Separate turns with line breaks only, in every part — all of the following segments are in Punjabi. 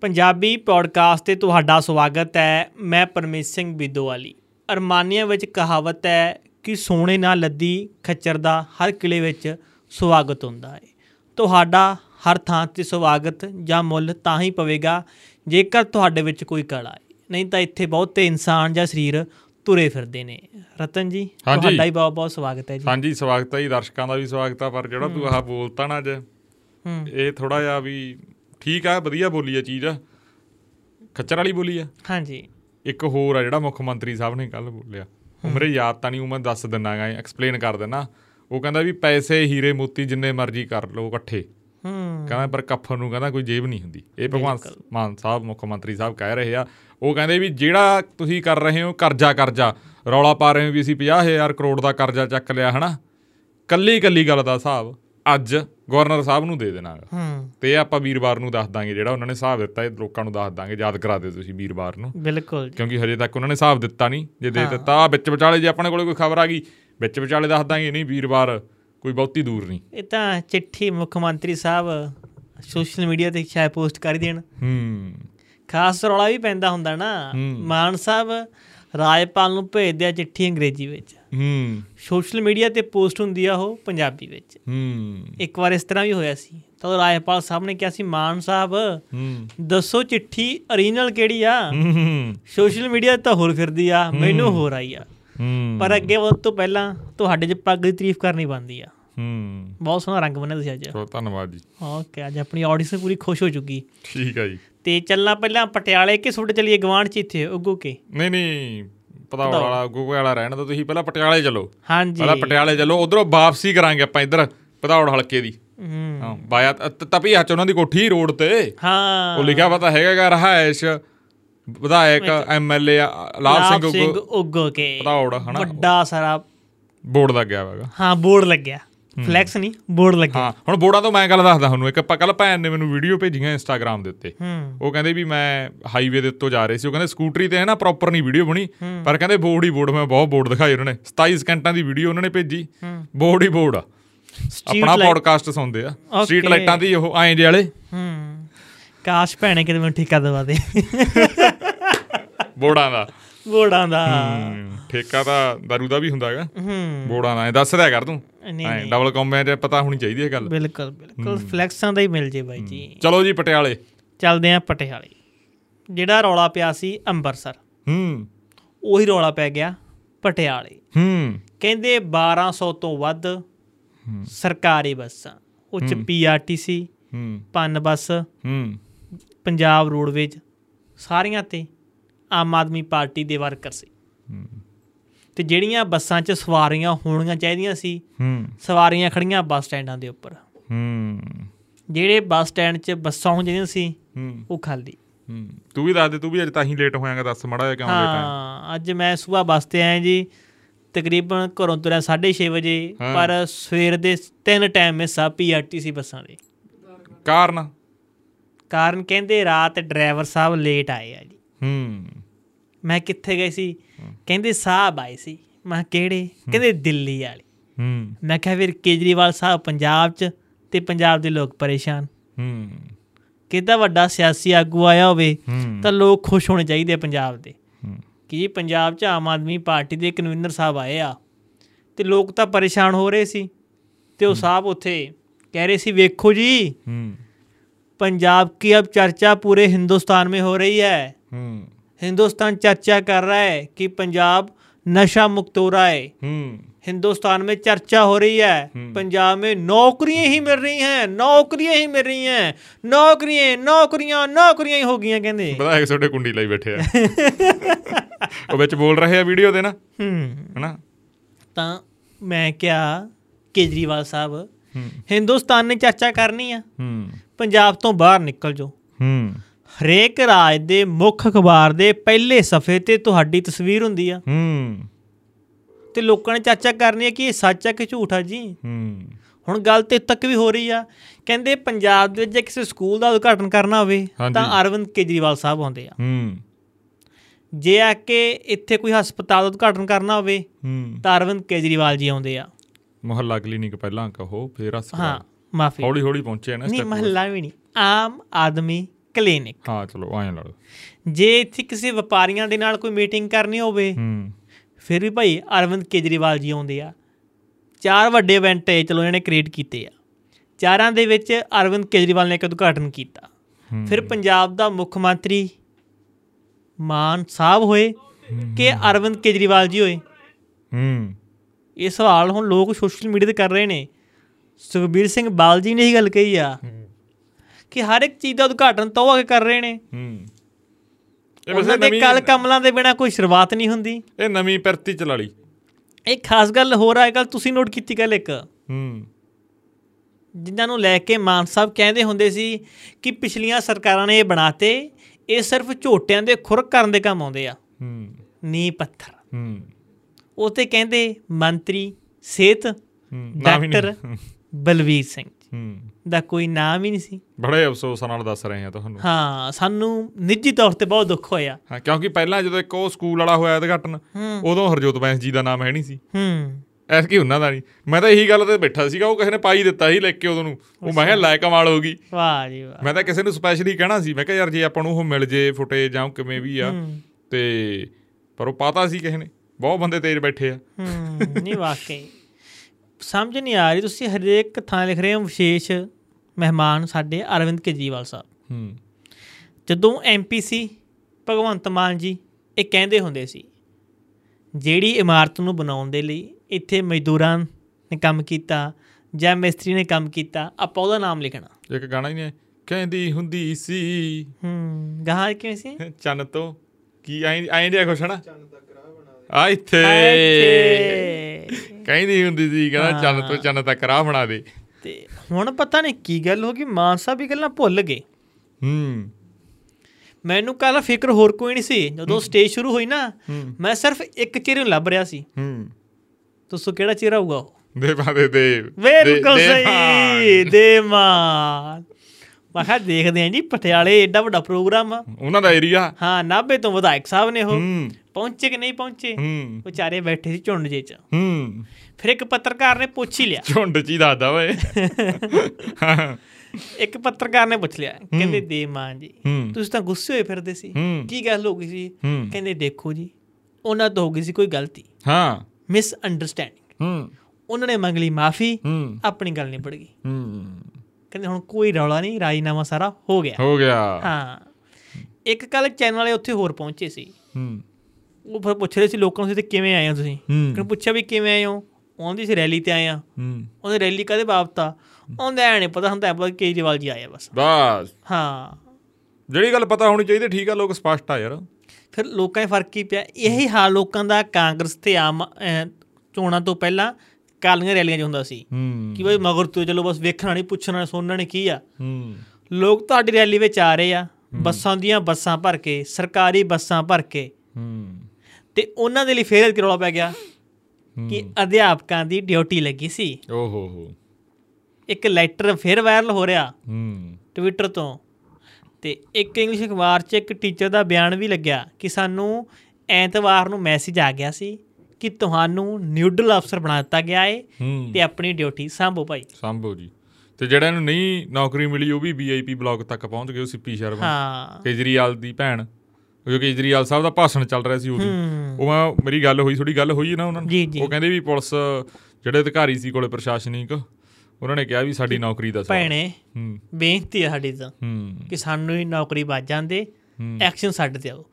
ਪੰਜਾਬੀ ਪੌਡਕਾਸਟ ਤੇ ਤੁਹਾਡਾ ਸਵਾਗਤ ਹੈ ਮੈਂ ਪਰਮੇਸ਼ ਸਿੰਘ ਵਿਦੋਵਾਲੀ ਅਰਮਾਨੀਆ ਵਿੱਚ ਕਹਾਵਤ ਹੈ ਕਿ ਸੋਨੇ ਨਾਲ ਲੱਦੀ ਖੱਚਰ ਦਾ ਹਰ ਕਿਲੇ ਵਿੱਚ ਸਵਾਗਤ ਹੁੰਦਾ ਹੈ ਤੁਹਾਡਾ ਹਰ ਥਾਂ ਤੇ ਸਵਾਗਤ ਜਾਂ ਮੁੱਲ ਤਾਂ ਹੀ ਪਵੇਗਾ ਜੇਕਰ ਤੁਹਾਡੇ ਵਿੱਚ ਕੋਈ ਕਲਾ ਹੈ ਨਹੀਂ ਤਾਂ ਇੱਥੇ ਬਹੁਤੇ ਇਨਸਾਨ ਜਾਂ ਸਰੀਰ ਤੁਰੇ ਫਿਰਦੇ ਨੇ ਰਤਨ ਜੀ
ਹਾਂਜੀ।
ਤੁਹਾਡਾ ਹੀ ਬਹੁਤ ਬਹੁਤ ਸਵਾਗਤ ਹੈ ਜੀ
ਹਾਂਜੀ ਸਵਾਗਤ ਹੈ ਜੀ ਦਰਸ਼ਕਾਂ ਦਾ ਵੀ ਸਵਾਗਤ ਆ ਪਰ ਜਿਹੜਾ ਤੂੰ ਆਹ ਬੋਲਤਾ ਨਾ ਅੱਜ
ਹੂੰ।
ਇਹ ਥੋੜਾ ਜਿਹਾ ਵੀ ਠੀਕ ਆ ਵਧੀਆ ਬੋਲੀ ਆ ਚੀਜ਼ ਆ ਖੱਚਰ ਵਾਲੀ ਬੋਲੀ ਆ
ਹਾਂਜੀ
ਇੱਕ ਹੋਰ ਆ ਜਿਹੜਾ ਮੁੱਖ ਮੰਤਰੀ ਸਾਹਿਬ ਨੇ ਕੱਲ ਬੋਲਿਆ ਉਮਰੇ ਯਾਦ ਤਾਂ ਨਹੀਂ ਉਹ ਮੈਂ ਦੱਸ ਦਿੰਨਾਗਾ ਐਕਸਪਲੇਨ ਕਰ ਦਿੰਨਾ ਉਹ ਕਹਿੰਦਾ ਵੀ ਪੈਸੇ ਹੀਰੇ ਮੋਤੀ ਜਿੰਨੇ ਮਰਜ਼ੀ ਕਰ ਲਓ ਇਕੱਠੇ
ਹੂੰ
ਕਹਿੰਦਾ ਪਰ ਕੱਫਰ ਨੂੰ ਕਹਿੰਦਾ ਕੋਈ ਜੇਬ ਨਹੀਂ ਹੁੰਦੀ ਇਹ ਭਗਵੰਤ ਮਾਨ ਸਾਹਿਬ ਮੁੱਖ ਮੰਤਰੀ ਸਾਹਿਬ ਕਹਿ ਰਹੇ ਆ ਉਹ ਕਹਿੰਦੇ ਵੀ ਜਿਹੜਾ ਤੁਸੀਂ ਕਰ ਰਹੇ ਹੋ ਕਰਜ਼ਾ ਕਰਜ਼ਾ ਰੌਲਾ ਪਾ ਰਹੇ ਹੋ ਵੀ ਅਸੀਂ 50000 ਕਰੋੜ ਦਾ ਕਰਜ਼ਾ ਚੱਕ ਲਿਆ ਹਨਾ ਕੱਲੀ ਕੱਲੀ ਗੱਲ ਦਾ ਹਿਸਾਬ ਅੱਜ ਗਵਰਨਰ ਸਾਹਿਬ ਨੂੰ ਦੇ ਦੇਣਾ ਗਾ।
ਹੂੰ
ਤੇ ਇਹ ਆਪਾਂ ਵੀਰਵਾਰ ਨੂੰ ਦੱਸ ਦਾਂਗੇ ਜਿਹੜਾ ਉਹਨਾਂ ਨੇ ਹਿਸਾਬ ਦਿੱਤਾ ਇਹ ਲੋਕਾਂ ਨੂੰ ਦੱਸ ਦਾਂਗੇ ਯਾਦ ਕਰਾ ਦਿਓ ਤੁਸੀਂ ਵੀਰਵਾਰ ਨੂੰ
ਬਿਲਕੁਲ ਜੀ
ਕਿਉਂਕਿ ਹਜੇ ਤੱਕ ਉਹਨਾਂ ਨੇ ਹਿਸਾਬ ਦਿੱਤਾ ਨਹੀਂ ਜੇ ਦੇ ਦਿੱਤਾ ਆਹ ਵਿੱਚ ਵਿਚਾਲੇ ਜੇ ਆਪਣੇ ਕੋਲੇ ਕੋਈ ਖਬਰ ਆ ਗਈ ਵਿੱਚ ਵਿਚਾਲੇ ਦੱਸ ਦਾਂਗੇ ਨਹੀਂ ਵੀਰਵਾਰ ਕੋਈ ਬਹੁਤੀ ਦੂਰ ਨਹੀਂ
ਇਹ ਤਾਂ ਚਿੱਠੀ ਮੁੱਖ ਮੰਤਰੀ ਸਾਹਿਬ ਸੋਸ਼ਲ ਮੀਡੀਆ ਤੇ ਸ਼ਾਇਦ ਪੋਸਟ ਕਰ ਹੀ ਦੇਣ
ਹੂੰ
ਖਾਸ ਰੌਲਾ ਵੀ ਪੈਂਦਾ ਹੁੰਦਾ ਨਾ ਮਾਨ ਸਾਹਿਬ ਰਾਜਪਾਲ ਨੂੰ ਭੇਜਦੇ ਆ ਚਿੱਠੀ ਅੰਗਰੇਜ਼ੀ ਵਿੱਚ
ਹੂੰ
ਸੋਸ਼ਲ ਮੀਡੀਆ ਤੇ ਪੋਸਟ ਹੁੰਦੀ ਆ ਉਹ ਪੰਜਾਬੀ ਵਿੱਚ
ਹੂੰ
ਇੱਕ ਵਾਰ ਇਸ ਤਰ੍ਹਾਂ ਵੀ ਹੋਇਆ ਸੀ ਤਾਂ ਉਦੋਂ ਰਾਜਪਾਲ ਸਾਹਿਬ ਨੇ ਕਿਹਾ ਸੀ ਮਾਨ ਸਾਹਿਬ
ਹੂੰ
ਦੱਸੋ ਚਿੱਠੀ ਓਰੀਜਨਲ ਕਿਹੜੀ ਆ
ਹੂੰ
ਸੋਸ਼ਲ ਮੀਡੀਆ ਤਾਂ ਹੋਰ ਫਿਰਦੀ ਆ ਮੈਨੂੰ ਹੋਰ ਆਈ ਆ
ਹੂੰ
ਪਰ ਅੱਗੇ ਉਹ ਤੋਂ ਪਹਿਲਾਂ ਤੁਹਾਡੇ ਚ ਪੱਗ ਦੀ ਤਾਰੀਫ ਕਰਨੀ ਬੰਦੀ ਆ
ਹੂੰ
ਬਹੁਤ ਸੋਹਣਾ ਰੰਗ ਬੰਨਿਆ ਤੁਸੀਂ ਅੱਜ
ਚਲੋ ਧੰਨਵਾਦ ਜੀ
ਓਕੇ ਅੱਜ ਆਪਣੀ ਆਡੀਅנס ਪੂਰੀ ਖੁਸ਼ ਹੋ ਚੁੱਕੀ
ਠੀਕ ਆ ਜੀ
ਤੇ ਚੱਲਣਾ ਪਹਿਲਾਂ ਪਟਿਆਲੇ ਕਿ ਸੁੱਟ ਚਲੀਏ ਗਵਾਂਢ ਚ ਇੱਥੇ ਉੱਗੋ ਕੇ
ਨਹੀਂ ਨਹੀਂ ਪਤਾਵਾ ਵਾਲਾ ਗੋਗੋ ਵਾਲਾ ਰਹਿਣ ਤਾਂ ਤੁਸੀਂ ਪਹਿਲਾਂ ਪਟਿਆਲੇ ਚਲੋ
ਹਾਂਜੀ
ਪਹਿਲਾਂ ਪਟਿਆਲੇ ਚਲੋ ਉਧਰੋਂ ਵਾਪਸੀ ਕਰਾਂਗੇ ਆਪਾਂ ਇੱਧਰ ਪਧੌੜ ਹਲਕੇ ਦੀ
ਹੂੰ,
ਹਾਂ ਬਾਇਆ ਤ- ਤਪੀਆ ਚ ਉਹਨਾਂ ਦੀ ਕੋਠੀ ਰੋਡ ਤੇ
ਹਾਂ
ਉਹ ਲਿਖਿਆ ਪਤਾ ਹੈਗਾਗਾ ਰਹਾਇਸ਼ ਵਿਧਾਇਕ ਐਮਐਲਏ ਲਾਭ ਸਿੰਘ
ਸਿੰਘ ਉੱਗੋ ਕੇ
ਪਧੌੜ ਹਨਾ
ਵੱਡਾ ਸਾਰਾ
ਬੋਰਡ ਲੱਗਿਆ ਹੋਇਆਗਾ
ਹਾਂ ਬੋਰਡ ਲੱਗਿਆ ਫਲੈਕਸ ਨਹੀਂ ਬੋਰਡ ਲੱਗਿਆ
ਹਾਂ ਹੁਣ ਬੋਰਡਾਂ ਤੋਂ ਮੈਂ ਗੱਲ ਦੱਸਦਾ ਤੁਹਾਨੂੰ ਇੱਕ ਆਪਾਂ ਕੱਲ ਭੈਣ ਨੇ ਮੈਨੂੰ ਵੀਡੀਓ ਭੇਜੀਆਂ ਇੰਸਟਾਗ੍ਰam ਦੇ ਉੱਤੇ
ਹੂੰ
ਉਹ ਕਹਿੰਦੇ ਵੀ ਮੈਂ ਹਾਈਵੇ ਦੇ ਉੱਤੋਂ ਜਾ ਰਹੇ ਸੀ ਉਹ ਕਹਿੰਦੇ ਸਕੂਟਰੀ ਤੇ ਹੈ ਨਾ ਪ੍ਰੋਪਰ ਨਹੀਂ ਵੀਡੀਓ ਬਣੀ ਪਰ ਕਹਿੰਦੇ ਬੋਰਡ ਹੀ ਬੋਰਡ ਮੈਂ ਬਹੁਤ ਬੋਰਡ ਦਿਖਾਏ ਉਹਨਾਂ ਨੇ 27 ਸਕਿੰਟਾਂ ਦੀ ਵੀਡੀਓ ਉਹਨਾਂ ਨੇ ਭੇਜੀ ਬੋਰਡ ਹੀ ਬੋਰਡ ਆ ਆਪਣਾ
light-
ਪੋਡਕਾਸਟ ਸੁਣਦੇ ਆ ਸਟਰੀਟ
Okay.
ਲਾਈਟਾਂ ਦੀ ਉਹ ਐਂ ਜੇ ਵਾਲੇ
ਹੂੰ ਕਾਸ਼ ਭੈਣੇ ਕਿਤੇ ਮੈਨੂੰ ਠੇਕਾ ਦਵਾ ਦੇ
ਬੋਰਡਾਂ ਦਾ
ਬੋਰਡਾਂ ਦਾ
ਹਮ, ਠੇਕਾ ਤਾਂ ਦਾਰੂ ਦਾ ਵੀ ਹੁੰਦਾ ਹੈਗਾ
ਹੂੰ
ਬੋਰਡਾਂ ਦਾ ਐਂ ਦੱਸ ਦਿਆ ਕਰ ਤੂੰ
ਨਹੀਂ
ਐਂ ਡਬਲ ਕਮੈਂਟ ਪਤਾ ਹੋਣੀ ਚਾਹੀਦੀ ਹੈ ਗੱਲ
ਬਿਲਕੁਲ ਬਿਲਕੁਲ ਫਲੈਕਸਾਂ ਦਾ ਹੀ ਮਿਲ ਜੇ ਬਾਈ ਜੀ
ਚਲੋ ਜੀ ਪਟਿਆਲੇ
ਚੱਲਦੇ ਆ ਪਟਿਆਲੇ ਜਿਹੜਾ ਰੌਲਾ ਪਿਆ ਸੀ ਅੰਮ੍ਰਿਤਸਰ
ਹੂੰ
ਉਹੀ ਰੌਲਾ ਪੈ ਗਿਆ ਪਟਿਆਲੇ
ਹੂੰ
ਕਹਿੰਦੇ 1200 ਤੋਂ ਵੱਧ ਸਰਕਾਰੀ ਬੱਸਾਂ ਉਹ ਚ ਪੀਆਰਟੀਸੀ
ਹੂੰ
ਪਨ ਬੱਸ
ਹੂੰ
ਪੰਜਾਬ ਰੋਡਵੇਜ ਸਾਰੀਆਂ ਤੇ ਆਮ ਆਦਮੀ ਪਾਰਟੀ ਦੇ ਵਰਕਰ ਸੀ ਤੇ ਜਿਹੜੀਆਂ ਬੱਸਾਂ 'ਚ ਸਵਾਰੀਆਂ ਹੋਣੀਆਂ ਚਾਹੀਦੀਆਂ ਸੀ
ਹੂੰ
ਸਵਾਰੀਆਂ ਖੜੀਆਂ ਬੱਸ ਸਟੈਂਡਾਂ ਦੇ ਉੱਪਰ
ਹੂੰ
ਜਿਹੜੇ ਬੱਸ ਸਟੈਂਡ 'ਚ ਬੱਸਾਂ ਹੋਣ ਚਾਹੀਦੀਆਂ ਸੀ
ਹੂੰ
ਉਹ ਖਾਲੀ
ਹੂੰ ਤੂੰ ਵੀ ਦੱਸ ਦੇ ਤੂੰ ਵੀ ਅੱਜ ਤਾਂ ਹੀ ਲੇਟ ਹੋਇਆਗਾ ਦੱਸ ਮੜਾ ਜਿਹਾ ਕਿਉਂ ਲੇਟ ਆਇਆ
ਹਾਂ ਅੱਜ ਮੈਂ ਸਵੇਰ ਬੱਸ ਤੇ ਆਇਆ ਜੀ ਤਕਰੀਬਨ ਘਰੋਂ ਤੁਰਿਆ 6:30 ਵਜੇ
ਹਾਂ।
ਪਰ ਸਵੇਰ ਦੇ ਤਿੰਨ ਟਾਈਮ ਮਿਸ ਆ ਪੀਆਰਟੀਸੀ ਬੱਸਾਂ ਦੇ
ਕਾਰਨ
ਕਾਰਨ ਕਹਿੰਦੇ ਰਾਤ ਡਰਾਈਵਰ ਸਾਹਿਬ ਲੇਟ ਆਏ ਆ ਜੀ
ਹੂੰ
ਮੈਂ ਕਿੱਥੇ ਗਏ ਸੀ ਕਹਿੰਦੇ ਸਾਹਿਬ ਆਏ ਸੀ ਮੈਂ ਕਿਹਾ ਕਿਹੜੇ ਕਹਿੰਦੇ ਦਿੱਲੀ ਵਾਲੇ
ਹੂੰ
ਮੈਂ ਕਿਹਾ ਫਿਰ ਕੇਜਰੀਵਾਲ ਸਾਹਿਬ ਪੰਜਾਬ 'ਚ ਤੇ ਪੰਜਾਬ ਦੇ ਲੋਕ ਪਰੇਸ਼ਾਨ
ਹੂੰ
ਕਿਤਾ ਵੱਡਾ ਸਿਆਸੀ ਆਗੂ ਆਇਆ ਹੋਵੇ
ਹੂੰ
ਤਾਂ ਲੋਕ ਖੁਸ਼ ਹੋਣੇ ਚਾਹੀਦੇ ਆ ਪੰਜਾਬ ਦੇ
ਹੂੰ।
ਕਿ ਜੀ ਪੰਜਾਬ 'ਚ ਆਮ ਆਦਮੀ ਪਾਰਟੀ ਦੇ ਕਨਵੀਨਰ ਸਾਹਿਬ ਆਏ ਆ ਤੇ ਲੋਕ ਤਾਂ ਪਰੇਸ਼ਾਨ ਹੋ ਰਹੇ ਸੀ ਤੇ ਉਹ ਸਾਹਿਬ ਉੱਥੇ ਕਹਿ ਰਹੇ ਸੀ ਵੇਖੋ ਜੀ
ਹੂੰ
पंजाब की अब चर्चा पूरे हिंदुस्तान में हो रही है
ਹੂੰ
हिंदुस्तान चर्चा कर रहा है कि पंजाब नशा मुक्त हो रहा है
ਹੂੰ
हिंदुस्तान में चर्चा हो रही है पंजाब में नौकरियां ही मिल रही हैं नौकरियां ही मिल रही हैं नौकरियां नौकरियां नौकरियां ही हो गई हैं कहने
ਪਤਾ ਹੈ ਤੁਹਾਡੇ ਕੁੰਡੀ ਲਈ ਬੈਠੇ ਆ ਉਹ ਵਿੱਚ ਬੋਲ ਰਹੇ ਆ ਵੀਡੀਓ ਦੇ ਨਾ
हम्म,
ਹਨਾ
ਤਾਂ मैं क्या केजरीवाल साहब
ਹੂੰ
हिंदुस्तान ने चर्चा करनी है
ਹੂੰ
पंजाब तो बाहर निकल जाओ
ਹੂੰ
ਹਰੇਕ ਰਾਜ ਦੇ ਮੁੱਖ ਅਖਬਾਰ ਦੇ ਪਹਿਲੇ ਸਫ਼ੇ ਤੇ ਤੁਹਾਡੀ ਤਸਵੀਰ ਹੁੰਦੀ ਆ
ਹੂੰ
ਤੇ ਲੋਕਾਂ ਨੇ ਚਾਚਾ ਕਰਨੀ ਆ ਕਿ ਇਹ ਸੱਚ ਆ ਕਿ ਝੂਠ ਆ ਜੀ
ਹੂੰ
ਹੁਣ ਗੱਲ ਤੇ ਤੱਕ ਵੀ ਹੋ ਰਹੀ ਆ ਕਹਿੰਦੇ ਪੰਜਾਬ ਦੇ ਵਿੱਚ ਜੇ ਕਿਸੇ ਸਕੂਲ ਦਾ ਉਦਘਾਟਨ ਕਰਨਾ ਹੋਵੇ
ਹਾਂਜੀ।
ਤਾਂ ਅਰਵਿੰਦ ਕੇਜਰੀਵਾਲ ਸਾਹਿਬ ਆਉਂਦੇ ਆ
ਹੂੰ
ਜੇ ਆ ਕਿ ਇੱਥੇ ਕੋਈ ਹਸਪਤਾਲ ਦਾ ਉਦਘਾਟਨ ਕਰਨਾ ਹੋਵੇ
ਹੂੰ
ਤਾਂ ਅਰਵਿੰਦ ਕੇਜਰੀਵਾਲ ਜੀ ਆਉਂਦੇ ਆ
ਮੁਹੱਲਾ ਕਲੀਨਿਕ ਪਹਿਲਾਂ ਕਹੋ ਫੇਰ ਹਸਪਤਾਲ
ਹਾਂ ਮਾਫੀ
ਹੌਲੀ ਹੌਲੀ ਪਹੁੰਚੇ ਨਾ
ਨਹੀਂ ਮਹੱਲਾ ਵੀ ਨਹੀਂ ਆਮ ਆਦਮੀ ਕਲੀਨਿਕ
ਹਾਂ ਚਲੋ ਐਂ ਲੜੋ
ਜੇ ਇੱਥੇ ਕਿਸੇ ਵਪਾਰੀਆਂ ਦੇ ਨਾਲ ਕੋਈ ਮੀਟਿੰਗ ਕਰਨੀ ਹੋਵੇ
ਹੂੰ
ਫਿਰ ਵੀ ਭਾਈ ਅਰਵਿੰਦ ਕੇਜਰੀਵਾਲ ਜੀ ਆਉਂਦੇ ਆ ਚਾਰ ਵੱਡੇ ਇਵੈਂਟ ਇਹ ਚਲੋ ਇਹਨੇ ਕ੍ਰੀਏਟ ਕੀਤੇ ਆ ਚਾਰਾਂ ਦੇ ਵਿੱਚ ਅਰਵਿੰਦ ਕੇਜਰੀਵਾਲ ਨੇ ਇੱਕ ਉਦਘਾਟਨ ਕੀਤਾ
ਹੂੰ।
ਫਿਰ ਪੰਜਾਬ ਦਾ ਮੁੱਖ ਮੰਤਰੀ ਮਾਨ ਸਾਹਿਬ ਹੋਏ ਕਿ ਅਰਵਿੰਦ ਕੇਜਰੀਵਾਲ ਜੀ ਹੋਏ
ਹੂੰ
ਇਹ ਸਵਾਲ ਹੁਣ ਲੋਕ ਸੋਸ਼ਲ ਮੀਡੀਆ ਤੇ ਕਰ ਰਹੇ ਨੇ ਸੁਖਬੀਰ ਸਿੰਘ ਬਾਲ ਜੀ ਨੇ ਇਹ ਗੱਲ ਕਹੀ ਆ ਕਿ ਹਰ ਇੱਕ ਚੀਜ਼ ਦਾ ਉਦਘਾਟਨ ਤਾਂ ਉਹ ਆ ਕੇ ਕਰ ਰਹੇ ਨੇ
ਹੂੰ ਇਹ ਵੈਸੇ
ਉਹਨਾਂ ਦੇ
ਨਵੀਂ-
ਕਲ ਕਮਲਾਂ ਦੇ ਬਿਨਾ ਕੋਈ ਸ਼ੁਰੂਆਤ ਨਹੀਂ ਹੁੰਦੀ
ਇਹ ਨਵੀਂ ਪਰਤੀ ਚਲਾ ਲਈ
ਇਹ ਖਾਸ ਗੱਲ ਹੋਰ ਆ ਗੱਲ ਤੁਸੀਂ ਨੋਟ ਕੀਤੀ ਗੱਲ ਇੱਕ
ਹੂੰ
ਜਿਨ੍ਹਾਂ ਨੂੰ ਲੈ ਕੇ ਮਾਨ ਸਾਹਿਬ ਕਹਿੰਦੇ ਹੁੰਦੇ ਸੀ ਕਿ ਪਿਛਲੀਆਂ ਸਰਕਾਰਾਂ ਨੇ ਇਹ ਬਣਾਤੇ ਇਹ ਸਿਰਫ ਝੋਟਿਆਂ ਦੇ ਖੁਰਕ ਕਰਨ ਦੇ ਕੰਮ ਆਉਂਦੇ ਆ
ਹੂੰ
ਨੀ ਪੱਥਰ
ਹੂੰ
ਉਹ ਤੇ ਕਹਿੰਦੇ ਮੰਤਰੀ ਸਿਹਤ
ਹੂੰ, ਨਾਮ ਹੀ ਨਹੀਂ।
ਡਾਕਟਰ ਬਲਵੀਰ ਸਿੰਘ ਜੀ
ਹੂੰ
ਦਾ ਕੋਈ ਨਾਮ ਹੀ ਨਹੀਂ ਸੀ
ਬੜੇ ਅਫਸੋਸ ਨਾਲ ਦੱਸ ਰਹੇ ਹਾਂ ਤੁਹਾਨੂੰ
ਹਾਂ ਸਾਨੂੰ ਨਿੱਜੀ ਤੌਰ ਤੇ ਬਹੁਤ ਦੁੱਖ ਹੋਇਆ
ਹਾਂ ਕਿਉਂਕਿ ਪਹਿਲਾਂ ਜਦੋਂ ਇੱਕ ਉਹ ਸਕੂਲ ਵਾਲਾ ਹੋਇਆ ਉਦਘਾਟਨ ਉਦੋਂ ਹਰਜੋਤ ਬੈਂਸ ਜੀ ਦਾ ਨਾਮ ਹੈ ਨਹੀਂ ਸੀ
ਹੂੰ
ਐਸ ਕੀ ਉਹਨਾਂ ਦਾ ਨਹੀਂ ਮੈਂ ਤਾਂ ਇਹੀ ਗੱਲ ਤੇ ਬੈਠਾ ਸੀਗਾ ਉਹ ਕਿਸੇ ਨੇ ਪਾਈ ਦਿੱਤਾ ਸੀ ਲਿਖ ਕੇ ਉਹਨੂੰ ਉਹ ਮੈਂ ਕਿਹਾ ਲੈ ਕਮਾਲ ਹੋ ਗਈ
ਵਾਹ ਜੀ ਵਾਹ
ਮੈਂ ਤਾਂ ਕਿਸੇ ਨੂੰ ਸਪੈਸ਼ਲੀ ਕਹਿਣਾ ਸੀ ਮੈਂ ਕਿਹਾ ਯਾਰ ਜੇ ਆਪਾਂ ਨੂੰ ਉਹ ਮਿਲ ਜੇ ਫੁਟੇ ਜਾਂ ਉਹ ਕਿਵੇਂ ਵੀ ਆ ਤੇ ਪਰ ਉਹ ਪਾਤਾ ਸੀ ਕਿਸੇ ਨੇ ਬਹੁਤ ਬੰਦੇ ਤੇਜ਼ ਬੈਠੇ ਆ
ਹੂੰ ਨਹੀਂ ਵਾਕਈ ਸਮਝ ਨਹੀਂ ਆ ਰਹੀ ਤੁਸੀਂ ਹਰੇਕ ਥਾਂ ਲਿਖ ਰਹੇ ਹੋ ਵਿਸ਼ੇਸ਼ ਮਹਿਮਾਨ ਸਾਡੇ ਅਰਵਿੰਦ ਕੇਜੀਵਾਲ ਸਾਹਿਬ
ਹੂੰ
ਜਦੋਂ ਐਮਪੀ ਸੀ ਭਗਵੰਤ ਮਾਨ ਜੀ ਇਹ ਕਹਿੰਦੇ ਹੁੰਦੇ ਸੀ ਜਿਹੜੀ ਇਮਾਰਤ ਨੂੰ ਬਣਾਉਣ ਦੇ ਲਈ ਇੱਥੇ ਮਜ਼ਦੂਰਾਂ ਨੇ ਕੰਮ ਕੀਤਾ ਜਾਂ ਮਿਸਤਰੀ ਨੇ ਕੰਮ ਕੀਤਾ ਆਪਾਂ ਉਹਦਾ ਨਾਮ ਲਿਖਣਾ
ਇੱਕ ਗਾਣਾ ਹੀ ਨੇ ਕਹਿੰਦੀ ਹੁੰਦੀ ਸੀ
ਹੂੰ ਗਾਹਾਂ ਕਿਵੇਂ ਸੀ
ਚੰਨ ਤੋਂ ਕੀ ਐਂ ਐਂ ਜਿਹਾ ਕੁਛ ਹਨਾ ਆ ਇੱਥੇ
ਇੱਥੇ।
ਕਹਿੰਦੀ ਹੁੰਦੀ ਸੀ ਕਹਿੰਦਾ ਚੰਨ ਤੋਂ ਚੰਨ ਤੱਕ ਰਾਹ ਬਣਾ ਦੇ
ਤੇ ਹੁਣ ਪਤਾ ਨਹੀਂ ਕੀ ਗੱਲ ਹੋ ਗਈ ਮਾਨ ਸਾਹਿਬ ਇਹ ਗੱਲਾਂ ਭੁੱਲ ਗਏ
ਹੂੰ
ਮੈਨੂੰ ਕੱਲ ਫਿਕਰ ਹੋਰ ਕੋਈ ਨਹੀਂ ਸੀ ਜਦੋਂ ਸਟੇਜ ਸ਼ੁਰੂ ਹੋਈ ਨਾ ਮੈਂ ਸਿਰਫ ਇੱਕ ਚਿਹਰੇ ਨੂੰ ਲੱਭ ਰਿਹਾ ਸੀ
ਹੂੰ
ਦੱਸੋ ਕਿਹੜਾ ਚਿਹਰਾ ਹੋਊਗਾ ਉਹ
ਦੇ ਪਾ ਦੇ ਦੇ
ਬਿਲਕੁਲ
ਦੇ- ਦੇ ਹਾਂ।
ਸਹੀ ਦੇ ਮਾਨ ਮੈਂ ਕਿਹਾ ਦੇਖਦੇ ਆਂ ਜੀ ਪਟਿਆਲੇ ਏਡਾ ਵੱਡਾ ਪ੍ਰੋਗਰਾਮ ਆ
ਉਹਨਾਂ ਦਾ ਏਰੀਆ
ਹਾਂ ਨਾਭੇ ਤੋਂ ਵਿਧਾਇਕ ਸਾਹਿਬ ਨੇ ਉਹ
ਹੂੰ
ਪਹੁੰਚੇ ਕਿ ਨਹੀਂ ਪਹੁੰਚੇ
ਹੂੰ
ਵਿਚਾਰੇ ਬੈਠੇ ਸੀ ਝੁੰਡ ਜੇ ਚ
ਹੂੰ
ਫਿਰ ਇੱਕ ਪੱਤਰਕਾਰ ਨੇ ਪੁੱਛ ਹੀ ਲਿਆ
ਝੁੰਡ ਚ ਹੀ ਦੱਸਦਾ ਓਏ ਹਾਂ।
ਇੱਕ ਪੱਤਰਕਾਰ ਨੇ ਪੁੱਛ ਲਿਆ ਕਹਿੰਦੇ ਦੇ ਮਾਨ ਜੀ
ਹੂੰ
ਤੁਸੀਂ ਤਾਂ ਗੁੱਸੇ ਹੋਏ ਫਿਰਦੇ ਸੀ
ਹੂੰ।
ਕੀ ਗੱਲ ਹੋ ਗਈ ਸੀ
ਹੂੰ
ਕਹਿੰਦੇ ਦੇਖੋ ਜੀ ਉਹਨਾਂ ਤੋਂ ਹੋ ਗਈ ਸੀ ਕੋਈ ਗਲਤੀ
ਹਾਂ
ਮਿਸ ਅੰਡਰਸਟੈਂਡਿੰਗ
ਹੂੰ
ਉਹਨਾਂ ਨੇ ਮੰਗ ਲਈ ਮਾਫੀ
ਹੂੰ
ਆਪਣੀ ਗੱਲ ਨਿਬੜ ਗਈ
ਹੂੰ
ਕਹਿੰਦੇ ਹੁਣ ਕੋਈ ਰੌਲਾ ਨਹੀਂ ਰਾਜੀਨਾਮਾ ਸਾਰਾ ਹੋ ਗਿਆ
ਹੋ ਗਿਆ
ਹਾਂ ਇੱਕ ਕੱਲ ਚੈਨਲ ਵਾਲੇ ਉੱਥੇ ਹੋਰ ਪਹੁੰਚੇ ਸੀ
ਹੂੰ
ਉਹ ਫਿਰ ਪੁੱਛ ਰਹੇ ਸੀ ਲੋਕਾਂ ਨੂੰ ਤੁਸੀਂ ਕਿਵੇਂ ਆਏ ਹੋ ਤੁਸੀਂ
ਹੂੰ
ਕਿਉਂ ਪੁੱਛਿਆ ਵੀ ਕਿਵੇਂ ਆਏ ਹੋ ਆਉਂਦੀ ਸੀ ਰੈਲੀ ਤੇ ਆਏ ਆ
ਹੂੰ
ਉਹਨੇ ਰੈਲੀ ਕਦੇ ਬਾਬਤਾ ਆਉਂਦਾ ਐ ਨਹੀਂ ਪਤਾ ਹੁੰਦਾ ਐ ਬਸ ਕੇਜਰੀਵਾਲ ਜੀ ਆਏ ਆ ਬਸ
ਬਸ
ਹਾਂ
ਜਿਹੜੀ ਗੱਲ ਪਤਾ ਹੋਣੀ ਚਾਹੀਦੀ ਠੀਕ ਆ ਲੋਕ ਸਪਸ਼ਟ ਆ ਯਾਰ
ਫਿਰ ਲੋਕਾਂ 'ਚ ਫਰਕ ਕੀ ਪਿਆ ਇਹੀ ਹਾਲ ਲੋਕਾਂ ਦਾ ਕਾਂਗਰਸ ਤੇ ਆਮ ਅਹ, ਚੋਣਾਂ ਤੋਂ ਪਹਿਲਾਂ ਕਾਲੀਆਂ ਰੈਲੀਆਂ 'ਚ ਹੁੰਦਾ ਸੀ
ਹੂੰ
ਕਿ ਬਈ ਮਗਰ ਤੋਂ ਚਲੋ ਬਸ ਵੇਖਣਾ ਨਹੀਂ ਪੁੱਛਣਾ ਨਹੀਂ ਸੁਣਨਾ ਨਹੀਂ ਕੀ ਆ
ਹੂੰ
ਲੋਕ ਤੁਹਾਡੀ ਰੈਲੀ ਵਿੱਚ ਆ ਰਹੇ ਆ ਬੱਸਾਂ ਦੀਆਂ ਬੱਸਾਂ ਭਰ ਕੇ ਸਰਕਾਰੀ ਬੱਸਾਂ ਭਰ ਕੇ
ਹੂੰ
ਤੇ ਉਹਨਾਂ ਦੇ ਲਈ ਫੇਰ ਕਿ ਰੌਲਾ ਪੈ ਗਿਆ ਕਿ ਅਧਿਆਪਕਾਂ ਦੀ ਡਿਊਟੀ ਲੱਗੀ ਸੀ
ਓ ਹੋ ਹੋ
ਇੱਕ ਲੈਟਰ ਫੇਰ ਵਾਇਰਲ ਹੋ ਰਿਹਾ
ਹੂੰ
ਟਵਿੱਟਰ ਤੋਂ ਤੇ ਇੱਕ ਇੰਗਲਿਸ਼ ਅਖਬਾਰ 'ਚ ਇੱਕ ਟੀਚਰ ਦਾ ਬਿਆਨ ਵੀ ਲੱਗਿਆ ਕਿ ਸਾਨੂੰ ਐਤਵਾਰ ਨੂੰ ਮੈਸੇਜ ਆ ਗਿਆ ਸੀ ਕਿ ਤੁਹਾਨੂੰ ਨਿਊਡਲ ਅਫਸਰ ਬਣਾ ਦਿੱਤਾ ਗਿਆ ਏ
ਹੂੰ
ਤੇ ਆਪਣੀ ਡਿਊਟੀ ਸੰਭੋ ਭਾਈ
ਸੰਭੋ ਜੀ ਤੇ ਜਿਹੜਾ ਨੂੰ ਨਹੀਂ ਨੌਕਰੀ ਮਿਲੀ ਉਹ ਵੀ ਵੀਆਈਪੀ ਬਲਾਕ ਤੱਕ ਪਹੁੰਚ ਗਏ ਉਹ ਸਿੱਪੀ ਸ਼ਰਮਾ
ਹਾਂ
ਕੇਜਰੀਵਾਲ ਦੀ ਭੈਣ ਜੋ ਕੇਜਰੀਵਾਲ ਸਾਹਿਬ ਦਾ ਭਾਸ਼ਣ ਚੱਲ ਰਿਹਾ ਸੀ ਉਹ ਵੀ ਉਹ ਮੈਂ ਮੇਰੀ ਗੱਲ ਹੋਈ ਥੋੜੀ ਗੱਲ ਹੋਈ ਨਾ ਉਹਨਾਂ
ਜੀ,
ਨਾਲ
ਜੀ।
ਉਹ ਕਹਿੰਦੇ ਵੀ ਪੁਲਿਸ ਜਿਹੜੇ ਅਧਿਕਾਰੀ ਸੀ ਕੋਲੇ ਪ੍ਰਸ਼ਾਸਨਿਕ ਉਹਨਾਂ ਨੇ ਕਿਹਾ ਵੀ ਸਾਡੀ ਨੌਕਰੀ ਦਾ ਸਵਾਲ
ਭੈਣੇ
ਹੂੰ
ਬੇਨਤੀ ਆ ਸਾਡੀ ਤਾਂ
ਹੂੰ
ਕਿ ਸਾਨੂੰ ਹੀ ਨੌਕਰੀ ਵੱਜ ਜਾਂਦੇ
ਹੂੰ।
ਐਕਸ਼ਨ ਸਾਡੇ ਤੇ ਆਓ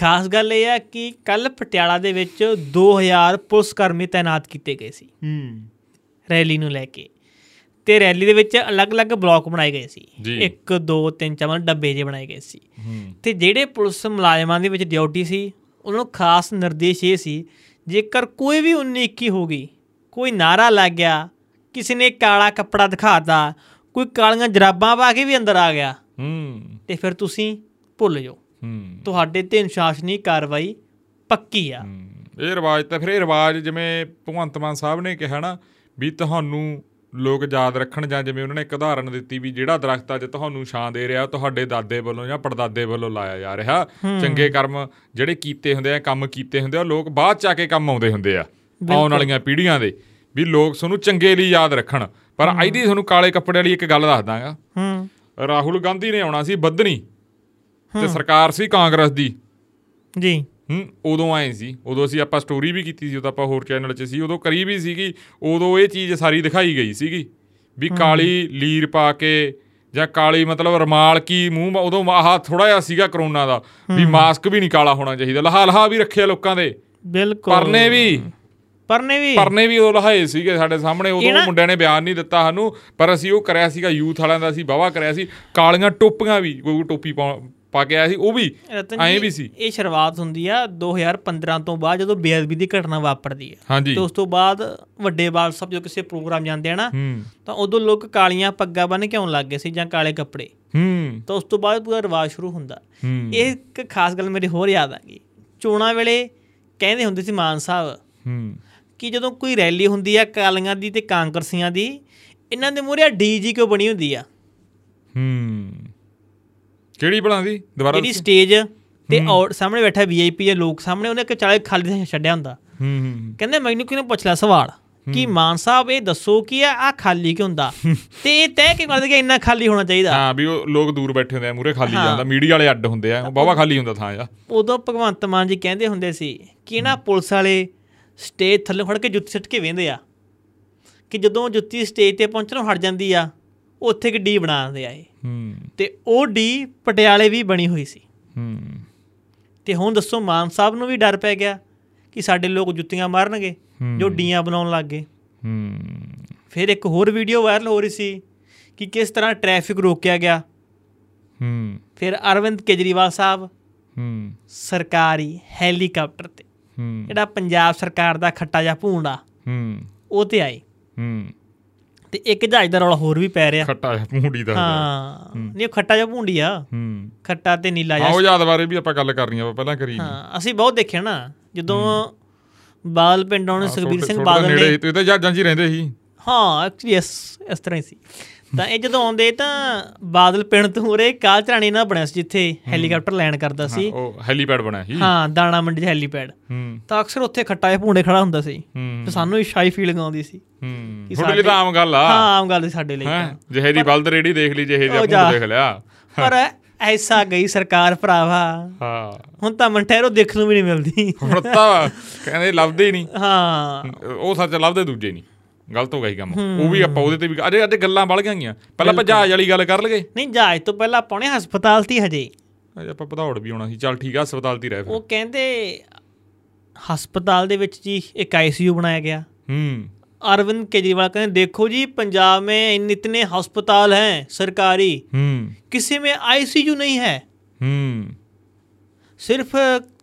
ਖਾਸ ਗੱਲ ਇਹ ਆ ਕਿ ਕੱਲ ਪਟਿਆਲਾ ਦੇ ਵਿੱਚ 2000 ਪੁਲਿਸ ਕਰਮੀ ਤਾਇਨਾਤ ਕੀਤੇ ਗਏ ਸੀ
ਹੂੰ
ਰੈਲੀ ਨੂੰ ਲੈ ਕੇ ਤੇ ਰੈਲੀ ਦੇ ਵਿੱਚ ਅਲੱਗ-ਅਲੱਗ ਬਲਾਕ ਬਣਾਏ ਗਏ ਸੀ
ਜੀ।
1 2 3 4 ਡੱਬੇ ਜੇ ਬਣਾਏ ਗਏ ਸੀ
ਹੂੰ
ਤੇ ਜਿਹੜੇ ਪੁਲਿਸ ਮੁਲਾਜ਼ਮਾਂ ਦੇ ਵਿੱਚ ਡਿਊਟੀ ਸੀ ਉਹਨਾਂ ਨੂੰ ਖਾਸ ਨਿਰਦੇਸ਼ ਇਹ ਸੀ ਜੇਕਰ ਕੋਈ ਵੀ 19 21 ਹੋ ਗਈ ਕੋਈ ਨਾਰਾ ਲੱਗ ਗਿਆ ਕਿਸੇ ਨੇ ਕਾਲਾ ਕੱਪੜਾ ਦਿਖਾਤਾ ਕੋਈ ਕਾਲੀਆਂ ਜਰਾਬਾਂ ਪਾ ਕੇ ਵੀ ਅੰਦਰ ਆ ਗਿਆ
ਹੂੰ
ਤੇ ਫਿਰ ਤੁਸੀਂ ਭੁੱਲ ਜਾਓ
ਹੂੰ
ਤੁਹਾਡੇ ਤੇ ਅਨੁਸ਼ਾਸਨੀ ਕਾਰਵਾਈ ਪੱਕੀ ਆ
ਹਮ, ਇਹ ਰਿਵਾਜ ਤਾਂ ਫਿਰ ਇਹ ਰਿਵਾਜ ਜਿਵੇਂ ਭਗਵੰਤ ਮਾਨ ਸਾਹਿਬ ਨੇ ਕਿਹਾ ਨਾ ਵੀ ਤੁਹਾਨੂੰ ਲੋਕ ਯਾਦ ਰੱਖਣ ਜਾਂ ਜਿਵੇਂ ਉਹਨਾਂ ਨੇ ਇੱਕ ਉਦਾਹਰਨ ਦਿੱਤੀ ਵੀ ਜਿਹੜਾ ਦਰਖਤ ਅੱਜ ਤੁਹਾਨੂੰ ਛਾਂ ਦੇ ਰਿਹਾ ਤੁਹਾਡੇ ਦਾਦੇ ਵੱਲੋਂ ਜਾਂ ਪੜਦਾਦੇ ਵੱਲੋਂ ਲਾਇਆ ਜਾ ਰਿਹਾ ਚੰਗੇ ਕਰਮ ਜਿਹੜੇ ਕੀਤੇ ਹੁੰਦੇ ਆ ਕੰਮ ਕੀਤੇ ਹੁੰਦੇ ਆ ਲੋਕ ਬਾਅਦ ਚ ਆ ਕੇ ਕੰਮ ਆਉਂਦੇ ਹੁੰਦੇ ਆ ਆਉਣ ਵਾਲੀਆਂ ਪੀੜ੍ਹੀਆਂ ਦੇ ਵੀ ਲੋਕ ਤੁਹਾਨੂੰ ਚੰਗੇ ਲਈ ਯਾਦ ਰੱਖਣ ਪਰ ਇਹਦੀ ਤੁਹਾਨੂੰ ਕਾਲੇ ਕੱਪੜੇ ਵਾਲੀ ਇੱਕ ਗੱਲ ਦੱਸ ਦਾਂਗਾ
ਹੂੰ
ਰਾਹੁਲ ਗਾਂਧੀ ਨੇ ਆਉਣਾ ਸੀ ਬੱਧਨੀ ਤੇ ਸਰਕਾਰ ਸੀ ਕਾਂਗਰਸ ਦੀ
ਜੀ
ਹੂੰ ਉਦੋਂ ਆਏ ਸੀ ਉਦੋਂ ਅਸੀਂ ਆਪਾਂ ਸਟੋਰੀ ਵੀ ਕੀਤੀ ਸੀ ਉਦੋਂ ਆਪਾਂ ਹੋਰ ਚੈਨਲ 'ਚ ਸੀ ਉਦੋਂ ਕਰੀ ਵੀ ਸੀਗੀ ਉਦੋਂ ਇਹ ਚੀਜ਼ ਸਾਰੀ ਦਿਖਾਈ ਗਈ ਸੀਗੀ ਵੀ ਕਾਲੀ ਲੀਰ ਪਾ ਕੇ ਜਾਂ ਕਾਲੀ ਮਤਲਬ ਰਮਾਲ ਕੀ ਮੂੰਹ ਉਦੋਂ ਆਹ ਥੋੜਾ ਜਿਹਾ ਸੀਗਾ ਕਰੋਨਾ ਦਾ ਵੀ ਮਾਸਕ ਵੀ ਨਹੀਂ ਕਾਲਾ ਹੋਣਾ ਚਾਹੀਦਾ ਲਹਾ ਲਹਾ ਵੀ ਰੱਖਿਆ ਲੋਕਾਂ ਦੇ
ਬਿਲਕੁਲ
ਪਰਨੇ ਵੀ
ਪਰਨੇ ਵੀ
ਪਰਨੇ ਵੀ ਉਹ ਲਹਾਏ ਸੀਗੇ ਸਾਡੇ ਸਾਹਮਣੇ ਉਦੋਂ
ਇਹਨਾਂ-
ਮੁੰਡਿਆਂ ਨੇ ਬਿਆਨ ਨਹੀਂ ਦਿੱਤਾ ਸਾਨੂੰ ਪਰ ਅਸੀਂ ਉਹ ਕਰਿਆ ਸੀਗਾ ਯੂਥ ਵਾਲਿਆਂ ਦਾ ਅਸੀਂ ਵਾਵਾ ਕਰਿਆ ਸੀ ਕਾਲੀਆਂ ਟੋਪੀਆਂ ਵੀ ਕੋਈ ਟੋਪੀ ਪਾਉਣ- ਪਾ ਕੇ ਆਇਆ ਸੀ ਉਹ ਵੀ
ਰਤਨ
ਐਂ
ਜੀ,
ਵੀ ਸੀ।
ਇਹ ਸ਼ੁਰੂਆਤ ਹੁੰਦੀ ਆ 2015 ਤੋਂ ਬਾਅਦ ਜਦੋਂ ਬੇਅਦਬੀ ਦੀ ਘਟਨਾ ਵਾਪਰਦੀ ਹੈ
ਹਾਂਜੀ
ਤੇ ਉਸ ਤੋਂ ਬਾਅਦ ਵੱਡੇ ਬਾਲ ਸਭ ਜੋ ਕਿਸੇ ਪ੍ਰੋਗਰਾਮ ਜਾਂਦੇ ਆ ਨਾ
ਹੂੰ
ਤਾਂ ਉਦੋਂ ਲੋਕ ਕਾਲੀਆਂ ਪੱਗਾਂ ਬੰਨ ਕੇ ਆਉਣ ਲੱਗ ਗਏ ਸੀ ਜਾਂ ਕਾਲੇ ਕੱਪੜੇ
ਹੂੰ
ਤਾਂ ਉਸ ਤੋਂ ਬਾਅਦ ਪੂਰਾ ਰਿਵਾਜ ਸ਼ੁਰੂ ਹੁੰਦਾ
ਹੂੰ
ਇਹ ਇੱਕ ਖਾਸ ਗੱਲ ਮੇਰੇ ਹੋਰ ਯਾਦ ਆ ਗਈ ਚੋਣਾਂ ਵੇਲੇ ਕਹਿੰਦੇ ਹੁੰਦੇ ਸੀ ਮਾਨ ਸਾਹਿਬ
ਹੂੰ
ਕਿ ਜਦੋਂ ਕੋਈ ਰੈਲੀ ਹੁੰਦੀ ਆ ਕਾਲੀਆਂ ਦੀ ਤੇ ਕਾਂਗਰਸੀਆਂ ਦੀ ਇਹਨਾਂ ਦੇ ਮੂਹਰੇ ਡੀਜੀ ਕਿਉਂ ਬਣੀ ਹੁੰਦੀ ਆ
ਹੂੰ ਕਿਹੜੀ ਬਣਾਦੀ ਦੁਬਾਰਾ
ਜਿਹੜੀ ਸਟੇਜ ਤੇ ਔਰ ਸਾਹਮਣੇ ਬੈਠਾ ਵੀਆਈਪੀ ਆ ਲੋਕ ਸਾਹਮਣੇ ਉਹਨੇ ਇੱਕ ਚਾਲੇ ਖਾਲੀ ਥਾਂ ਛੱਡਿਆ ਹੁੰਦਾ
ਹੂੰ ਹੂੰ
ਕਹਿੰਦੇ ਮੈਨੂੰ ਕਿਹਨੇ ਪੁੱਛ ਲਿਆ ਸਵਾਲ ਕਿ ਮਾਨ ਸਾਹਿਬ ਇਹ ਦੱਸੋ ਕਿ ਆ ਖਾਲੀ ਕਿਉਂ ਹੁੰਦਾ ਤੇ ਇਹ ਤੈਅ ਕਿਉਂ ਕਰਦੇ ਕਿ ਇੰਨਾ ਖਾਲੀ ਹੋਣਾ ਚਾਹੀਦਾ
ਹਾਂ ਵੀ ਉਹ ਲੋਕ ਦੂਰ ਬੈਠੇ ਹੁੰਦੇ ਆ ਮੂਰੇ ਖਾਲੀ ਜਾਂਦਾ ਮੀਡੀਆ ਵਾਲੇ ਅੱਡ ਹੁੰਦੇ ਆ ਬਾਵਾ ਖਾਲੀ ਹੁੰਦਾ ਥਾਂ ਆ
ਉਦੋਂ ਭਗਵੰਤ ਮਾਨ ਜੀ ਕਹਿੰਦੇ ਹੁੰਦੇ ਸੀ ਕਿ ਨਾ ਪੁਲਿਸ ਵਾਲੇ ਸਟੇਜ ਥੱਲੇ ਫੜ ਕੇ ਜੁੱਤੀ ਸਿੱਟ ਕੇ ਵਹਿੰਦੇ ਆ ਕਿ ਜਦੋਂ ਜੁੱਤੀ ਸਟੇਜ ਤੇ ਪਹੁੰਚਣੋਂ ਹਟ ਜਾਂਦੀ ਆ ਉੱਥੇ ਇੱਕ ਡੀ ਬਣਾ ਦਿੰਦੇ ਆ ਇਹ
ਹੂੰ
ਤੇ ਉਹ ਡੀ ਪਟਿਆਲੇ ਵੀ ਬਣੀ ਹੋਈ ਸੀ
ਹੂੰ
ਤੇ ਹੁਣ ਦੱਸੋ ਮਾਨ ਸਾਹਿਬ ਨੂੰ ਵੀ ਡਰ ਪੈ ਗਿਆ ਕਿ ਸਾਡੇ ਲੋਕ ਜੁੱਤੀਆਂ ਮਾਰਨਗੇ ਜੋ ਡੀਆਂ ਬਣਾਉਣ ਲੱਗ ਗਏ
ਹੂੰ
ਫਿਰ ਇੱਕ ਹੋਰ ਵੀਡੀਓ ਵਾਇਰਲ ਹੋ ਰਹੀ ਸੀ ਕਿ ਕਿਸ ਤਰ੍ਹਾਂ ਟ੍ਰੈਫਿਕ ਰੋਕਿਆ ਗਿਆ
ਹੂੰ
ਫਿਰ ਅਰਵਿੰਦ ਕੇਜਰੀਵਾਲ ਸਾਹਿਬ
ਹੂੰ
ਸਰਕਾਰੀ ਹੈਲੀਕਾਪਟਰ ਤੇ
ਹੂੰ
ਜਿਹੜਾ ਪੰਜਾਬ ਸਰਕਾਰ ਦਾ ਖੱਟਾ ਜਿਹਾ ਭੂੰਡਾ
ਹੂੰ
ਉਹ ਤੇ ਆਏ
ਹੂੰ
ਤੇ ਇੱਕ ਜਹਾਜ਼ ਦਾ ਰੌਲਾ ਹੋਰ ਵੀ ਪੈ ਰਿਹਾ
ਖੱਟਾ ਜਿਹਾ ਮੂੜੀ ਦਾ
ਹਾਂ ਨਹੀਂ ਉਹ ਖੱਟਾ ਜਿਹਾ ਭੂੰਡੀ ਆ
ਹੂੰ
ਖੱਟਾ ਤੇ ਨੀਲਾ ਜਿਹਾ
ਆਓ ਯਾਦ ਬਾਰੇ ਵੀ ਆਪਾਂ ਗੱਲ ਕਰਨੀ ਆ ਆਪਾਂ ਪਹਿਲਾਂ ਕਰੀ
ਹਾਂ ਅਸੀਂ ਬਹੁਤ ਦੇਖਿਆ ਨਾ ਜਦੋਂ ਬਾਲ ਪਿੰਡ ਆਉਣ ਸੁਖਬੀਰ ਸਿੰਘ ਬਾਦਲ ਨੇ
ਨੇੜੇ ਤੇ ਤਾਂ ਜਹਾਜ਼ਾਂ 'ਚ ਹੀ ਰਹਿੰਦੇ ਸੀ
ਹਾਂ ਐਕਚੁਅਲੀ ਇਸ ਇਸ ਤਰ੍ਹਾਂ ਹੀ ਸੀ ਤਾਂ ਇਹ ਜਦੋਂ ਆਉਂਦੇ ਤਾਂ ਬਾਦਲ ਪਿੰਡ ਤੋਂ ਉਰੇ ਕਾਲ ਚਰਾਣੀ ਨਾਲ ਬਣਿਆ ਸੀ ਜਿੱਥੇ ਹੈਲੀਕਾਪਟਰ ਲੈਂਡ ਕਰਦਾ ਸੀ
ਉਹ ਹੈਲੀਪੈਡ ਬਣਿਆ ਸੀ
ਹਾਂ ਦਾਣਾ ਮੰਡੀ ਹੈਲੀਪੈਡ
ਹੂੰ
ਤਾਂ ਅਕਸਰ ਉੱਥੇ ਖੱਟਾ ਜਿਹਾ ਭੂੰਡੇ ਖੜਾ ਹੁੰਦਾ ਸੀ
ਹੂੰ
ਤੇ ਸਾਨੂੰ ਇਹ ਸ਼ਾਈ ਫੀਲਿੰਗ ਆਉਂਦੀ ਸੀ
ਹੂੰ
ਕਿ
ਥੋੜੀ ਲਈ ਤਾਂ ਆਮ ਗੱਲ ਆ
ਹਾਂ ਆਮ ਗੱਲ ਸੀ ਸਾਡੇ ਲਈ ਤਾਂ।
ਹੈ ਜਿਹੇ ਦੀ ਬਲਦ ਰੇੜੀ ਦੇਖ ਲਈ ਜਿਹੇ ਦੀ
ਉਹ
ਆਪਾਂ
ਜਾ।
ਦੇਖ ਲਿਆ
ਪਰ ਐਸਾ ਗਈ ਸਰਕਾਰ ਭਰਾਵਾ
ਹਾਂ
ਹੁਣ ਤਾਂ ਮੰਠੈਰੋ ਦੇਖਣ ਨੂੰ ਵੀ ਨਹੀਂ ਮਿਲਦੀ
ਹੁਣ ਤਾਂ ਕਹਿੰਦੇ ਲੱਭਦੇ ਹੀ ਨਹੀਂ
ਹਾਂ
ਉਹ ਸੱਚ ਲੱਭਦੇ ਦੂਜੇ ਨਹੀਂ ਗਲਤ ਹੋ ਗਿਆ ਸੀ ਕੰਮ ਉਹ ਵੀ ਆਪਾਂ ਉਹਦੇ ਤੇ ਵੀ ਅਜੇ ਅੱਜ ਗੱਲਾਂ ਵੱਲ ਗਈਆਂ ਪਹਿਲਾਂ ਆਪਾਂ ਜਹਾਜ਼ ਵਾਲੀ ਗੱਲ ਕਰ ਲਗੇ
ਨਹੀਂ ਜਹਾਜ਼ ਤੋਂ ਪਹਿਲਾਂ ਪਾਉਣੇ ਹਸਪਤਾਲ ਸੀ ਹਜੇ
ਅਜੇ ਆਪਾਂ ਭਦੌੜ ਵੀ ਆਉਣਾ ਸੀ ਚੱਲ ਠੀਕ ਆ ਹਸਪਤਾਲ ਦੀ ਰਹਿ ਫਿਰ
ਉਹ ਕਹਿੰਦੇ ਹਸਪਤਾਲ ਦੇ ਵਿੱਚ ਜੀ ਇੱਕ ਆਈਸੀਯੂ ਬਣਾਇਆ ਗਿਆ
ਹੂੰ
ਅਰਵਿੰਦ केजरीवाल कहते देखो जी पंजाब में इन इतने अस्पताल हैं सरकारी
ਹੂੰ
किसी में आईसीयू नहीं है
ਹੂੰ
सिर्फ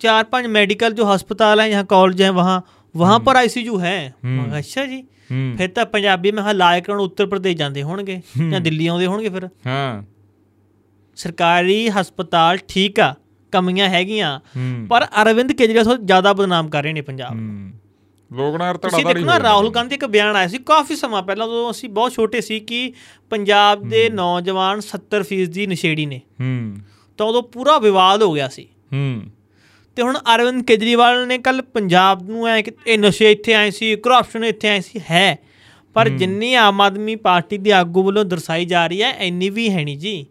चार पांच मेडिकल जो अस्पताल हैं यहाँ कॉलेज हैं वहाँ वहाँ पर आईसीयू है मैं कहा, अच्छा जी
ਹੂੰ
फिर तो पंजाबी में हाँ लाए करण उत्तर प्रदेश जाते होंगे या दिल्ली आते होंगे फिर
ਹਾਂ
सरकारी हस्पताल ठीक आ कमियां हैगियां
ਹੂੰ
पर अरविंद केजरीवाल थोड़ा ज्यादा बदनाम कर रहे ने पंजाब
ਹੂੰ। ਲੋਕ ਨਾ ਯਾਰ
ਤੁਸੀਂ
ਧੜਾ ਧੜੀ
ਦੇਖੋ ਨਾ ਰਾਹੁਲ ਗਾਂਧੀ ਇੱਕ ਬਿਆਨ ਆਇਆ ਸੀ ਕਾਫੀ ਸਮਾਂ ਪਹਿਲਾਂ ਜਦੋਂ ਅਸੀਂ ਬਹੁਤ ਛੋਟੇ ਸੀ ਕਿ ਪੰਜਾਬ ਦੇ ਨੌਜਵਾਨ 70% ਦੀ ਨਸ਼ੇੜੀ ਨੇ
ਹੂੰ
ਤਾਂ ਉਦੋਂ ਪੂਰਾ ਵਿਵਾਦ ਹੋ ਗਿਆ ਸੀ
ਹੂੰ
ਤੇ ਹੁਣ ਅਰਵਿੰਦ ਕੇਜਰੀਵਾਲ ਨੇ ਕੱਲ ਪੰਜਾਬ ਨੂੰ ਐ ਕਿ ਇਹ ਨਸ਼ੇ ਇੱਥੇ ਆਏ ਸੀ ਕਰਪਸ਼ਨ ਇੱਥੇ ਆਏ ਸੀ ਹੈ ਪਰ ਜਿੰਨੀ ਆਮ ਆਦਮੀ ਪਾਰਟੀ ਦੀ ਆਗੂ ਵੱਲੋਂ ਦਰਸਾਈ ਜਾ ਰਹੀ ਹੈ ਇੰਨੀ ਵੀ ਹੈ ਨਹੀਂ ਜੀ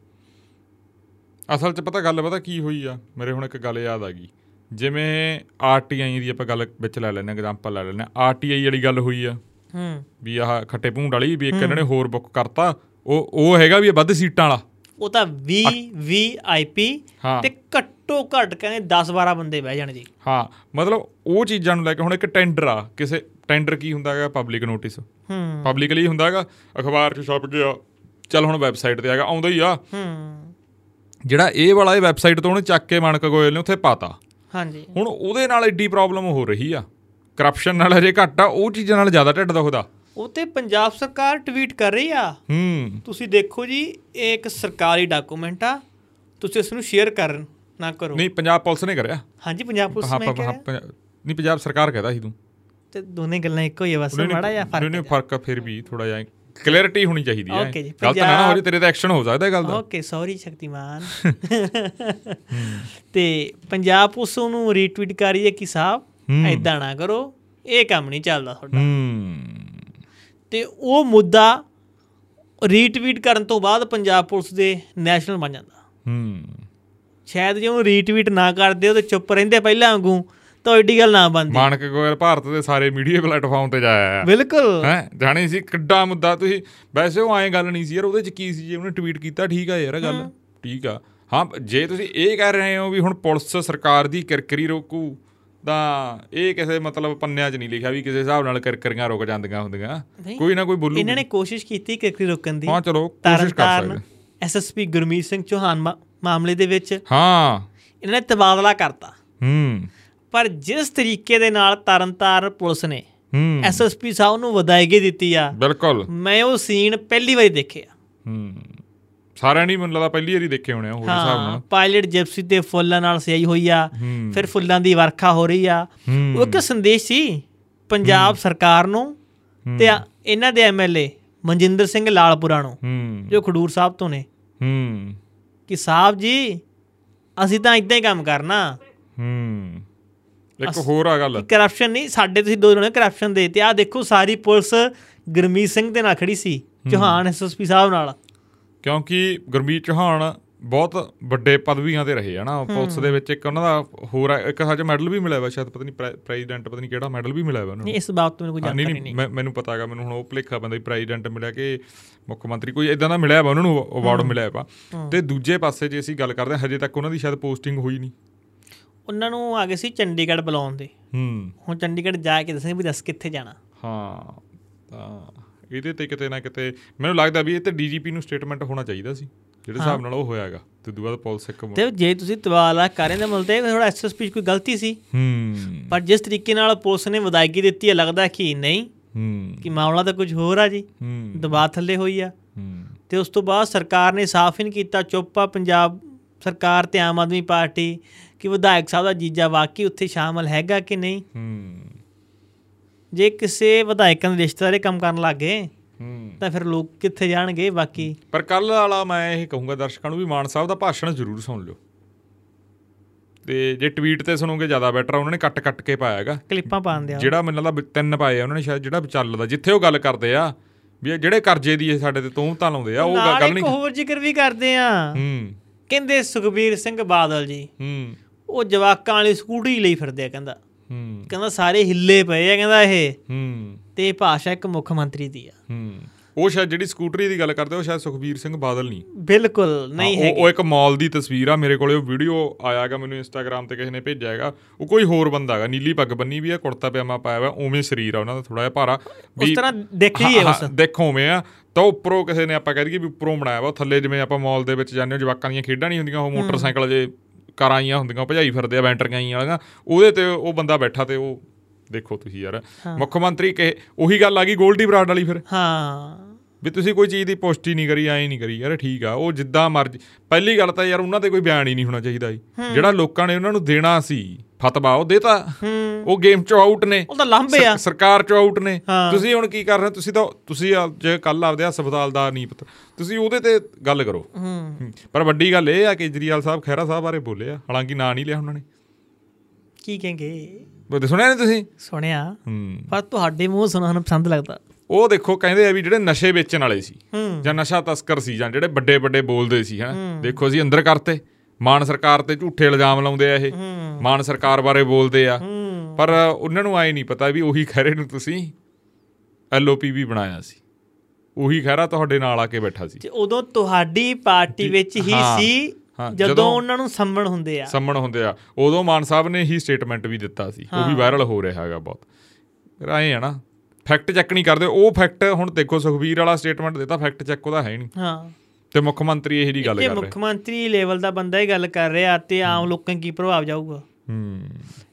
ਅਸਲ 'ਚ ਪਤਾ ਗੱਲ ਪਤਾ ਕੀ ਹੋਈ ਆ ਮੇਰੇ ਹੁਣ ਇੱਕ ਗੱਲ ਯਾਦ ਆ ਗਈ ਜਿਵੇਂ ਆਰਟੀਆਈ ਦੀ ਆਪਾਂ ਗੱਲ ਵਿੱਚ ਲੈ ਲੈਂਦੇ ਐਗਜ਼ਾਮਪਲ ਲੈ ਲੈਂਦੇ ਆਰਟੀਆਈ ਵਾਲੀ ਗੱਲ ਹੋਈ ਆ
ਹੂੰ
ਵੀ ਆਹ ਖੱਟੇ ਭੂੰਡ ਵਾਲੀ ਵੀ ਇੱਕ ਇਹਨਾਂ ਨੇ ਹੋਰ ਬੁੱਕ ਕਰਤਾ ਉਹ ਉਹ ਹੈਗਾ ਵੀ ਇਹ ਵੱਧ ਸੀਟਾਂ ਵਾਲਾ
ਉਹ ਤਾਂ 20 20 ਆਈਪੀ
ਹਾਂ।
ਤੇ ਘੱਟੋ ਘੱਟ ਕਹਿੰਦੇ 10 12 ਬੰਦੇ ਬਹਿ ਜਾਣ ਜੀ
ਹਾਂ ਮਤਲਬ ਉਹ ਚੀਜ਼ਾਂ ਨੂੰ ਲੈ ਕੇ ਹੁਣ ਇੱਕ ਟੈਂਡਰ ਆ ਕਿਸੇ ਟੈਂਡਰ ਕੀ ਹੁੰਦਾ ਹੈਗਾ ਪਬਲਿਕ ਨੋਟਿਸ
ਹੂੰ
ਪਬਲਿਕਲੀ ਹੁੰਦਾ ਹੈਗਾ ਅਖਬਾਰ 'ਚ ਛਪ ਗਿਆ ਚੱਲ ਹੁਣ ਵੈਬਸਾਈਟ ਤੇ ਆਗਾ ਆਉਂਦਾ ਹੀ ਆ
ਹੂੰ
ਜਿਹੜਾ ਇਹ ਵਾਲਾ ਇਹ ਵੈਬਸਾਈਟ ਤੋਂ ਉਹਨੇ ਚੱਕ ਕੇ ਮਾਨਕ ਗੋਇਲ ਨੇ ਉੱਥੇ ਪਾਤਾ
ਹਾਂਜੀ
ਹੁਣ ਉਹਦੇ ਨਾਲ ਐਡੀ ਪ੍ਰੋਬਲਮ ਹੋ ਰਹੀ ਆ ਕਰਪਸ਼ਨ ਨਾਲ ਅਜੇ ਘੱਟ ਆ ਉਹ ਚੀਜ਼ਾਂ ਨਾਲ ਜ਼ਿਆਦਾ ਢਿੱਡ ਦੁਖਦਾ
ਉਹ ਤੇ ਪੰਜਾਬ ਸਰਕਾਰ ਟਵੀਟ ਕਰ ਰਹੀ ਆ
ਹੂੰ
ਤੁਸੀਂ ਦੇਖੋ ਜੀ ਇਹ ਇੱਕ ਸਰਕਾਰੀ ਡਾਕੂਮੈਂਟ ਆ ਤੁਸੀਂ ਇਸ ਨੂੰ ਸ਼ੇਅਰ ਕਰ ਨਾ ਕਰੋ
ਨਹੀਂ ਪੰਜਾਬ ਪੁਲਿਸ ਨੇ ਕਰਿਆ
ਹਾਂਜੀ ਪੰਜਾਬ ਪੁਲਿਸ
ਹਾਂ
ਮੈਂ
ਹਾਂ,
ਕਿਹਾ
ਪੰਜਾ- ਨਹੀਂ ਪੰਜਾਬ ਸਰਕਾਰ ਕਹਦਾ ਸੀ ਤੂੰ
ਤੇ ਦੋਨੇ ਗੱਲਾਂ ਇੱਕੋ ਹੀ ਆ ਬਸ
ਨਹੀਂ,
ਮਾੜਾ ਜਿਹਾ
ਨਹੀਂ,
ਫਰਕ
ਨਹੀਂ ਫਰਕ ਆ ਫਿਰ ਵੀ ਥੋੜਾ ਜਿਹਾ ਕਲੈਰਿਟੀ ਹੋਣੀ ਚਾਹੀਦੀ ਹੈ
Okay ਜੀ,
ਗੱਲ ਤਾਂ ਨਾ ਹੋ ਜੇ
ਪੰਜਾਬ-
ਤੇਰੇ ਤਾਂ ਐਕਸ਼ਨ ਹੋ ਸਕਦਾ ਇਹ ਗੱਲ ਦਾ
ਓਕੇ ਸੌਰੀ ਸ਼ਕਤੀਮਾਨ ਤੇ ਪੰਜਾਬ ਪੁਲਿਸ ਨੂੰ ਰੀਟਵੀਟ ਕਰ ਰਹੀ ਹੈ ਕਿ ਸਾਹਿਬ ਐਦਾਂ ਨਾ ਕਰੋ ਇਹ ਕੰਮ ਨਹੀਂ ਚੱਲਦਾ ਤੁਹਾਡਾ
ਹੂੰ
ਤੇ ਉਹ ਮੁੱਦਾ ਰੀਟਵੀਟ ਕਰਨ ਤੋਂ ਬਾਅਦ ਪੰਜਾਬ ਪੁਲਿਸ ਦੇ ਨੈਸ਼ਨਲ ਬਣ ਜਾਂਦਾ
ਹੂੰ
ਸ਼ਾਇਦ ਜੇ ਉਹ ਰੀਟਵੀਟ ਨਾ ਕਰਦੇ ਉਹ ਤੇ ਚੁੱਪ ਰਹਿੰਦੇ ਪਹਿਲਾਂ ਵਾਂਗੂ ਤਾਂ ਉਹ ਐਡੀ ਗੱਲ ਨਾ ਬਣਦੀ
ਮਾਨਕ ਗੋਇਲ ਭਾਰਤ ਦੇ ਸਾਰੇ ਮੀਡੀਆ ਪਲੇਟਫਾਰਮ ਤੇ ਜਾਇਆ ਹੈ
ਬਿਲਕੁਲ
ਹੈ ਜਾਣੀ ਸੀ ਕਿੱਡਾ ਮੁੱਦਾ ਤੁਸੀਂ ਵੈਸੇ ਉਹ ਐਂ ਗੱਲ ਨਹੀਂ ਸੀ ਯਾਰ ਉਹਦੇ ਚ ਕੀ ਸੀ ਜੇ ਉਹਨੇ ਟਵੀਟ ਕੀਤਾ ਠੀਕ ਆ ਯਾਰ ਇਹ ਗੱਲ ਠੀਕ ਆ ਹਾਂ ਜੇ ਤੁਸੀਂ ਇਹ ਕਹਿ ਰਹੇ ਹੋ ਵੀ ਹੁਣ ਪੁਲਿਸ ਸਰਕਾਰ ਦੀ ਕਿਰਕਰੀ ਰੋਕੂ ਤਾਂ ਇਹ ਕਿਸੇ ਮਤਲਬ ਪੰਨਿਆਂ 'ਚ ਨਹੀਂ ਲਿਖਿਆ ਵੀ ਕਿਸੇ ਹਿਸਾਬ ਨਾਲ ਕਿਰਕਰੀਆਂ ਰੁਕ ਜਾਂਦੀਆਂ ਹੁੰਦੀਆਂ
ਨਹੀਂ।
ਕੋਈ ਨਾ ਕੋਈ ਬੋਲੂ
ਇਹਨਾਂ ਨੇ ਕੋਸ਼ਿਸ਼ ਕੀਤੀ ਕਿਰਕਰੀ ਰੋਕਣ ਦੀ
ਹਾਂ ਚਲੋ ਕੋਸ਼ਿਸ਼ ਕਰ
ਤਰਨਤਾਰਨ
ਸਕਦੇ
ਐਸਐਸਪੀ ਗੁਰਮੀਤ ਸਿੰਘ ਚੋਹਾਨ ਮਾ- ਮਾਮਲੇ ਦੇ ਵਿੱਚ
ਹਾਂ
ਇਹਨਾਂ ਨੇ ਤਬਾਦਲਾ ਕਰਤਾ
ਹੂੰ
ਪਰ ਜਿਸ ਤਰੀਕੇ ਦੇ ਨਾਲ ਤਰਨਤਾਰਨ ਪੁਲਿਸ ਨੇ
ਹੂੰ
ਐਸਐਸਪੀ ਸਾਹਿਬ ਨੂੰ ਵਧਾਈਗੀ ਦਿੱਤੀ ਆ
ਬਿਲਕੁਲ
ਮੈਂ ਉਹ ਸੀਨ ਪਹਿਲੀ ਵਾਰੀ ਦੇਖਿਆ
ਹੂੰ ਸਾਰਿਆਂ ਨੇ ਹੀ ਮੈਨੂੰ ਲੱਗਦਾ ਪਹਿਲੀ ਵਾਰੀ ਦੇਖੇ ਹੋਣੇ ਆ ਹੋਰ ਹਿਸਾਬ
ਹਾਂ
ਨਾਲ
ਪਾਇਲਟ ਜਿਪਸੀ ਤੇ ਫੁੱਲਾਂ ਨਾਲ ਸਜਾਈ ਹੋਈ ਆ
ਹੂੰ।
ਫਿਰ ਫੁੱਲਾਂ ਦੀ ਵਰਖਾ ਹੋ ਰਹੀ ਆ ਉਹ ਇੱਕ ਸੰਦੇਸ਼ ਸੀ ਪੰਜਾਬ ਸਰਕਾਰ ਨੂੰ ਤੇ ਆ- ਇਹਨਾਂ ਦੇ ਐਮਐਲਏ ਮਨਜਿੰਦਰ ਸਿੰਘ ਲਾਲਪੁਰਾ ਨੂੰ
ਹੂੰ
ਜੋ ਖਡੂਰ ਸਾਹਿਬ ਤੋਂ ਨੇ
ਹੂੰ
ਕਿ ਸਾਹਿਬ ਜੀ ਅਸੀਂ ਤਾਂ ਇਦਾਂ ਹੀ ਕੰਮ ਕਰਨਾ
ਹੂੰ ਇੱਕ ਹੋਰ ਆ ਗੱਲ
ਕਰਪਸ਼ਨ ਨਹੀਂ ਸਾਡੇ ਤੁਸੀਂ ਦੋ ਜਣੇ ਕਰਪਸ਼ਨ ਦੇ ਤੇ ਆ ਦੇਖੋ ਸਾਰੀ ਪੁਲਿਸ ਗੁਰਮੀਤ ਸਿੰਘ ਦੇ ਨਾਲ ਖੜੀ ਸੀ ਚੌਹਾਨ ਐਸਐਸਪੀ ਸਾਹਿਬ ਨਾਲ
ਕਿਉਂਕਿ ਗੁਰਮੀਤ ਚੌਹਾਨ ਬਹੁਤ ਵੱਡੇ ਪਦਵੀਆਂ ਤੇ ਰਹੇ ਹਨਾ ਪੁਲਿਸ ਦੇ ਵਿੱਚ ਇੱਕ ਉਹਨਾਂ ਦਾ ਹੋਰ ਆ- ਇੱਕ ਹਜੇ ਮੈਡਲ ਵੀ ਮਿਲਿਆ ਵਾ ਸ਼ਾਇਦ ਪਤਾ ਨਹੀਂ ਪ੍ਰੈਜ਼ੀਡੈਂਟ ਪਤਾ ਨਹੀਂ ਕਿਹੜਾ ਮੈਡਲ ਵੀ ਮਿਲਿਆ ਵਾ ਉਹਨਾਂ ਨੂੰ
ਨਹੀਂ ਇਸ ਬਾਤ ਤੋਂ ਮੈਨੂੰ ਕੋਈ
ਹਾਂ,
ਜਾਣਕਾਰੀ ਨਹੀਂ
ਨਹੀਂ ਮੈਂ- ਮੈਨੂੰ ਪਤਾ ਹੈਗਾ ਮੈਨੂੰ ਹੁਣ ਉਹ ਭੁਲੇਖਾ ਪੈਂਦਾ ਵੀ ਪ੍ਰੈਜ਼ੀਡੈਂਟ ਮਿਲਿਆ ਕਿ ਮੁੱਖ ਮੰਤਰੀ ਕੋਈ ਇਦਾਂ ਦਾ ਮਿਲਿਆ ਵਾ ਉਹਨਾਂ ਨੂੰ ਅਵਾਰਡ ਮਿਲਿਆ ਵਾ ਤੇ ਦੂਜੇ ਪਾਸੇ ਜੇ ਅਸੀਂ ਗੱਲ ਕਰਦੇ ਹਾਂ ਹਜੇ ਤੱਕ ਉਹਨਾਂ ਦੀ ਸ਼ਾਇਦ ਪੋਸਟਿੰਗ ਹੋਈ ਨਹੀਂ
ਉਹਨਾਂ ਨੂੰ ਆ ਗਏ ਸੀ ਚੰਡੀਗੜ੍ਹ ਬੁਲਾਉਣ ਦੇ
ਹੂੰ
ਹੁਣ ਚੰਡੀਗੜ੍ਹ ਜਾ ਕੇ ਦੱਸਣ ਵੀ ਦੱਸ ਕਿੱਥੇ ਜਾਣਾ
ਹਾਂ ਤਾਂ ਇਹਦੇ ਤੇ ਕਿਤੇ ਨਾ ਕਿਤੇ ਮੈਨੂੰ ਲੱਗਦਾ ਵੀ ਇਹ ਤੇ ਡੀਜੀਪੀ ਨੂੰ ਸਟੇਟਮੈਂਟ ਹੋਣਾ ਚਾਹੀਦਾ ਸੀ ਜਿਹੜੇ ਹਿਸਾਬ ਨਾਲ ਉਹ ਹੋਇਆਗਾ ਤੇ ਦੂਆ ਤਾਂ ਪੁਲਿਸ ਇੱਕ
ਤੇ ਜੇ ਤੁਸੀਂ ਤਵਾਲਾ ਕਰ ਰਹੇ ਤਾਂ ਮਤਲਬ ਇਹ ਥੋੜਾ ਐਸਐਸਪੀ 'ਚ ਕੋਈ ਗਲਤੀ ਸੀ
ਹੂੰ
ਪਰ ਜਿਸ ਤਰੀਕੇ ਨਾਲ ਪੁਲਿਸ ਨੇ ਵਿਦਾਇਗੀ ਦਿੱਤੀ ਹੈ ਲੱਗਦਾ ਕਿ ਨਹੀਂ
ਹੂੰ
ਕਿ ਮਾਮਲਾ ਤਾਂ ਕੁਝ ਹੋਰ ਆ ਜੀ
ਹੂੰ
ਦਬਾਅ ਥੱਲੇ ਹੋਈ ਆ
ਹੂੰ
ਤੇ ਉਸ ਤੋਂ ਬਾਅਦ ਸਰਕਾਰ ਨੇ ਸਾਫ਼ ਹੀ ਨਹੀਂ ਕੀਤਾ ਚੁੱਪ ਆ ਪੰਜਾਬ ਸਰਕਾਰ ਤੇ ਆਮ ਆਦਮੀ ਪਾਰਟੀ ਕਿ ਵਿਧਾਇਕ ਸਾਹਿਬ ਦਾ ਜੀਜਾ ਵਾਕਈ ਉੱਥੇ ਸ਼ਾਮਲ ਹੈਗਾ ਕਿ ਨਹੀਂ
ਹੂੰ
ਜੇ ਕਿਸੇ ਵਿਧਾਇਕਾਂ ਦੇ ਰਿਸ਼ਤੇਦਾਰੇ ਕੰਮ ਕਰਨ ਲੱਗੇ
ਹੂੰ
ਤਾਂ ਫਿਰ ਲੋਕ ਕਿੱਥੇ ਜਾਣਗੇ ਬਾਕੀ
ਪਰ ਕੱਲ ਵਾਲਾ ਮੈਂ ਇਹ ਕਹੂੰਗਾ ਦਰਸ਼ਕਾਂ ਨੂੰ ਵੀ ਮਾਨ ਸਾਹਿਬ ਦਾ ਭਾਸ਼ਣ ਜ਼ਰੂਰ ਸੁਣ ਲਿਓ ਤੇ ਜੇ ਟਵੀਟ ਤੇ ਸੁਣੋਗੇ ਜ਼ਿਆਦਾ ਬੈਟਰ ਆ ਉਹਨਾਂ ਨੇ ਕੱਟ ਕੱਟ ਕੇ ਪਾਇਆ ਹੈਗਾ
ਕਲਿੱਪਾਂ ਪਾਉਂਦੇ ਆ
ਜਿਹੜਾ ਮੈਨੂੰ ਲੱਗਦਾ ਵੀ ਤਿੰਨ ਪਾਏ ਆ ਉਹਨਾਂ ਨੇ ਸ਼ਾਇਦ ਜਿਹੜਾ ਵਿਚਾਲਦਾ ਜਿੱਥੇ ਉਹ ਗੱਲ ਕਰਦੇ ਆ ਵੀ ਇਹ ਜਿਹੜੇ ਕਰਜ਼ੇ ਦੀ ਇਹ ਸਾਡੇ ਤੇ ਤੂੰਤਾਂ ਲਾਉਂਦੇ ਆ ਉਹ ਗ-
ਨਾਲ
ਗੱਲ
ਇੱਕ
ਨਹੀਂ
ਹੋਰ ਜ਼ਿਕਰ ਵੀ ਕਰਦੇ ਆ
ਹੂੰ
ਕਹਿੰਦੇ ਸੁਖਬੀਰ ਸਿੰਘ ਬਾਦਲ ਜੀ
ਹੂੰ
ਉਹ ਜਵਾਕਾਂ ਵਾਲੀ ਸਕੂਟਰੀ ਲਈ ਫਿਰਦੇ ਆ ਕਹਿੰਦਾ
ਹੂੰ
ਕਹਿੰਦਾ ਸਾਰੇ ਹਿੱਲੇ ਪਏ ਆ ਕਹਿੰਦਾ ਇਹ
ਹੂੰ
ਤੇ ਇਹ ਭਾਸ਼ਾ ਇੱਕ ਮੁੱਖ ਮੰਤਰੀ ਦੀ ਆ
ਹੂੰ ਉਹ ਸ਼ਾਇਦ ਜਿਹੜੀ ਸਕੂਟਰੀ ਦੀ ਗੱਲ ਕਰਦੇ ਉਹ ਸ਼ਾਇਦ ਸੁਖਬੀਰ ਸਿੰਘ ਬਾਦਲ ਨਹੀਂ
ਬਿਲਕੁਲ ਨਹੀਂ
ਹਾਂ, ਉਹ-
ਹੈਗੀ
ਉਹ ਇੱਕ ਮਾਲ ਦੀ ਤਸਵੀਰ ਆ ਮੇਰੇ ਕੋਲੇ ਉਹ ਵੀਡੀਓ ਆਇਆਗਾ ਮੈਨੂੰ ਇੰਸਟਾਗ੍ਰam ਤੇ ਕਿਸੇ ਨੇ ਭੇਜਿਆ ਹੈਗਾ ਉਹ ਕੋਈ ਹੋਰ ਬੰਦਾ ਹੈਗਾ ਨੀਲੀ ਪੱਗ ਬੰਨੀ ਵੀ ਆ ਕੁੜਤਾ ਪਜਾਮਾ ਪਾਇਆ ਹੋਇਆ ਉਵੇਂ ਸਰੀਰ ਆ ਉਹਨਾਂ ਦਾ ਥੋੜਾ ਜਿਹਾ ਭਾਰਾ
ਉਸ ਤਰ੍ਹਾਂ ਦੇਖੀ ਹੈ ਬਸ
ਦੇਖੋ ਉਵੇਂ ਆ ਤਾਂ ਉੱਪਰੋਂ ਕਿਸੇ ਨੇ ਆਪਾਂ ਕਹਿ ਦਈਏ ਵੀ ਉੱਪਰੋਂ ਬਣਾਇਆ ਵਾ ਉਹ ਥੱਲੇ ਜਿਵੇਂ ਆਪਾਂ ਮਾਲ ਦੇ ਵਿੱਚ ਜਾਂਦੇ ਹਾਂ ਜਵਾਕਾਂ ਦੀਆਂ ਖੇਡਾਂ ਨਹੀਂ ਹੁੰਦੀਆਂ ਉਹ ਮੋਟਰਸਾਈਕਲ ਜੇ ਕਾਰਾਂ ਆਈਆਂ ਹੁੰਦੀਆਂ ਉਹ ਭਜਾਈ ਫਿਰਦੇ ਆ ਬੈਂਟਰ ਗਾਈਆਂ ਵਾਲੀਆਂ ਉਹਦੇ ਤੇ ਉਹ ਬੰਦਾ ਬੈਠਾ ਤੇ ਉਹ ਦੇਖੋ ਤੁਸੀਂ ਯਾਰ ਮੁੱਖ ਮੰਤਰੀ ਕਹੇ ਉਹੀ ਗੱਲ ਆ ਗਈ ਗੋਲਡੀ ਬਰਾਡ ਵਾਲੀ ਫਿਰ
ਹਾਂ
ਵੀ ਤੁਸੀਂ ਕੋਈ ਚੀਜ਼ ਦੀ ਪੁਸ਼ਟੀ ਨਹੀਂ ਕਰੀ ਐਂ ਨਹੀਂ ਕਰੀ ਯਾਰ ਠੀਕ ਆ ਉਹ ਜਿੱਦਾਂ ਮਰਜ਼ੀ ਪਹਿਲੀ ਗੱਲ ਤਾਂ ਯਾਰ ਉਹਨਾਂ ਤੇ ਕੋਈ ਬਿਆਨ ਹੀ ਨਹੀਂ ਹੋਣਾ ਚਾਹੀਦਾ ਜੀ ਜਿਹੜਾ ਲੋਕਾਂ ਨੇ ਉਹਨਾਂ ਨੂੰ ਦੇਣਾ ਸੀ ਫਤਵਾ ਉਹ ਦੇਤਾ ਉਹ ਗੇਮ ਚੋਂ ਆਊਟ ਨੇ
ਉਹ ਤਾਂ ਲਾਂਭੇ ਆ
ਸਰ- ਸਰਕਾਰ ਚੋਂ ਆਊਟ ਨੇ
ਹਾਂ।
ਤੁਸੀਂ ਹੁਣ ਕੀ ਕਰ ਰਹੇ ਹੋ? ਤੁਸੀਂ ਤਾਂ ਤੁਸੀਂ ਆ- ਜੇ ਕੱਲ ਆਪਦੇ ਹਸਪਤਾਲ ਦਾ ਨਹੀਂ ਪਤਾ ਤੁਸੀਂ ਉਹਦੇ ਤੇ ਗੱਲ ਕਰੋ
ਹੂੰ
ਹੂੰ। ਪਰ ਵੱਡੀ ਗੱਲ ਇਹ ਆ ਕੇਜਰੀਵਾਲ ਸਾਹਿਬ ਖਹਿਰਾ ਸਾਹਿਬ ਬਾਰੇ ਬੋਲੇ ਆ ਹਾਲਾਂਕਿ ਨਾਂ ਨਹੀਂ ਲਿਆ ਉਹਨਾਂ ਨੇ
ਕੀ ਕਹਿੰਗੇ
ਉਹ ਤੇ ਸੁਣਿਆ ਨਹੀਂ ਤੁਸੀਂ
ਸੁਣਿਆ
ਹੂੰ
ਪਰ ਤੁਹਾਡੇ ਮੂੰਹ ਸੁਣਨਾ ਸਾਨੂੰ ਪਸੰਦ ਲੱਗਦਾ
ਉਹ ਦੇਖੋ ਕਹਿੰਦੇ ਆ ਵੀ ਜਿਹੜੇ ਨਸ਼ੇ ਵੇਚਣ ਵਾਲੇ ਸੀ
ਹੂੰ।
ਜਾਂ ਨਸ਼ਾ ਤਸਕਰ ਸੀ ਜਾਂ ਜਿਹੜੇ ਵੱਡੇ ਵੱਡੇ ਬੋਲਦੇ ਸੀ ਹੈ ਦੇਖੋ ਅਸੀਂ ਅੰਦਰ ਕਰਤੇ ਮਾਨ ਸਰਕਾਰ ਤੇ ਝੂਠੇ ਇਲਜ਼ਾਮ ਲਾਉਂਦੇ ਆ ਇਹ ਮਾਨ ਸਰਕਾਰ ਬਾਰੇ ਬੋਲਦੇ ਆ
ਹੂੰ
ਪਰ ਉਹਨਾਂ ਨੂੰ ਆਏ ਨਹੀਂ ਪਤਾ ਵੀ ਉਹੀ ਖਹਿਰੇ ਨੂੰ ਤੁਸੀਂ ਐਲਓਪੀ ਵੀ ਬਣਾਇਆ ਸੀ ਉਹੀ ਖਹਿਰਾ ਤੁਹਾਡੇ ਨਾਲ ਆ ਕੇ ਬੈਠਾ ਸੀ
ਤੇ ਉਦੋਂ ਤੁਹਾਡੀ ਪਾਰਟੀ ਵਿੱਚ ਹੀ
ਹਾਂ,
ਸੀ
ਹਾਂ,
ਜਦੋਂ
ਜਦੋਂ-
ਉਹਨਾਂ ਨੂੰ ਸੰਭਣ ਹੁੰਦੇ ਆ
ਸੰਮਣ ਹੁੰਦੇ ਆ ਉਦੋਂ ਮਾਨ ਸਾਹਿਬ ਨੇ ਹੀ ਸਟੇਟਮੈਂਟ ਵੀ ਦਿੱਤਾ ਸੀ ਉਹ ਵੀ ਵਾਇਰਲ ਹੋ ਰਿਹਾ ਹੈਗਾ ਬਹੁਤ ਰਾਏ ਆ ਨਾ ਫੈਕਟ ਚੈੱਕ ਨਹੀਂ ਕਰਦੇ ਉਹ ਫੈਕਟ ਹੁਣ ਦੇਖੋ ਸੁਖਬੀਰ ਵਾਲਾ ਸਟੇਟਮੈਂਟ ਦਿੱਤਾ ਫੈਕਟ ਚੈੱਕ ਉਹਦਾ ਹੈ ਹੀ ਨਹੀਂ
ਹਾਂ
ਤੇ ਮੁੱਖ ਮੰਤਰੀ ਇਹੀ ਜਿਹੀ ਗੱਲ
ਜੇ
ਕਰ ਰਹੇ
ਮੁੱਖ ਮੰਤਰੀ ਲੈਵਲ ਦਾ ਬੰਦਾ ਹੀ ਗੱਲ ਕਰ ਰਿਹਾ ਤੇ ਆਮ ਲੋਕਾਂ 'ਤੇ ਕੀ ਪ੍ਰਭਾਵ ਜਾਊਗਾ
ਹੂੰ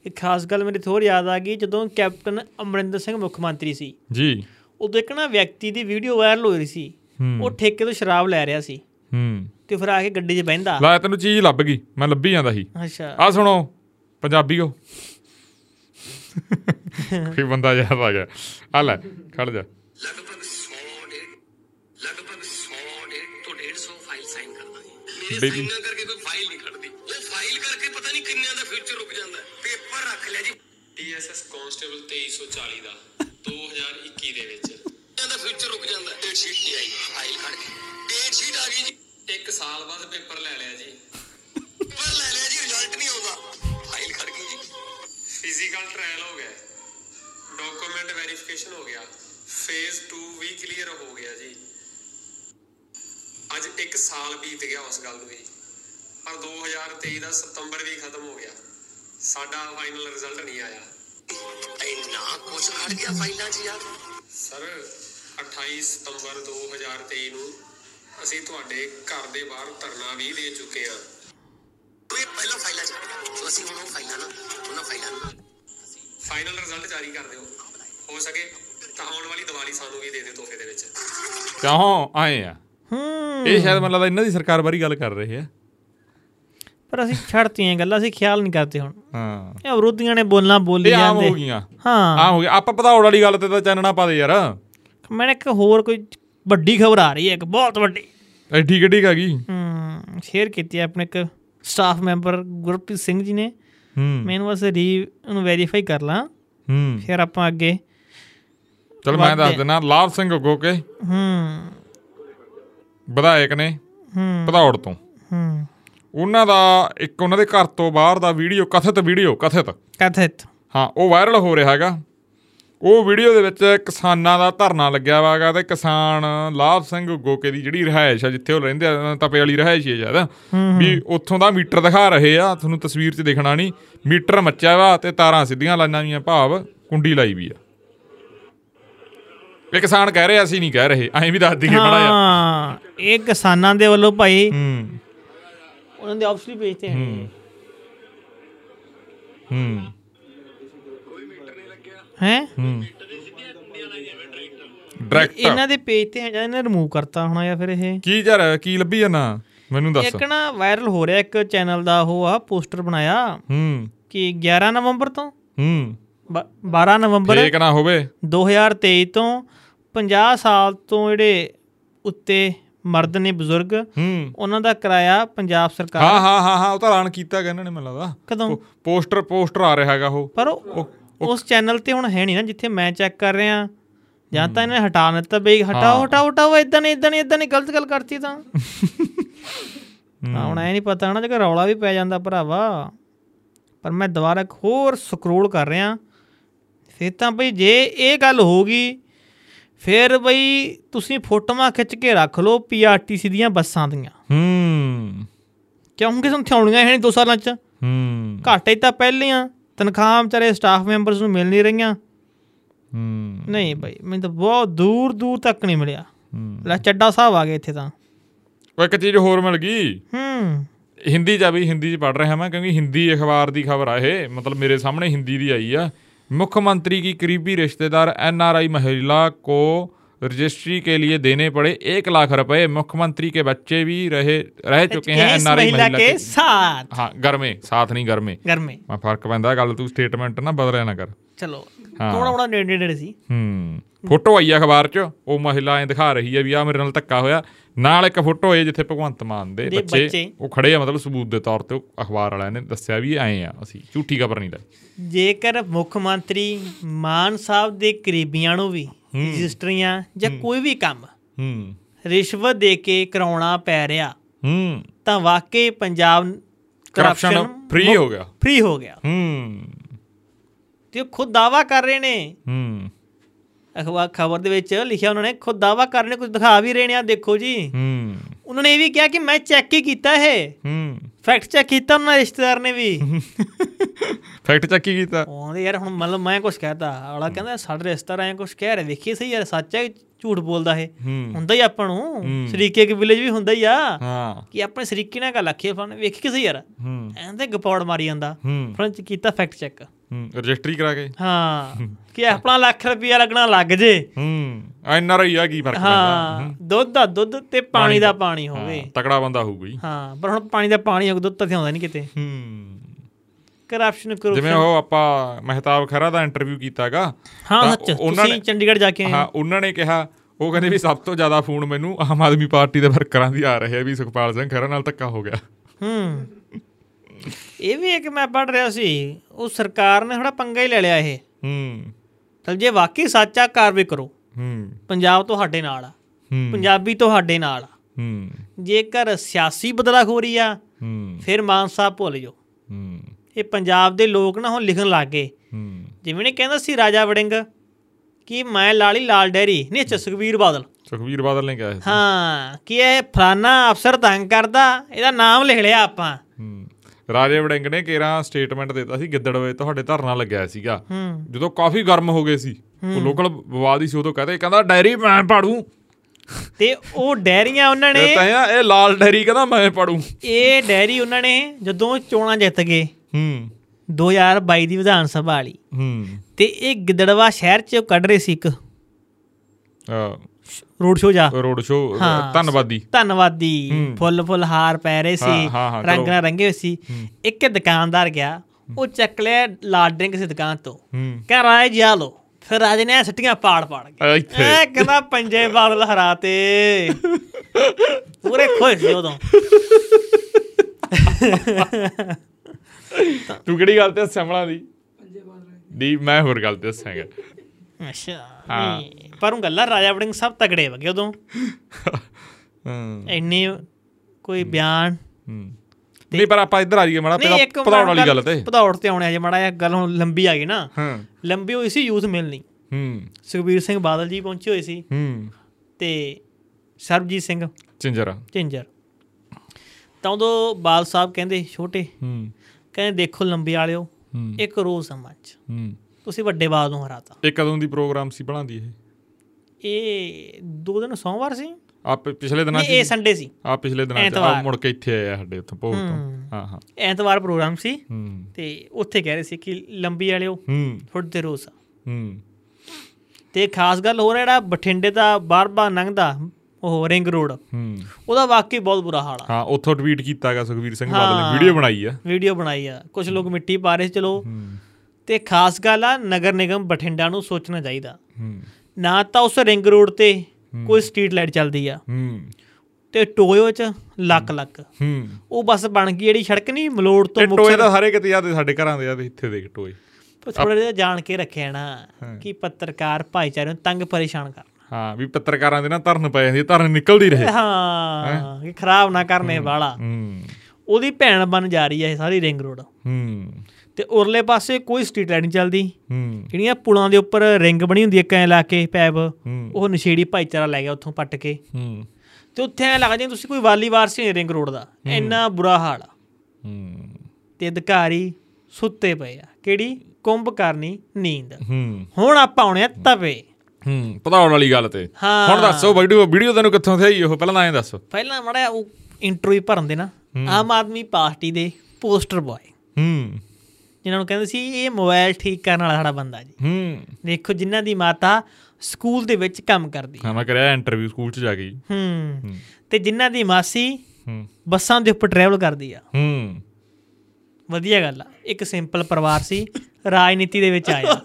ਇਹ ਖਾਸ ਗੱਲ ਮੇਰੇ ਥੋੜ੍ਹ ਯਾਦ ਆ ਗਈ ਜਦੋਂ ਕੈਪਟਨ ਅਮਰਿੰਦਰ ਸਿੰਘ ਮੁੱਖ ਮੰਤਰੀ ਸੀ
ਜੀ
ਉਦੋਂ ਇੱਕ ਨਾ ਵਿਅਕਤੀ ਦੀ ਵੀਡੀਓ ਵਾਇਰਲ ਹੋ ਰਹੀ ਸੀ ਉਹ ਠੇਕੇ ਤੋਂ ਸ਼ਰਾਬ ਲੈ ਰਿਹਾ ਸੀ
ਹੂੰ
ਤੇ ਫਿਰ ਆ ਕੇ ਗੱਡੀ 'ਚ ਬਹਿੰਦਾ
ਲੈ ਤੈਨੂੰ ਚੀਜ਼ ਲੱਭ ਗਈ ਮੈਂ ਲੱਭੀ ਜਾਂਦਾ ਸੀ
ਅੱਛਾ
ਆ ਸੁਣੋ ਪੰਜਾਬੀਓ ਕੋਈ ਬੰਦਾ ਯਾਦ ਆ ਗਿਆ ਆ ਲੈ ਖੜ ਜਾ
ਲਗਭਗ 100 ਡੇਢ ਲਗਭਗ 100 ਡੇਢ ਤੋਂ 150 ਫਾਈਲ ਸਾਈਨ ਕਰਦਾ ਮੇਰੇ
ਬੇਬੀ।
ਸਾਈਨਾਂ ਕਰਕੇ ਕੋਈ ਫਾਈਲ ਨਹੀਂ ਖੜਦੀ ਉਹ ਫਾਈਲ ਕਰਕੇ ਪਤਾ ਨਹੀਂ ਕਿੰਨਿਆਂ ਦਾ ਫਿਊਚਰ ਰੁਕ ਜਾਂਦਾ ਹੈ। ਪੇਪਰ ਰੱਖ ਲਿਆ ਜੀ
ਡੀਐਸਐਸ ਕਾਂਸਟੇਬਲ 2340 ਦਾ 2021 ਦੇ ਵਿੱਚ
ਕਿੰਨਿਆਂ ਦਾ ਫਿਊਚਰ ਰੁਕ ਜਾਂਦਾ ਹੈ। ਡੇਟ ਸ਼ੀਟ ਨਹੀਂ ਆਈ ਫਾਈਲ ਖੜ ਗਈ ਡੇਟ ਸ਼ੀਟ ਆ ਗਈ ਜੀ
ਇੱਕ ਸਾਲ ਬਾਅਦ ਪੇਪਰ ਲੈ ਲਿਆ ਜੀ
ਪੇਪਰ ਲੈ
ਵੈਰੀਫਿਕੇਸ਼ਨ ਹੋ ਗਿਆ ਫੇਜ਼ 2 ਵੀ ਕਲੀਅਰ ਹੋ ਗਿਆ ਜੀ ਅੱਜ 1 ਸਾਲ ਬੀਤ ਗਿਆ ਉਸ ਗੱਲ ਨੂੰ ਵੀ ਪਰ 2023 ਦਾ ਸਤੰਬਰ ਵੀ ਖਤਮ ਹੋ ਗਿਆ ਸਾਡਾ ਫਾਈਨਲ ਰਿਜ਼ਲਟ ਨਹੀਂ ਆਇਆ
ਇੰਨਾ ਕੁਝ ਅੜ ਗਿਆ ਫਾਈਲਾਂ 'ਚ ਯਾਰ
ਸਰ 28 ਸਤੰਬਰ 2023 ਨੂੰ ਅਸੀਂ ਤੁਹਾਡੇ ਘਰ ਦੇ ਬਾਹਰ ਧਰਨਾ ਵੀ ਦੇ ਚੁੱਕੇ ਹਾਂ
ਉਹ ਇਹ ਪਹਿਲਾਂ ਫਾਈਲਾਂ 'ਚ ਸੋ ਅਸੀਂ ਹੁਣ ਉਹ ਫਾਈਲਾਂ ਨਾ ਉਹਨਾਂ ਫਾਈਲਾਂ ਨੂੰ
ਫਾਈਨਲ ਰਿਜ਼ਲਟ ਜਾਰੀ ਕਰ ਦਿਓ ਹੋ ਸਕੇ ਤਾਂ ਆਉਣ ਵਾਲੀ ਦੀਵਾਲੀ ਸਾਨੂੰ ਵੀ ਦੇ ਦਿਓ ਤੋਹਫੇ ਦੇ ਵਿੱਚ
ਕਿਉਂ ਆਏ ਆ
ਹੂੰ
ਇਹ ਸ਼ਾਇਦ ਮੈਨੂੰ ਲੱਗਦਾ ਇਹਨਾਂ ਦੀ ਸਰਕਾਰ ਬਾਰੇ ਗੱਲ ਕਰ ਰਹੇ ਆ
ਪਰ ਅਸੀਂ ਛੱਡਤੀਆਂ ਇਹ ਗੱਲਾਂ ਅਸੀਂ ਖਿਆਲ ਨਹੀਂ ਕਰਦੇ ਹੁਣ
ਹਾਂ
ਇਹ ਵਿਰੋਧੀਆਂ ਨੇ ਬੋਲਣਾ ਬੋਲੀ
ਇਹ ਆਮ
ਜਾਂਦੇ
ਹੋ ਗਈਆਂ
ਹਾਂ
ਆਮ ਹੋ ਗਿਆ ਆਪਾਂ ਭਦੌੜ ਵਾਲੀ ਗੱਲ ਤੇ ਤਾਂ ਚਾਨਣਾ ਪਾ ਦੇ ਯਾਰ
ਮੈਨੂੰ ਇੱਕ ਹੋਰ ਕੋਈ ਵੱਡੀ ਖਬਰ ਆ ਰਹੀ ਹੈ ਇੱਕ ਬਹੁਤ ਵੱਡੀ
ਐਡੀ ਗੱਡੀ ਆ ਗਈ
ਹੂੰ ਸ਼ੇਅਰ ਕੀਤੀ ਹੈ ਆਪਣੇ ਇੱਕ ਸਟਾਫ ਮੈਂਬਰ ਗੁਰਪ੍ਰੀਤ ਸਿੰਘ ਜੀ ਨੇ
ਹੂੰ
ਮੈਨੂੰ ਬਸ ਰੀ ਨੂੰ ਵੈਰੀਫਾਈ ਕਰ ਲਾਂ
ਹੂੰ
ਫਿਰ ਆਪਾਂ ਅੱਗੇ
ਚਲ ਮੈਂ ਦੱਸ ਦਿੰਦਾ ਲਾਭ ਸਿੰਘ ਗੋਕੇ
ਹੂੰ
ਵਿਧਾਇਕ ਨੇ
ਹੂੰ
ਭਦੌੜ ਤੋਂ
ਹੂੰ
ਉਹਨਾਂ ਦਾ ਇੱਕ ਉਹਨਾਂ ਦੇ ਘਰ ਤੋਂ ਬਾਹਰ ਦਾ ਵੀਡੀਓ ਕਥਿਤ ਵੀਡੀਓ ਕਥਿਤ
ਕਥਿਤ
ਹਾਂ ਉਹ ਵਾਇਰਲ ਹੋ ਰਿਹਾ ਹੈਗਾ ਉਹ ਵੀਡੀਓ ਦੇ ਵਿੱਚ ਕਿਸਾਨਾਂ ਦਾ ਧਰਨਾ ਲੱਗਿਆ ਵਾਗਾ ਤੇ ਕਿਸਾਨ ਲਾਭ ਸਿੰਘ ਗੋਕੇ ਦੀ ਜਿਹੜੀ ਰਿਹਾਇਸ਼ ਆ ਜਿੱਥੇ ਉਹ ਰਹਿੰਦੇ ਆ ਤਪੇ ਵਾਲੀ ਰਿਹਾਇਸ਼ ਹੀ ਆ ਸ਼ਾਇਦ ਵੀ ਉੱਥੋਂ ਦਾ ਮੀਟਰ ਦਿਖਾ ਰਹੇ ਆ ਤੁਹਾਨੂੰ ਤਸਵੀਰ 'ਚ ਦੇਖਣਾ ਨਹੀਂ ਮੀਟਰ ਮੱਚਿਆ ਵਾ ਤੇ ਤਾਰਾਂ ਸਿੱਧੀਆਂ ਲਾਈਆਂ ਵੀਆਂ ਭਾਵ ਕੁੰਡੀ ਲਾਈ ਵੀ ਆ ਇਹ ਕਿਸਾਨ ਕਹਿ ਰਹੇ ਆ, ਅਸੀਂ ਨਹੀਂ ਕਹਿ ਰਹੇ ਐਂ ਵੀ ਦੱਸ ਦਈਏ ਬੜਾ ਜਿਹਾ
ਹਾਂ ਇਹ ਕਿਸਾਨਾਂ ਦੇ ਵੱਲੋਂ ਭਾਈ
ਹੂੰ
ਉਹਨਾਂ ਦੇ ਆਫਸਲੀ ਭੇਜਦੇ ਹਨ
ਹੂੰ
ਹੈ
ਹੂੰ ਡਾਇਰੈਕਟਰ
ਇਹਨਾਂ ਦੇ ਪੇਜ ਤੇ ਹੈ ਜਾਂ ਇਹਨਾਂ ਰਿਮੂਵ ਕਰਤਾ ਹੋਣਾ ਜਾਂ ਫਿਰ ਇਹ
ਕੀ ਯਾਰ ਕੀ ਲੱਭੀ ਜਾਣਾ ਮੈਨੂੰ ਦੱਸ
ਇੱਕ ਨਾ ਵਾਇਰਲ ਹੋ ਰਿਹਾ ਇੱਕ ਚੈਨਲ ਦਾ ਉਹ ਆ ਪੋਸਟਰ ਬਣਾਇਆ
ਹੂੰ
ਕਿ 11 ਨਵੰਬਰ ਤੋਂ
ਹੂੰ
ਬ- 12 ਨਵੰਬਰ
ਫੇਕ ਨਾ ਹੋਵੇ
2023 ਤੋਂ 50 ਸਾਲ ਤੋਂ ਜਿਹੜੇ ਉੱਤੇ ਮਰਦ ਨੇ ਬਜ਼ੁਰਗ
ਹੂੰ
ਉਹਨਾਂ ਦਾ ਕਿਰਾਇਆ ਪੰਜਾਬ ਸਰਕਾਰ
ਹਾਂ ਹਾਂ ਹਾਂ ਹਾਂ ਉਹ ਤਾਂ ਐਲਾਨ ਕੀਤਾ ਗਿਆ ਇਹਨਾਂ ਨੇ ਮੈਨੂੰ ਲੱਗਦਾ
ਕਦੋਂ
ਉਹ ਪੋਸਟਰ ਪੋਸਟਰ ਆ ਰਿਹਾ ਹੈਗਾ ਉਹ
ਪਰ ਉਹ- ਉਸ ਚੈਨਲ ਤੇ ਹੁਣ ਹੈ ਨਹੀਂ ਨਾ ਜਿੱਥੇ ਮੈਂ ਚੈੱਕ ਕਰ ਰਿਹਾ ਜਾਂ ਤਾਂ ਇਹਨੇ ਹਟਾ ਦਿੱਤਾ ਬਈ ਹਟਾਓ ਹਟਾਓ ਹਟਾਓ ਇਦਾਂ ਨਹੀਂ ਇਦਾਂ ਨਹੀਂ ਇਦਾਂ ਨਹੀਂ ਗਲਤ ਗੱਲ ਕਰਤੀ ਤਾਂ ਹਾਂ, ਹੁਣ ਐ ਨਹੀਂ ਪਤਾ ਨਾ ਜੇ ਰੌਲਾ ਵੀ ਪੈ ਜਾਂਦਾ ਭਰਾਵਾ ਪਰ ਮੈਂ ਦੁਬਾਰਾ ਇੱਕ ਹੋਰ ਸਕਰੋਲ ਕਰ ਰਿਹਾ ਫਿਰ ਤਾਂ ਬਈ ਜੇ ਇਹ ਗੱਲ ਹੋ ਗਈ ਫਿਰ ਬਈ ਤੁਸੀਂ ਫੋਟੋਆਂ ਖਿੱਚ ਕੇ ਰੱਖ ਲਓ ਪੀਆਰਟੀਸੀ ਦੀਆਂ ਬੱਸਾਂ ਦੀਆਂ
ਹੂੰ
ਕਿਉਂਕਿ ਤੁਹਾਨੂੰ ਥਿਆਉਣੀਆਂ ਹੈ ਨਹੀਂ ਦੋ ਸਾਲਾਂ 'ਚ
ਹੂੰ
ਘਾਟੇ ਤਾਂ ਪਹਿਲੀਆਂ ਤਨਖਾਹਾਂ ਵਿਚਾਰੇ ਸਟਾਫ ਮੈਂਬਰਸ ਨੂੰ ਮਿਲ ਨਹੀਂ ਰਹੀਆਂ
ਹੂੰ
ਨਹੀਂ ਬਈ ਮੈਨੂੰ ਤਾਂ ਬਹੁਤ ਦੂਰ ਦੂਰ ਤੱਕ ਨਹੀਂ ਮਿਲਿਆ ਲੈ ਚੱਡਾ ਸਾਹਿਬ ਆ ਗਏ ਇੱਥੇ ਤਾਂ
ਉਹ ਇੱਕ ਚੀਜ਼ ਹੋਰ ਮਿਲ ਗਈ
ਹੂੰ
ਹਿੰਦੀ ਚ ਆ ਵੀ ਹਿੰਦੀ ਚ ਪੜ ਰਿਹਾ ਮੈਂ ਕਿਉਂਕਿ ਹਿੰਦੀ ਅਖਬਾਰ ਦੀ ਖਬਰ ਆ ਇਹ ਮਤਲਬ ਮੇਰੇ ਸਾਹਮਣੇ ਹਿੰਦੀ ਦੀ ਆਈ ਆ ਮੁੱਖ ਮੰਤਰੀ ਕੀ ਕਰੀਬੀ ਰਿਸ਼ਤੇਦਾਰ ਐਨ ਆਰ ਆਈ ਮਹਿਲਾ ਕੋ ਰਜਿਸट्री के लिए देने पड़े एक लाख रुपए मुख्यमंत्री के बच्चे भी रहे रह चुके हैं
ਇਸ
एनआरआई
ਮਹਿਲਾ
महिला
ਕੇ
के
ਸਾਥ
हाँ घर में साथ नहीं घर में
ਘਰ ਮੇ
ਮੈਂ ਫਰਕ ਪੈਂਦਾ ਗੱਲ ਤੂੰ ਸਟੇਟਮੈਂਟ ਨਾ ਬਦਲਿਆ ਨਾ ਕਰ
ਚਲੋ
ਹਾਂ।
ਥੋੜਾ ਥੋੜਾ ਨੇੜੇ ਨੇੜੇ ਸੀ
ਹੂੰ ਫੋਟੋ ਆਈ ਆ ਅਖਬਾਰ 'ਚ ਉਹ ਮਹਿਲਾ ਐ ਦਿਖਾ ਰਹੀ ਆ ਵੀ ਆ ਮੇਰੇ ਨਾਲ ਧੱਕਾ ਹੋਇਆ ਨਾਲ ਇੱਕ ਫੋਟੋ ਹੈ ਜਿੱਥੇ ਭਗਵੰਤ ਮਾਨ ਦੇ
ਦੇ
ਬੱਚੇ
ਬੱਚੇ।
ਉਹ ਖੜੇ ਆ ਮਤਲਬ ਸਬੂਤ ਦੇ ਤੌਰ ਤੇ ਉਹ ਅਖਬਾਰ ਵਾਲਿਆਂ ਨੇ ਦੱਸਿਆ ਵੀ ਐਂ ਆ ਅਸੀਂ ਝੂਠੀ ਖਬਰ ਨਹੀਂ ਲਾਈ
ਜੇਕਰ ਮੁੱਖ ਮੰਤਰੀ ਮਾਨ ਸਾਹਿਬ ਦੇ ਕਰੀਬੀਆਂ ਨੂੰ ਵੀ ਰਜਿਸਟਰੀਆਂ ਜਾਂ ਕੋਈ ਵੀ ਕੰਮ
ਹੂੰ
ਰਿਸ਼ਵਤ ਦੇ ਕੇ ਕਰਾਉਣਾ ਪੈ ਰਿਹਾ
ਹੂੰ
ਤਾਂ ਵਾਕਈ ਪੰਜਾਬ
ਕਰਪਸ਼ਨ
ਕਰਪਸ਼ਨ
ਫ੍ਰੀ ਹੋ ਗਿਆ
ਫ੍ਰੀ ਹੋ ਗਿਆ
ਹੂੰ
ਤੇ ਉਹ ਖੁਦ ਦਾਵਾ ਕਰ ਰਹੇ ਨੇ
ਹੂੰ
ਅਖਬਾਰ ਖਬਰ ਦੇ ਵਿੱਚ ਲਿਖਿਆ ਉਹਨਾਂ ਨੇ ਖੁਦ ਦਾਵਾ ਕਰ ਰਹੇ ਨੇ ਕੁਝ ਦਿਖਾ ਵੀ ਰਹੇ ਨੇ ਆ ਦੇਖੋ ਜੀ
ਹੂੰ
ਉਹਨਾਂ ਨੇ ਇਹ ਵੀ ਕਿਹਾ ਕਿ ਮੈਂ ਚੈੱਕ ਹੀ ਕੀਤਾ ਹੈ
ਹੂੰ
ਫੈਕਟ ਚੈੱਕ ਕੀਤਾ ਉਹਨਾਂ ਦੇ ਰਿਸ਼ਤੇਦਾਰ ਨੇ ਵੀ
ਫੈਕਟ ਚੈੱਕ ਕੀ ਕੀਤਾ
ਉਹਦੇ ਯਾਰ ਹੁਣ ਮਤਲਬ ਮੈਂ ਕੁਝ ਕਹਿਤਾ ਅਗਲਾ ਕਹਿੰਦਾ ਸਾਡੇ ਰਿਸ਼ਤੇਦਾਰ ਐ ਕੁਝ ਕਹਿ ਰਹੇ ਵੇਖੀ ਸਹੀ ਯਾਰ ਸੱਚ ਹੈ ਕਿ ਝੂਠ ਬੋਲਦਾ ਇਹ
ਹੂੰ
ਹੁੰਦਾ ਹੀ ਆਪਾਂ ਨੂੰ ਸਰੀਕੇ ਇੱਕ ਵਿਲੇਜ ਵੀ ਹੁੰਦਾ ਹੀ ਆ
ਹਾਂ
ਕਿ ਆਪਣੇ ਸਰੀਕੇ ਨਾਲ ਗੱਲ ਆਖੀ ਫਨ ਵੇਖੀ ਕਿ ਸਹੀ ਯਾਰ
ਹੂੰ
ਐਂਦੇ ਗਪੌੜ ਮਾਰੀ ਜਾਂਦਾ
ਹੂੰ
ਫਰੰਚ ਕੀਤਾ ਫੈਕਟ ਚੈੱਕ
ਹੂੰ ਰਜਿਸਟਰੀ ਕਰਾ ਕੇ
ਹਾਂ ਕਿ ਆਪਣਾ ਲੱਖ ਰੁਪਇਆ ਲੱਗਣਾ ਲੱਗ ਜੇ
ਹੂੰ ਐਨ ਆਰ ਆਈ ਆ ਕੀ ਫਰਕ ਪੈਂਦਾ
ਹਾਂ ਦੁੱਧ ਦਾ ਦੁੱਧ ਤੇ ਪਾਣੀ ਦਾ ਪਾਣੀ ਹੋਵੇ
ਹਾਂ, ਤਕੜਾ ਬੰਦਾ ਹੋਊਗਾ ਜੀ
ਹਾਂ ਪਰ ਹੁਣ ਪਾਣੀ ਦਾ ਪਾਣੀ ਹੋ ਦੁੱਧ ਤਾਂ ਇੱਥੇ ਆਉਂਦਾ ਨਹੀਂ ਕਿਤੇ
ਹੂੰ
ਕਰਪਸ਼ਨ ਕਰੋ
ਜਿਵੇਂ ਉਹ ਆਪਾਂ ਮਹਿਤਾਬ ਖਰਾ ਦਾ ਇੰਟਰਵਿਊ ਕੀਤਾਗਾ
ਹਾਂ
ਤਾਂ
ਸੱਚ
ਉਹਨਾਂ
ਤੁਸੀਂ
ਨੇ-
ਚੰਡੀਗੜ੍ਹ ਜਾ ਕੇ ਆਏ ਹੋ।
ਹਾਂ ਉਹਨਾਂ ਨੇ ਕਿਹਾ ਉਹ ਕਹਿੰਦੇ ਵੀ ਸਭ ਤੋਂ ਜ਼ਿਆਦਾ ਫੋਨ ਮੈਨੂੰ ਆਮ ਆਦਮੀ ਪਾਰਟੀ ਦੇ ਵਰਕਰਾਂ ਦੀ ਆ ਰਹੇ ਆ ਵੀ ਸੁਖਪਾਲ ਸਿੰਘ ਖਰਾ ਨਾਲ ਧੱਕਾ ਹੋ ਗਿਆ
ਹੂੰ ਇਹ ਵੀ ਇੱਕ ਮੈਂ ਪੜ ਰਿਹਾ ਸੀ ਉਹ ਸਰਕਾਰ ਨੇ ਥੋੜਾ ਪੰਗਾ ਹੀ ਲੈ ਲਿਆ ਇਹ
ਹੂੰ
ਚਲ ਜੇ ਵਾਕਈ ਸੱਚਾ ਕਾਰਵਾਈ ਕਰੋ
ਹੂੰ
ਪੰਜਾਬ ਤੁਹਾਡੇ ਨਾਲ ਆ
ਹੂੰ
ਪੰਜਾਬੀ ਤੁਹਾਡੇ ਨਾਲ ਆ
ਹੂੰ
ਜੇਕਰ ਸਿਆਸੀ ਬਦਲਾਖੋਰੀ ਆ
ਹੂੰ
ਫਿਰ ਮਾਨ ਸਾਹਿਬ ਭੁੱਲ ਜਾਓ
ਹੂੰ
ਇਹ ਪੰਜਾਬ ਦੇ ਲੋਕ ਨਾ ਹੁਣ ਲਿਖਣ ਲੱਗ ਗਏ
ਹੂੰ
ਜਿਵੇਂ ਨੇ ਕਹਿੰਦਾ ਸੀ ਰਾਜਾ ਵੜਿੰਗ कि मैं लाली लाल डेरी नहीं अच्छा ਸੁਖਬੀਰ ਬਾਦਲ
ਸੁਖਵੀਰ ਬਾਦਲ ਨੇ ਕਿਹਾ ਸੀ
ਹਾਂ ਕਿ ਇਹ ਫਲਾਨਾ ਅਫਸਰ ਤੰਗ ਕਰਦਾ ਇਹਦਾ ਨਾਮ ਲਿਖ ਲਿਆ ਆਪਾਂ
ਹੂੰ। ਰਾਜੇ ਵੜਿੰਗ ਨੇ ਕੇਰਾ ਸਟੇਟਮੈਂਟ ਦਿੱਤਾ ਸੀ ਗਿੱਦੜ ਵੇ ਤੁਹਾਡੇ ਧਰਨਾ ਲੱਗਿਆ ਸੀਗਾ ਜਦੋਂ ਕਾਫੀ ਗਰਮ ਹੋ ਗਏ ਸੀ ਉਹ ਲੋਕਲ ਵਿਵਾਦ ਹੀ ਸੀ ਉਦੋਂ ਕਹਿੰਦੇ ਕਹਿੰਦਾ ਡਾਇਰੀ ਮੈਂ ਪੜੂ
ਤੇ ਉਹ ਡੈਰੀਆਂ ਉਹਨਾਂ ਨੇ
ਇਹ ਤਾਂ ਆ, ਇਹ ਲਾਲ ਡਾਇਰੀ ਕਹਿੰਦਾ ਮੈਂ ਪੜੂ
ਇਹ ਡੈਰੀ ਉਹਨਾਂ ਨੇ ਜਦੋਂ ਚੋਣਾਂ ਜਿੱਤ ਗਏ
ਹੂੰ
2022 ਦੀ ਵਿਧਾਨ ਸਭਾ ਵਾਲੀ
ਹੂੰ
ਤੇ ਇਹ ਗਿੱਦੜਵਾ ਸ਼ਹਿਰ ਚ ਕੱਢ ਰਹੇ ਸੀ ਇੱਕ ਰੋਡ ਸ਼ੋਅ ਜਾ
ਰੋਡ ਸ਼ੋ
ਹਾਂ।
ਧੰਨਵਾਦੀ
ਧੰਨਵਾਦੀ ਫੁੱਲ ਫੁੱਲ ਹਾਰ ਪੈ ਰਹੇ ਸੀ
ਹਾਂ, ਹਾਂ, ਹਾਂ,
ਰੰਗ
ਕਰੋ।
ਨਾਲ ਰੰਗੇ ਹੋਏ ਸੀ ਇੱਕ ਦੁਕਾਨਦਾਰ ਗਿਆ ਉਹ ਚੱਕ ਲਿਆ ਲਾਡਰਿੰਗ ਕਿਸੇ ਦੁਕਾਨ ਤੋਂ
ਹੂੰ
ਕਹ ਰਾਏ ਜਾ ਲੋ ਫਿਰ ਰਾਜੇ ਨੇ ਸੱਟੀਆਂ ਪਾੜ ਪਾੜ ਕੇ
ਆ ਇੱਥੇ।
ਐ ਕਹਿੰਦਾ ਪੰਜੇ ਬਾਦਲ ਹਰਾਤੇ ਪੂਰੇ ਖੁਸ਼ ਸੀ ਉਦੋਂ
ਤੂੰ ਕਿਹੜੀ ਗੱਲ ਤੇ ਹੱਸਿਆ ਮਲਾਂ ਦੀ ਦੀ ਮੈਂ ਹੋਰ ਗੱਲ ਤੇ ਹੱਸਾਂਗਾ
ਅੱਛਾ ਨਹੀਂ, ਪਰ ਉਹ ਗੱਲਾਂ ਰਾਜਾ ਵੜਿੰਗ ਸਭ ਤਗੜੇ ਵਗੇ ਉਦੋਂ
ਹੂੰ
ਇੰਨੇ ਕੋਈ ਬਿਆਨ
ਹੂੰ। ਨਹੀਂ ਪਰ ਆਪਾਂ ਇੱਧਰ ਆ ਜਾਈਏ ਮਾੜਾ
ਨਹੀਂ ਇੱਕ
ਪਹਿਲਾਂ ਪੜਾਉਣ ਵਾਲੀ ਗੱਲ ਤੇ
ਪਧੌੜ ਤੇ ਆਉਣੇ ਆ ਜੇ ਮਾੜਾ ਜਿਹਾ ਗੱਲ ਹੁਣ ਲੰਬੀ ਆ ਗਈ ਨਾ
ਹਾਂ
ਲੰਬੀ ਹੋਈ ਸੀ ਯੂਥ ਮਿਲਣੀ
ਹੂੰ
ਸੁਖਬੀਰ ਸਿੰਘ ਬਾਦਲ ਜੀ ਪਹੁੰਚੇ ਹੋਏ ਸੀ
ਹੂੰ
ਤੇ ਸਰਬਜੀਤ ਸਿੰਘ
ਚਿੰਜਰਾ
ਝਿੰਜਰ ਤਾਂ ਉਦੋਂ ਬਾਲ ਸਾਹਿਬ ਕਹਿੰਦੇ ਛੋਟੇ
ਹੂੰ
ਕਹਿੰਦੇ ਦੇਖੋ ਲੰਬੀ ਵਾਲਿਓ
ਹੂੰ
ਇੱਕ ਰੋਜ਼ ਸਮਾਂ ਚ
ਹੂੰ
ਤੁਸੀਂ ਵੱਡੇ ਬਾਦ ਨੂੰ ਹਰਾਤਾ
ਇਹ ਕਦੋਂ ਦੀ ਪ੍ਰੋਗਰਾਮ ਸੀ ਬਣਾਉਂਦੀ ਇਹ
ਇਹ ਦੋ ਦਿਨ ਸੋਮਵਾਰ ਸੀ
ਆ ਪ- ਪਿਛਲੇ ਦਿਨਾਂ
ਨਹੀਂ ਇਹ
ਚ
ਸੰਡੇ ਸੀ
ਆ ਪਿਛਲੇ ਦਿਨਾਂ ਚ ਆ
ਐਤਵਾਰ।
ਮੁੜ ਕੇ ਇੱਥੇ ਆਇਆ ਸਾਡੇ ਉੱਥੋਂ ਭੋਗ ਤੋਂ ਹਾਂ ਹਾਂ
ਐਤਵਾਰ ਪ੍ਰੋਗਰਾਮ ਸੀ
ਹੂੰ
ਤੇ ਉੱਥੇ ਕਹਿ ਰਹੇ ਸੀ ਕਿ ਲੰਬੀ ਵਾਲਿਓ
ਹੂੰ
ਤੁਹਾਡੇ ਤੇ ਰੋਜ਼ ਆ
ਹੂੰ
ਤੇ ਖਾਸ ਗੱਲ ਹੋਰ ਹੈ ਜਿਹੜਾ ਬਠਿੰਡੇ ਦਾ ਬਾਰ-ਬਾਰ ਲੰਘਦਾ ਉਹ ਰਿੰਗ ਰੋਡ
ਹੂੰ
ਉਹਦਾ ਵਾਕਈ ਬਹੁਤ ਬੁਰਾ ਹਾਲ ਆ
ਹਾਂ ਉੱਥੋਂ ਟਵੀਟ ਕੀਤਾਗਾ ਸੁਖਵੀਰ ਸਿੰਘ ਬਾਦਲ
ਹਾਂ।
ਨੇ ਵੀਡੀਓ ਬਣਾਈ ਆ
ਵੀਡੀਓ ਬਣਾਈ ਆ ਕੁਝ ਲੋਕ ਮਿੱਟੀ ਪਾ ਰਹੇ ਸੀ, ਚਲੋ ਤੇ ਖਾਸ ਗੱਲ ਆ ਨਗਰ ਨਿਗਮ ਬਠਿੰਡਾ ਨੂੰ ਸੋਚਣਾ ਚਾਹੀਦਾ
ਹੂੰ
ਨਾ ਤਾਂ ਉਸ ਰਿੰਗ ਰੋਡ ਤੇ ਕੋਈ ਸਟਰੀਟ ਲਾਈਟ ਚੱਲਦੀ ਆ
ਹੂੰ
ਤੇ ਟੋਇਓ ਚ ਲੱਕ ਲੱਕ
ਹੂੰ
ਉਹ ਬਸ ਬਣ ਗਈ ਜਿਹੜੀ ਸੜਕ ਨਹੀਂ ਮਲੋੜ ਤੋਂ
ਇਹ ਟੋਏ
ਮੁਕਤਸਰ
ਤਾਂ ਹਰੇ ਕਿਤੇ ਯਾਦ ਸਾਡੇ ਘਰਾਂ ਦੇ ਯਾਦ ਇੱਥੇ ਦੇਖ ਟੋਏ
ਥੋੜਾ ਜਿਹਾ ਜਾਣ ਕੇ ਰੱਖਿਆ ਨਾ ਕਿ ਪੱਤਰਕਾਰ ਭਾਈਚਾਰੇ ਨੂੰ ਤੰਗ ਪਰੇਸ਼ਾਨ ਕਰਨਾ
ਹਾਂ ਵੀ ਪੱਤਰਕਾਰਾਂ ਦੇ ਨਾ ਧਰਨ ਪਏ ਸੀ ਧਰਨ ਨਿਕਲਦੀ ਰਹੇ
ਹਾਂ ਕਿ ਖਰਾਬ ਨਾ ਕਰਨੇ ਵਾਲਾ
ਹੂੰ
ਉਹਦੀ ਭੈਣ ਬਣ ਜਾ ਰਹੀ ਹੈ ਇਹ ਸਾਰੀ ਰਿੰਗ ਰੋਡ
ਹੂੰ
ਤੇ ਉਰਲੇ ਪਾਸੇ ਕੋਈ ਸਟਰੀਟ ਲਾਈਟ ਨਹੀਂ ਚੱਲਦੀ
ਹੂੰ
ਜਿਹੜੀਆਂ ਪੁਲਾਂ ਦੇ ਉੱਪਰ ਰਿੰਗ ਬਣੀ ਹੁੰਦੀ ਹੈ ਕੈਂ ਲਾ ਕੇ ਪੈਬ
ਹੂੰ।
ਉਹ ਨਸ਼ੇੜੀ ਭਾਈਚਾਰਾ ਲੈ ਗਿਆ ਉੱਥੋਂ ਪੱਟ ਕੇ
ਹੂੰ
ਤੇ ਉੱਥੇ ਐ ਲੱਗਦਾ ਜਿਵੇਂ ਤੁਸੀਂ ਕੋਈ ਵਾਲੀਵਾਰ ਸੀ ਰਿੰਗ ਰੋਡ ਦਾ ਇੰਨਾ ਬੁਰਾ ਹਾਲ ਆ
ਹੂੰ
ਤੇ ਅਧਿਕਾਰੀ ਸੁੱਤੇ ਪਏ ਆ ਕਿਹੜੀ ਕੁੰਭ ਕਰਨੀ ਨੀਂਦ
ਹੂੰ
ਹੁਣ ਆਪਾਂ ਆਉਣੇ ਆ ਤਵੇ
ਹੂੰ ਪਤਾਉਣ ਵਾਲੀ ਗੱਲ ਤੇ
ਹਾਂ।
ਹੁਣ ਦੱਸੋ ਵੀਡੀਓ ਵੀਡੀਓ ਤੈਨੂੰ ਕਿੱਥੋਂ ਥਈ ਉਹ ਪਹਿਲਾਂ ਐਂ ਦੱਸ
ਪਹਿਲਾਂ ਮੜਾ ਉਹ ਇੰਟਰਵਿਊ ਭਰਨ ਦੇ ਨਾ ਆਮ ਆਦਮੀ ਪਾਰਟੀ ਦੇ ਪੋਸਟਰ ਬॉय
ਹੂੰ
ਜਿਨ੍ਹਾਂ ਨੂੰ ਕਹਿੰਦੇ ਸੀ ਇਹ ਮੋਬਾਈਲ ਠੀਕ ਕਰਨ ਵਾਲਾ ਸਾਡਾ ਬੰਦਾ ਜੀ
ਹੂੰ
ਦੇਖੋ ਜਿਨ੍ਹਾਂ ਦੀ ਮਾਤਾ ਸਕੂਲ ਦੇ ਵਿੱਚ ਕੰਮ ਕਰਦੀ
ਹਾਂ ਮੈਂ ਕਰਿਆ ਇੰਟਰਵਿਊ ਸਕੂਲ ਚ ਜਾ ਕੇ ਜੀ।
ਹੂੰ ਤੇ ਜਿਨ੍ਹਾਂ ਦੀ ਮਾਸੀ
ਹੂੰ
ਬੱਸਾਂ ਦੇ ਉੱਪਰ ਟਰੈਵਲ ਕਰਦੀ ਆ
ਹੂੰ
ਵਧੀਆ ਗੱਲ ਆ ਇੱਕ ਸਿੰਪਲ ਪਰਿਵਾਰ ਸੀ ਰਾਜਨੀਤੀ ਦੇ ਵਿੱਚ ਆਇਆ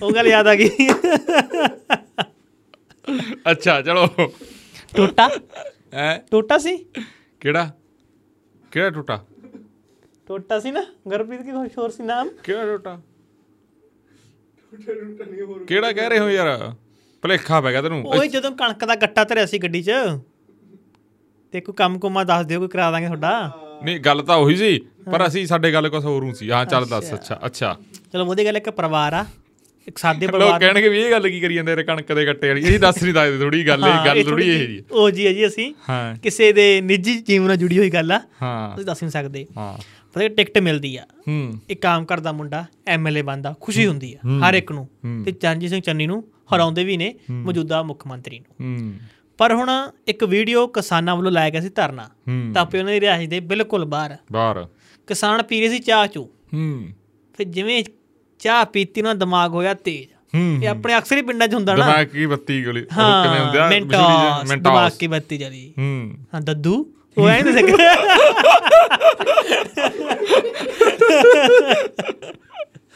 ਉਹ ਗੱਲ ਯਾਦ ਆ ਗਈ
ਅੱਛਾ ਚਲੋ
ਟੋਟਾ
ਐ
ਟੋਟਾ ਸੀ
ਕਿਹੜਾ ਕਿਹੜਾ ਟੁੱਟਾ
ਟੋਟਾ ਸੀ ਨਾ ਗੁਰਪ੍ਰੀਤ ਕੀ ਹੋਰ- ਹੋਰ ਸੀ ਨਾਮ
ਕਿਹੜਾ ਟੁੱਟਾ ਕਿਹੜਾ ਕਹਿ ਰਹੇ ਹੋ ਯਾਰ ਭਲੇਖਾ ਪੈ ਗਿਆ ਤੈਨੂੰ
ਓਏ ਜਦੋਂ ਕਣਕ ਦਾ ਗੱਟਾ ਧਰਿਆ ਸੀ ਗੱਡੀ 'ਚ ਤੇ ਕੋਈ ਕੰਮ ਕੁਮਾ ਦੱਸ ਦਿਓ ਕੋਈ ਕਰਾ ਦਾਂਗੇ ਤੁਹਾਡਾ
ਨਹੀਂ ਗੱਲ ਤਾਂ ਉਹੀ ਸੀ ਪਰ ਅਸੀਂ ਸਾਡੇ ਗੱਲ ਕੁਝ ਹੋਰ ਸੀ ਹਾਂ ਚੱਲ ਦੱਸ ਅੱਛਾ ਅੱਛਾ
ਚਲੋ ਵਧੀਆ ਗੱਲ ਹੈ, ਇੱਕ ਪਰਿਵਾਰ ਆ ਇੱਕ ਸਾਦੇ
ਲੋਕ
ਪਰਿਵਾਰ
ਕਹਿਣਗੇ ਵੀ ਇਹ ਗੱਲ ਕੀ ਕਰੀ ਜਾਂਦੇ ਯਾਰ ਕਣਕ ਦੇ ਗੱਟੇ ਵਾਲੀ ਅਸੀਂ ਦੱਸ ਨਹੀਂ ਸਕਦੇ ਥੋੜੀ ਗੱਲ ਇਹ ਗੱਲ ਥੋੜੀ ਇਹ ਜੀ
ਉਹ ਜੀ ਹੈ ਜੀ ਅਸੀਂ
ਹਾਂ
ਕਿਸੇ ਦੇ ਨਿੱਜੀ ਜੀਵਨ ਨਾਲ ਜੁੜੀ ਹੋਈ ਗੱਲ ਆ
ਹਾਂ
ਤੁਸੀਂ ਦੱਸ ਨਹੀਂ ਸਕਦੇ
ਹਾਂ
ਪਰ ਟਿਕਟ ਮਿਲਦੀ ਆ
ਹੂੰ
ਇੱਕ ਕਾਮ ਕਰਦਾ ਮੁੰਡਾ ਐਮਐਲਏ ਬੰਦਾ ਖੁਸ਼ੀ ਹੁੰਦੀ ਆ ਹਰ ਇੱਕ ਨੂੰ ਤੇ ਚਰਨਜੀਤ ਸਿੰਘ ਚੰਨੀ ਨੂੰ ਹਰਾਉਂਦੇ ਵੀ ਨੇ ਮੌਜੂਦਾ ਮੁੱਖ ਮੰਤਰੀ ਨੂੰ
ਹੂੰ
ਪਰ ਹੁਣ ਇੱਕ ਵੀਡੀਓ ਕਿਸਾਨਾਂ ਵੱਲੋਂ ਲਾਇਆ ਗਿਆ ਸੀ ਧਰਨਾ
ਹੂੰ।
ਤਾਂ ਆਪੇ ਉਹਨਾਂ ਦੀ ਰਿਹਾਇਸ਼ ਦੇ ਬਿਲਕੁਲ ਬਾਹਰ
ਬਾਹਰ
ਕਿਸਾਨ ਪੀ ਰਹੇ ਸੀ ਚਾਹ ਚੂ
ਹੂੰ
ਫਿਰ ਜਿਵੇਂ ਚਾਹ ਪੀਤੀ ਉਹਨਾਂ ਦਾ ਦਿਮਾਗ ਹੋਇਆ ਤੇਜ਼
ਹੂੰ
ਇਹ ਆਪਣੇ ਅਕਸਰ ਹੀ ਪਿੰਡਾਂ 'ਚ ਹੁੰਦਾ ਨਾ
ਦਿਮਾਗ ਕੀ ਬੱਤੀ ਗਲੀ ਉਹ ਕਿਵੇਂ ਹੁੰਦੇ
ਹਾਂ
ਆ
ਮੈਂਟੋਸ ਦਿਮਾਗ
ਮੈਂਟਾਸ
ਕੀ ਬੱਤੀ ਜਲੀ
ਹੂੰ
ਹਾਂ ਦੱਦੂ ਉਹ ਐਂ ਦੱਸ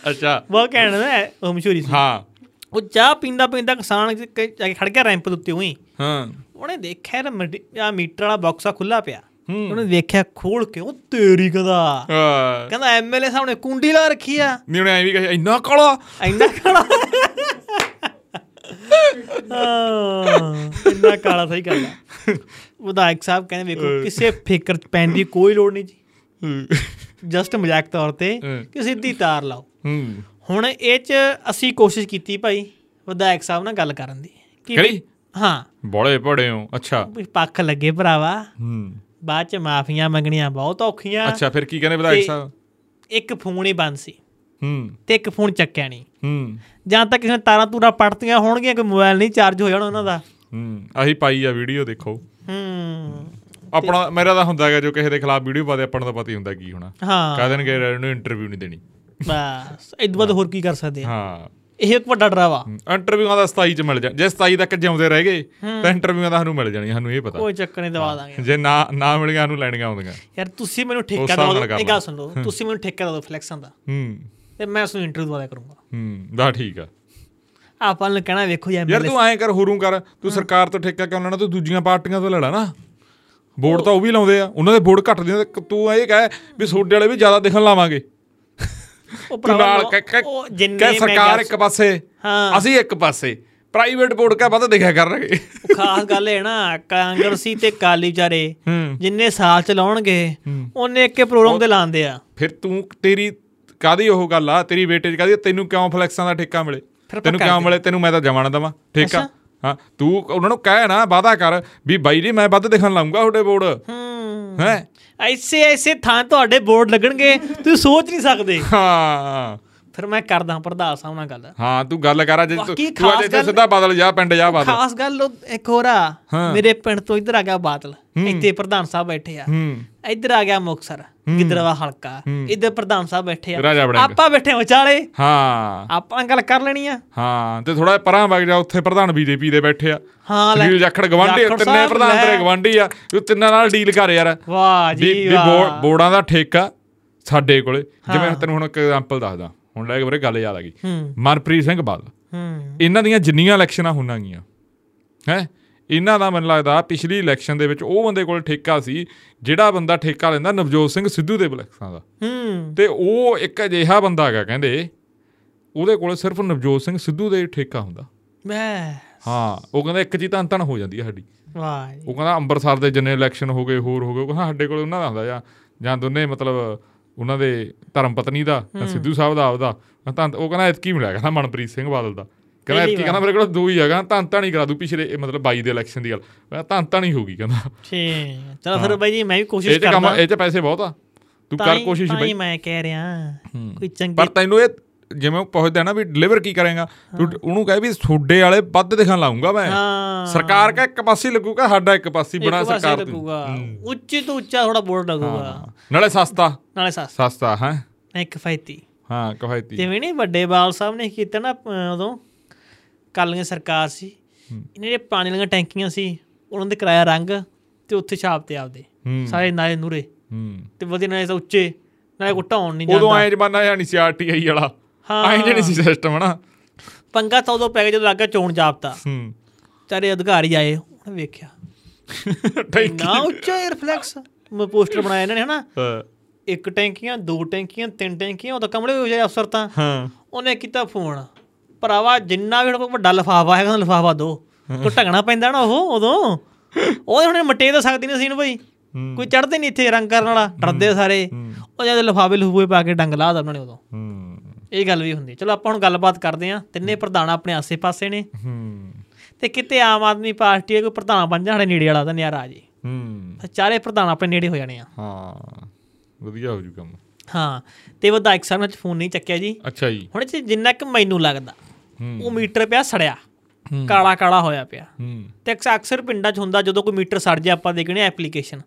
ਅੱਛਾ
ਬਹੁਤ ਕਹਿਣਾ ਨਾ ਉਹ ਮਸ਼ਹੂਰੀ ਸੀ
ਹਾਂ
ਉਹ ਚਾਹ ਪੀਂਦਾ ਪੀਂਦਾ ਕਿਸਾਨ ਜਾ ਕੇ ਖੜ ਗਿਆ ਰੈਂਪ ਦੇ ਉੱਤੇ ਉਹੀ
ਹਾਂ
ਉਹਨੇ ਦੇਖਿਆ ਨਾ ਮੀਟ- ਆਹ ਮੀਟਰ ਵਾਲਾ ਬਾਕਸ ਆ ਖੁੱਲਾ ਪਿਆ
ਹੂੰ।
ਉਹਨੇ ਦੇਖਿਆ ਖੋਲ ਕੇ ਉਹ ਤੇਰੀ ਕਹਿੰਦਾ
ਆ,
ਕਹਿੰਦਾ ਐਮਐਲਏ ਸਾਹਮਣੇ ਕੁੰਡੀ ਲਾ ਰੱਖੀ ਆ
ਨਹੀਂ ਉਹਨੇ ਐਂ ਵੀ ਕਹੇ ਇੰਨਾ ਕਾਲਾ
ਇੰਨਾ ਕਾਲਾ ਹਾਂ, ਇੰਨਾ ਕਾਲਾ ਸਹੀ ਗੱਲ ਆ ਵਿਧਾਇਕ ਸਾਹਿਬ ਕਹਿੰਦੇ ਵੇਖੋ ਕਿਸੇ ਫਿਕਰ ਚ ਪੈਣ ਦੀ ਕੋਈ ਲੋੜ ਨਹੀਂ ਜੀ
ਹੂੰ।
ਜਸਟ ਮਜ਼ਾਕ ਤੌਰ ਤੇ
ਹਾਂ।
ਕਿ ਸਿੱਧੀ ਤਾਰ ਲਾਓ
ਹੂੰ
ਹੁਣ ਇਹ ਚ ਅਸੀਂ ਕੋਸ਼ਿਸ਼ ਕੀਤੀ ਭਾਈ ਵਿਧਾਇਕ ਸਾਹਿਬ ਨਾਲ ਗੱਲ ਕਰਨ ਦੀ ਕਿ
ਕਿਹੜੀ?
ਹਾਂ
ਬੋਲੇ ਪੜੇ ਹੋ ਅੱਛਾ
ਵੀ ਪੱਖ ਲੱਗੇ ਭਰਾਵਾ
ਹੂੰ
ਬਾਅਦ ਚ ਮਾਫੀਆਂ ਮੰਗਣੀਆਂ ਬਹੁਤ ਔਖੀਆਂ
ਅੱਛਾ ਫਿਰ ਕੀ ਕਹਿੰਦੇ ਵਿਧਾਇਕ
ਤੇ-
ਸਾਹਿਬ
ਇੱਕ ਫੋਨ ਹੀ ਬੰਦ ਸੀ
ਹੂੰ
ਤੇ ਇੱਕ ਫੋਨ ਚੱਕਿਆ ਨਹੀਂ
ਹੂੰ
ਜਾਂ ਤਾਂ ਕਿਸੇ ਨੇ ਤਾਰਾਂ ਤੂਰਾਂ ਪੜਤੀਆਂ ਹੋਣਗੀਆਂ ਕੋਈ ਮੋਬਾਈਲ ਨਹੀਂ ਚਾਰਜ ਹੋ ਜਾਣਾ ਉਹਨਾਂ ਦਾ
ਹੂੰ ਆਹੀ ਪਾਈ ਆ ਵੀਡੀਓ ਦੇਖੋ
ਹੂੰ
ਆਪਣਾ ਮੇਰਾ ਤਾਂ ਹੁੰਦਾ ਹੈਗਾ ਜੋ ਕਿਸੇ ਦੇ ਖਿਲਾਫ ਵੀਡੀਓ ਪਾਦੇ ਆਪਣਾ ਤਾਂ ਪਤਾ ਹੀ ਹੁੰਦਾ ਕੀ ਹੋਣਾ
ਹਾਂ
ਕਹਿ ਦੇਣਗੇ ਇਹਨੂੰ ਇੰਟਰਵਿਊ ਨਹੀਂ ਦੇਣੀ
ਬਸ ਇਦੋਂ ਬਾਅਦ ਹੋਰ ਕੀ ਕਰ ਸਕਦੇ ਆ
ਹਾਂ
ਇਹ ਇੱਕ ਵੱਡਾ ਡਰਾਵਾ
ਇੰਟਰਵਿਊਆਂ ਦਾ 27 ਚ ਮਿਲ ਜਾ ਜੇ 27 ਤੱਕ ਜਿਉਂਦੇ ਰਹਿ ਗਏ ਤਾਂ ਇੰਟਰਵਿਊਆਂ ਦਾ ਸਾਨੂੰ ਮਿਲ ਜਾਣੀਆਂ ਸਾਨੂੰ ਇਹ ਪਤਾ
ਕੋਈ ਚੱਕਰ ਨਹੀਂ ਦਵਾ ਦਾਂਗੇ
ਜੇ ਨਾ ਨਾ ਮਿਲੀਆਂ ਸਾਨੂੰ ਲੈਣੀਆਂ ਆਉਂਦੀਆਂ
ਯਾਰ ਤੁਸੀਂ ਮੈਨੂੰ
ਉਸ
ਠੇਕਾ
ਹਿਸਾਬ ਨਾਲ
ਦਿਓ
ਕਰ
ਇਹ ਗੱਲ
ਲਓ।
ਸੁਣ ਲਓ ਤੁਸੀਂ ਮੈਨੂੰ ਠੇਕਾ ਦਿਓ ਫਲੈਕਸਾਂ ਦਾ
ਹੂੰ
ਤੇ ਮੈਂ ਉਸ ਨੂੰ ਇੰਟਰਵਿਊ ਦਵਾ ਦਿਆ ਕਰੂੰਗਾ
ਹੂੰ ਦਾ ਠੀਕ ਆ
ਆਪਾਂ ਨੂੰ ਕਹਿਣਾ ਵੇਖੋ ਯਾਰ
ਯਾਰ ਤੂੰ ਐਂ ਕਰ ਹੋਰੂ ਕਰ ਤੂੰ ਸਰਕਾਰ ਤੋਂ ਠੇਕਾ ਕਿਉਂ ਲੈਣਾ ਤੂੰ ਦੂਜੀਆਂ ਪਾਰਟੀਆਂ ਤੋਂ ਲੈ ਲੈ ਨਾ ਵੋਟ ਤਾਂ ਉਹ ਵੀ ਲਾਉਂਦੇ ਆ ਉਹਨਾਂ ਦੇ ਵੋਟ ਘੱਟ ਦਿੰਦੇ ਆ। ਤੂੰ ਇਹ ਕਹਿ ਵੀ ਸੋਡੇ ਵਾਲੇ ਵੀ ਜ਼ਿਆਦਾ ਦਿਖਣ ਲਾਵਾਂਗੇ
ਉਹ
ਤੂੰ
ਭਰਾਵਾ
ਨਾਲ
ਲੋ-
ਕਹਿ ਕਹਿ-
ਉਹ ਜਿੰਨੇ
ਕਹਿ
ਮੈਂ
ਸਰਕਾਰ
ਗੱਲ-
ਇੱਕ ਪਾਸੇ
ਹਾਂ।
ਅਸੀਂ ਇੱਕ ਪਾਸੇ ਪ੍ਰਾਈਵੇਟ ਵੋਟ ਕਾ ਵੱਧ ਦਿਖਿਆ ਕਰਨਗੇ
ਉਹ ਖਾਸ ਗੱਲ ਇਹ ਨਾ ਕਾਂਗਰਸੀ ਤੇ ਕਾਲੀ ਚਾਰੇ
ਹੂੰ
ਜਿੰਨੇ ਸਾਲ ਚਲਾਉਣਗੇ ਉਹਨੇ ਇੱਕੇ ਪ੍ਰੋਗਰਾਮ ਤੇ ਲਾਉਂਦੇ ਆ
ਫਿਰ ਤੂੰ ਤੇਰੀ ਕਾਦੀ ਉਹ ਗੱਲ ਆ ਤੇਰੀ ਵੇਟੇਜ ਕਾਦੀ ਤੈਨੂੰ ਕਿਉਂ ਫਲੈਕਸਾਂ ਦਾ ਠੇਕਾ ਮਿਲੇ
ਫਿਰ ਆਪਾਂ
ਤੈਨੂੰ
ਕਰ
ਕਿਉਂ
ਦੇ।
ਮਿਲੇ ਤੈਨੂੰ ਮੈਂ ਤਾਂ ਜਮਾਣਾ ਦਵਾਂ ਠੇਕਾ
ਅੱਛਾ।
ਹਾਂ ਤੂੰ ਉਹਨਾਂ ਨੂੰ ਕਹਿ ਨਾ ਵਾਦਾ ਕਰ ਵੀ ਬਾਈ ਜੀ ਮੈਂ ਵੱਧ ਦਿਖਣ ਲਾਉਂਗਾ ਤੁਹਾਡੇ ਵੋਟ
ਹੂੰ
ਹੈ
ਐਸੇ ਐਸੇ ਥਾਂ ਤੁਹਾਡੇ ਬੋਰਡ ਲੱਗਣਗੇ ਤੁਸੀਂ ਸੋਚ ਨਹੀਂ ਸਕਦੇ
ਹਾਂ
ਫਿਰ ਮੈਂ ਕਰਦਾ ਪ੍ਰਧਾਨ ਸਾਹਿਬ ਨਾਲ ਗੱਲ
ਹਾਂ ਤੂੰ ਗੱਲ ਕਰ ਅੱਜ ਤੂੰ
ਬਾਕੀ
ਤੂੰ ਅੱਜ
ਖਾਸ
ਇੱਥੇ
ਗੱਲ-
ਸਿੱਧਾ ਬਦਲ ਜਾ ਪਿੰਡ ਜਾ ਬਦਲ
ਖਾਸ ਗੱਲ ਉਹ ਇੱਕ ਹੋਰ ਆ
ਹਾਂ।
ਮੇਰੇ ਪਿੰਡ ਤੋਂ ਇੱਧਰ ਆ ਗਿਆ ਬਾਦਲ ਇੱਥੇ ਪ੍ਰਧਾਨ ਸਾਹਿਬ ਬੈਠੇ ਆ
ਹੂੰ
ਇੱਧਰ ਆ ਗਿਆ ਮੁਕਸਰ ਗਿੱਦੜਵਾ ਹਲਕਾ ਇੱਧਰ ਪ੍ਰਧਾਨ ਸਾਹਿਬ ਬੈਠੇ
ਰਾਜਾ
ਆ
ਵੜਿੰਗ।
ਆਪਾਂ ਬੈਠੇ ਹਾਂ ਵਿਚਾਲੇ
ਹਾਂ
ਆਪਾਂ ਗੱਲ ਕਰ ਲੈਣੀ ਆ
ਹਾਂ ਤੇ ਥੋੜਾ ਪਰਾਂ ਵਗ ਜਾ ਉੱਥੇ ਪ੍ਰਧਾਨ ਬੀਜੇਪੀ ਦੇ ਬੈਠੇ ਆ
ਹਾਂ ਲੈ।
ਸੁਨੀਲ ਜਾਖੜ ਗਵਾਂਢੀ
ਜਾਖੜ
ਤਿੰਨੇ
ਸਾਹਿਬ
ਪ੍ਰਧਾਨ
ਲੈ।
ਤੇਰੇ ਗਵਾਂਢੀ ਆ ਉਹ ਤਿੰਨਾਂ ਨਾਲ ਡੀਲ ਕਰ ਯਾਰ
ਵਾਹ
ਵੀ
ਜੀ
ਵੀ ਬੋ-
ਵਾਹ
ਬੋਰਡਾਂ ਦਾ ਠੇਕਾ ਸਾਡੇ ਕੋਲੇ ਜਿਵੇਂ ਤੈਨੂੰ ਹੁਣ ਇੱਕ ਐਗਜ਼ਾਮਪਲ ਦੱਸਦਾ ਹੁਣ ਲੈ ਕੇ ਵੀਰੇ ਗੱਲ ਯਾਦ ਆ ਗਈ
ਹੂੰ।
ਮਨਪ੍ਰੀਤ ਸਿੰਘ ਬਾਦਲ
ਹੂੰ
ਇਹਨਾਂ ਦੀਆਂ ਜਿੰਨੀਆਂ ਇਲੈਕਸ਼ਨਾਂ ਹੋਣਗੀਆਂ ਹੈ ਇਹਨਾਂ ਦਾ ਮੈਨੂੰ ਲੱਗਦਾ ਪਿਛਲੀ ਇਲੈਕਸ਼ਨ ਦੇ ਵਿੱਚ ਉਹ ਬੰਦੇ ਕੋਲ ਠੇਕਾ ਸੀ ਜਿਹੜਾ ਬੰਦਾ ਠੇਕਾ ਲੈਂਦਾ ਨਵਜੋਤ ਸਿੰਘ ਸਿੱਧੂ ਦੇ ਬਲਕਸਾਂ ਦਾ
ਹੂੰ
ਤੇ ਉਹ ਇੱਕ ਅਜਿਹਾ ਬੰਦਾ ਹੈਗਾ ਕਹਿੰਦੇ ਉਹਦੇ ਕੋਲ ਸਿਰਫ ਨਵਜੋਤ ਸਿੰਘ ਸਿੱਧੂ ਦੇ ਠੇਕਾ ਹੁੰਦਾ
ਮੈਂ
ਹਾਂ ਉਹ ਕਹਿੰਦਾ ਇੱਕ ਜੀ ਤਾਂ ਤਣ ਹੋ ਜਾਂਦੀ ਹੈ ਸਾਡੀ
ਵਾਹ ਜੀ
ਉਹ ਕਹਿੰਦਾ ਅੰਮ੍ਰਿਤਸਰ ਦੇ ਜਿੰਨੇ ਇਲੈਕਸ਼ਨ ਹੋ ਗਏ ਹੋਰ ਹੋ ਗਏ ਉਹ ਕਹਿੰਦਾ ਸਾਡੇ ਕੋਲ ਉਹਨਾਂ ਦਾ ਹੁੰਦਾ ਜਾਂ ਜਾਂ ਦੋਨੇ ਮਤਲਬ ਉਹਨਾਂ ਦੇ ਧਰਮ ਪਤਨੀ ਦਾ ਜਾਂ ਸਿੱਧੂ ਸਾਹਿਬ ਦਾ ਆਪਦਾ ਮੈਂ ਤਾਂ ਉਹ ਕਹਿੰਦਾ ਇਤਕੀ ਮਿਲਿਆ ਕਹਿੰਦਾ ਮਨਪ੍ਰੀਤ ਸਿੰਘ ਬਾਦਲ ਦਾ ਕਹਿੰਦਾ
ਪਹਿਲੀ
ਇਤਕੀ ਕਹਿੰਦਾ ਮੇਰੇ ਕੋਲ ਦੋ ਹੀ ਹੈਗਾ ਤਾਂ ਤਾਂ ਨਹੀਂ ਕਰਾ ਦੂ ਪਿਛਲੇ ਇਹ ਮਤਲਬ 22 ਦੇ ਇਲੈਕਸ਼ਨ ਦੀ ਗੱਲ ਮੈਂ ਤਾਂ ਤਾਂ ਨਹੀਂ ਹੋਗੀ ਕਹਿੰਦਾ
ਠੀਕ ਚਲੋ ਫਿਰ ਬਾਈ ਜੀ ਮੈਂ ਵੀ
ਇਹ
ਕੋਸ਼ਿਸ਼
ਚ ਕੰਮ
ਕਰਦਾ
ਇਹ ਚ ਪੈਸੇ ਬਹੁਤ ਆ ਤੂੰ ਕਰ
ਹੀ-
ਕੋਸ਼ਿਸ਼
ਤਾਂ ਹੀ
ਬਈ
ਮੈਂ ਕਹਿ ਰਿਹਾ ਕੋਈ ਚੰਗੀ
ਪਰ ਤੈਨੂੰ ਇਹ ਜਿਵੇਂ ਉਹ ਪਹੁੰਚਦਾ ਨਾ ਵੀ ਡਿਲੀਵਰ ਕੀ ਕਰੇਗਾ ਤੂੰ ਉਹਨੂੰ ਕਹੇ ਵੀ ਤੁਹਾਡੇ ਵਾਲੇ ਵੱਧ ਦਿਖਾਣ ਲਾਉਂਗਾ ਮੈਂ
ਹਾਂ
ਸਰਕਾਰ ਕਾ ਇੱਕ ਪਾਸੇ ਲੱਗੂਗਾ ਸਾਡਾ ਇੱਕ ਪਾਸੇ
ਇੱਕ
ਬਣਾ
ਪਾਸੇ
ਸਰਕਾਰ ਦੀ।
ਲੱਗੂਗਾ ਉੱਚੇ ਤੋਂ ਉੱਚਾ ਥੋੜਾ ਬੋਰਡ ਲੱਗੂਗਾ
ਨਾਲੇ ਸਸਤਾ
ਨਾਲੇ ਸਸਤਾ
ਸਸਤਾ ਹੈ
ਨਹੀਂ ਕਿਫਾਇਤੀ
ਹਾਂ ਕਹਾਇਤੀ
ਜਿਵੇਂ ਨਹੀਂ ਵੱਡੇ ਬਾਲ ਸਾਹਿਬ ਨੇ ਕੀਤਾ ਨਾ ਅਹ, ਉਦੋਂ ਕਾਲੀਆਂ ਸਰਕਾਰ ਸੀ ਇਹਨਾਂ ਦੇ ਪਾਣੀ ਵਾਲੀਆਂ ਟੈਂਕੀਆਂ ਸੀ ਉਹਨਾਂ ਦੇ ਕਿਰਾਇਆ ਰੰਗ ਤੇ ਉੱਥੇ ਛਾਪ ਤੇ ਆਪਦੇ
ਹੂੰ।
ਸਾਰੇ ਨਾਲੇ ਨੂਰੇ
ਹੂੰ
ਤੇ ਵਧੀਆ ਨਾਲੇ ਤਾਂ ਉੱਚੇ ਨਾਲੇ ਕੋਈ ਢਾਉਣ ਨਹੀਂ
ਉਦੋਂ
ਜਾਂਦਾ
ਐਂ ਜਮਾਨਾ ਜਾਂ ਨਹੀਂ ਸੀ ਆਰਟੀਆਈ ਵਾਲਾ
ਹਾਂ।
ਐਂ ਜਿਹੜੀ ਸੀ ਸਿਸਟਮ ਹਨਾ
ਪੰਗਾ ਤਾਂ ਉਦੋਂ ਪੈ ਗਿਆ ਜਦੋਂ ਲੱਗਾ ਚੋਣ ਜਾਪਤਾ
ਹੂੰ
ਚਾਰੇ ਅਧਿਕਾਰੀ ਆਏ ਉਹਨੇ ਵੇਖਿਆ
ਠੀਕ
ਨਾ ਉੱਚਾ 에ਅਰਫਲੈਕਸ ਮੈਂ ਪੋਸਟਰ ਬਣਾਇਆ ਇਹਨਾਂ ਨੇ ਹਨਾ
ਹਾਂ,
ਇੱਕ ਟੈਂਕੀਆਂ ਦੋ ਟੈਂਕੀਆਂ ਤਿੰਨ ਟੈਂਕੀਆਂ ਉਹ ਤਾਂ ਕਮਲੇ ਹੋ ਜਾਏ ਅਫਸਰ ਤਾਂ
ਹਾਂ
ਉਹਨੇ ਕੀਤਾ ਫੋਨ ਭਰਾਵਾ ਜਿੰਨਾ ਵੀ ਹੁਣ ਕੋਈ ਵੱਡਾ ਲਫਾਫਾ ਹੈਗਾ ਉਹਨੂੰ ਲਫਾਫਾ ਦੋ ਕੋ ਢਕਣਾ ਪੈਂਦਾ ਨਾ ਉਹ ਉਦੋਂ ਉਹ ਹੁਣ ਮਟੇ ਤਾਂ ਸਕਦੀ ਨਹੀਂ ਸੀ ਨਾ ਭਾਈ ਕੋਈ ਚੜਦੇ ਨਹੀਂ ਇੱਥੇ ਰੰਗ ਕਰਨ ਵਾਲਾ ਡਰਦੇ ਸਾਰੇ ਉਹ ਜਦ ਲਫਾਫੇ ਲਫੂਏ ਪਾ ਕੇ ਡੰਗ ਲਾਹ ਦਿੱਤਾ ਉਹਨਾਂ ਨੇ ਉਦੋਂ
ਹੂੰ
ਇਹ ਗੱਲ ਵੀ ਹੁੰਦੀ ਹੈ। ਚਲੋ ਆਪਾਂ ਹੁਣ ਗੱਲਬਾਤ ਕਰਦੇ ਹਾਂ ਤਿੰਨੇ ਪ੍ਰਧਾਨ ਆਪਣੇ ਆਸੇ-ਪਾਸੇ ਨੇ
ਹੂੰ
ਤੇ ਕਿਤੇ ਆਮ ਆਦਮੀ ਪਾਰਟੀ ਹੈ ਕੋਈ ਪ੍ਰਧਾਨ ਬਣ ਜਾ ਸਾਡੇ ਨੇੜੇ ਵਾਲਾ ਤਾਂ ਨਿਆਰਾ ਆ ਜੇ
ਹੂੰ
ਤਾਂ ਚਾਰੇ ਪ੍ਰਧਾਨ ਆਪਣੇ ਨੇੜੇ ਹੋ ਜਾਣੇ ਆ
ਹਾਂ ਵਧੀਆ ਹੋ ਜੂ ਕੰਮ
ਹਾਂ ਤੇ ਵਿਧਾਇਕ ਸਾਹਿਬ ਨੇ ਅੱਜ ਫੋਨ ਨਹੀਂ ਚੱਕਿਆ ਜੀ
ਅੱਛਾ ਜੀ
ਹੁਣ ਇਹ 'ਚ ਜਿੰਨਾ ਕਿ ਮੈਨੂੰ ਲੱਗਦਾ
ਹੂੰ।
ਉਹ ਮੀਟਰ ਪਿਆ ਸੜਿਆ ਕਾਲਾ ਕਾਲਾ ਹੋਇਆ ਪਿਆ
ਹੂੰ
ਤੇ ਅਕਸ- ਅਕਸਰ ਪਿੰਡਾਂ 'ਚ ਹੁੰਦਾ ਜਦੋਂ ਕੋਈ ਮੀਟਰ ਸੜ ਜੇ ਆਪਾਂ ਦੇਖਣੇ ਐਪਲੀਕੇਸ਼ਨ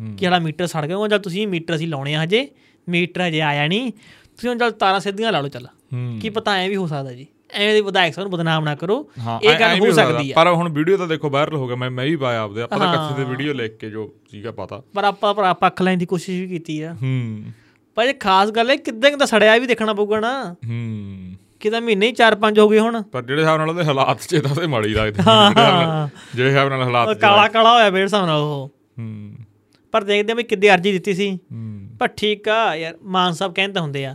ਹੂੰ।
ਕਿ ਜਿਹੜਾ ਮੀਟਰ ਸੜ ਗਿਆ ਉਹ ਜਦ ਤੁਸੀਂ ਮੀਟਰ ਅਸੀਂ ਲਾਉਣੇ ਆ ਹਜੇ ਮੀਟਰ ਹਜੇ ਆਇਆ ਨਹੀਂ ਤੁਸੀਂ ਹੁਣ ਜਦ ਤਾਰਾਂ ਸਿੱਧੀਆਂ ਲਾ ਲਓ ਚੱਲ
ਹੂੰ
ਕੀ ਪਤਾ ਐ ਵੀ ਹੋ ਸਕਦਾ ਜੀ ਐਵੇਂ ਦੇ ਵਿਧਾਇਕ ਸਾਹਿਬ ਨੂੰ ਬਦਨਾਮ ਨਾ ਕਰੋ
ਹਾਂ
ਇਹ
ਐਂ- ਐਂ
ਗੱਲ
ਵੀ
ਹੋ ਸਕਦੀ ਆ
ਪਰ ਹੁਣ ਵੀਡੀਓ ਤਾਂ ਦੇਖੋ ਵਾਇਰਲ ਹੋ ਗਿਆ ਮੈਂ ਮੈਂ ਵੀ ਪਾਇਆ ਆਪਦੇ ਆਪਾਂ ਤਾਂ ਕੱਚੇ ਤੇ ਵੀਡੀਓ ਲਿਖ ਕੇ ਜੋ ਸੀਗਾ ਪਤਾ
ਪਰ ਆਪਾਂ ਭਰਾ ਪੱਖ ਲੈਣ ਦੀ ਕੋਸ਼ਿਸ਼ ਵੀ ਕੀਤੀ ਆ
ਹੂੰ
ਪਰ ਇਹ ਖਾਸ ਗੱਲ ਹੈ ਕਿੱਦਾਂ ਕਿ ਤਾਂ ਸੜਿਆ ਵੀ ਦੇਖਣਾ ਪਊਗਾ ਨਾ
ਹੂੰ
ਕਿਤਾ ਮਹੀਨੇ ਹੀ 4-5 ਹੋ ਗਏ ਹੁਣ
ਪਰ ਜਿਹੜੇ ਹਿਸਾਬ ਨਾਲ ਉਹਦੇ ਹਾਲਾਤ ਚ ਤਾਂ ਤੇ ਮਾੜੀ ਲੱਗਦੇ ਨੇ।
ਹਾਂ।
ਜਿਹੜੇ ਹਿਸਾਬ ਨਾਲ- ਜਿਹੜੇ ਹਿਸਾਬ ਨਾਲ ਹਾਲਾਤ ਚ
ਕਾਲਾ ਕਾਲਾ ਹੋਇਆ ਬੇੜ ਹਿਸਾਬ ਨਾਲ ਉਹ
ਹੂੰ
ਪਰ ਦੇਖਦੇ ਆ ਵੀ ਕਿੱਦੇ ਅਰਜੀ ਦਿੱਤੀ ਸੀ
ਹੂੰ
ਪਰ ਠੀਕ ਆ ਯਾਰ ਮਾਨ ਸਾਹਿਬ ਕਹਿੰਦੇ ਹੁੰਦੇ ਆ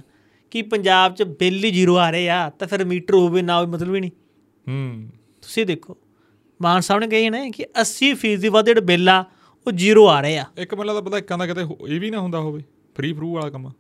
ਕਿ ਪੰਜਾਬ 'ਚ ਬਿੱਲ ਹੀ ਜ਼ੀਰੋ ਆ ਰਹੇ ਆ ਤਾਂ ਫਿਰ ਮੀਟਰ ਹੋਵੇ ਨਾ ਹੋਵੇ ਮਤਲਬ ਹੀ ਨਹੀਂ
ਹੂੰ
ਤੁਸੀਂ ਦੇਖੋ ਮਾਨ ਸਾਹਿਬ ਨੇ ਕਹੀ ਨਾ ਕਿ 80% ਦੀ ਵੱਧ ਜਿਹੜੇ ਬਿੱਲ ਆ ਉਹ ਜ਼ੀਰੋ ਆ ਰਹੇ ਆ
ਇੱਕ ਮਤਲਬ ਦਾ ਪਤਾ ਇੱਕਾਂ ਦਾ ਕਿਤੇ ਹੋ- ਇਹ ਵੀ ਨਾ ਹੁੰਦਾ ਹੋਵੇ ਫ੍ਰੀ ਫਰੂ ਵਾਲਾ ਕੰਮ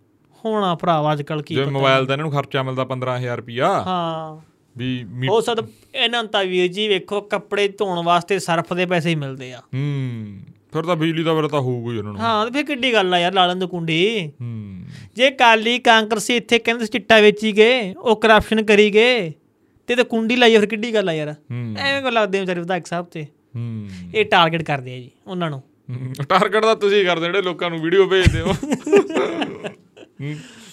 ਹੋਣਾ ਭਰਾਵਾ ਅੱਜ ਕੱਲ ਕੀ
ਜਿਵੇਂ
ਪਤਾ।
ਮੋਬਾਈਲ ਦਾ ਇਹਨਾਂ ਨੂੰ ਖਰਚਾ ਮਿਲਦਾ 15000 ਰੁਪਿਆ
ਹਾਂ
ਵੀ ਮੀ-
ਹੋ ਸਕਦਾ ਇਹਨਾਂ ਨੂੰ ਤਾਂ ਵੀਰ ਜੀ ਵੇਖੋ ਕੱਪੜੇ ਧੋਣ ਵਾਸਤੇ ਸਰਫ ਦੇ ਪੈਸੇ ਹੀ ਮਿਲਦੇ ਆ
ਹੂੰ ਫਿਰ ਤਾਂ ਬਿਜਲੀ ਦਾ ਬਿੱਲ ਤਾਂ ਹੋਊਗਾ ਹੀ ਉਹਨਾਂ ਨੂੰ
ਹਾਂ ਤੇ ਫਿਰ ਕਿੱਡੀ ਗੱਲ ਆ ਯਾਰ ਲਾਲਨ ਦੀ ਕੁੰਡੀ
ਹੂੰ
ਜੇ ਕਾਲੀ ਕਾਂਗਰਸ ਸੀ ਇੱਥੇ ਕਹਿੰਦੇ ਸੀ ਚਿੱਟਾ ਵੇਚੀ ਗਏ ਉਹ ਕਰਪਸ਼ਨ ਕਰੀ ਗਏ ਤੇ ਤੇ ਕੁੰਡੀ ਲਾਈ ਆ, ਫਿਰ ਕਿੱਡੀ ਗੱਲ ਆ ਯਾਰ
ਹੂੰ।
ਐਵੇਂ ਕੋ ਲੱਗਦੇ ਆ ਵਿਚਾਰੇ ਵਿਧਾਇਕ ਸਾਹਿਬ ਤੇ
ਹੂੰ
ਇਹ ਟਾਰਗੇਟ ਕਰਦੇ ਆ ਜੀ ਉਹਨਾਂ ਨੂੰ
ਟਾਰਗੇਟ ਦਾ ਤੁਸੀਂ ਕਰਦੇ ਜਿਹੜੇ ਲੋਕਾਂ ਨੂੰ ਵੀਡੀਓ ਭੇਜਦੇ ਹੋ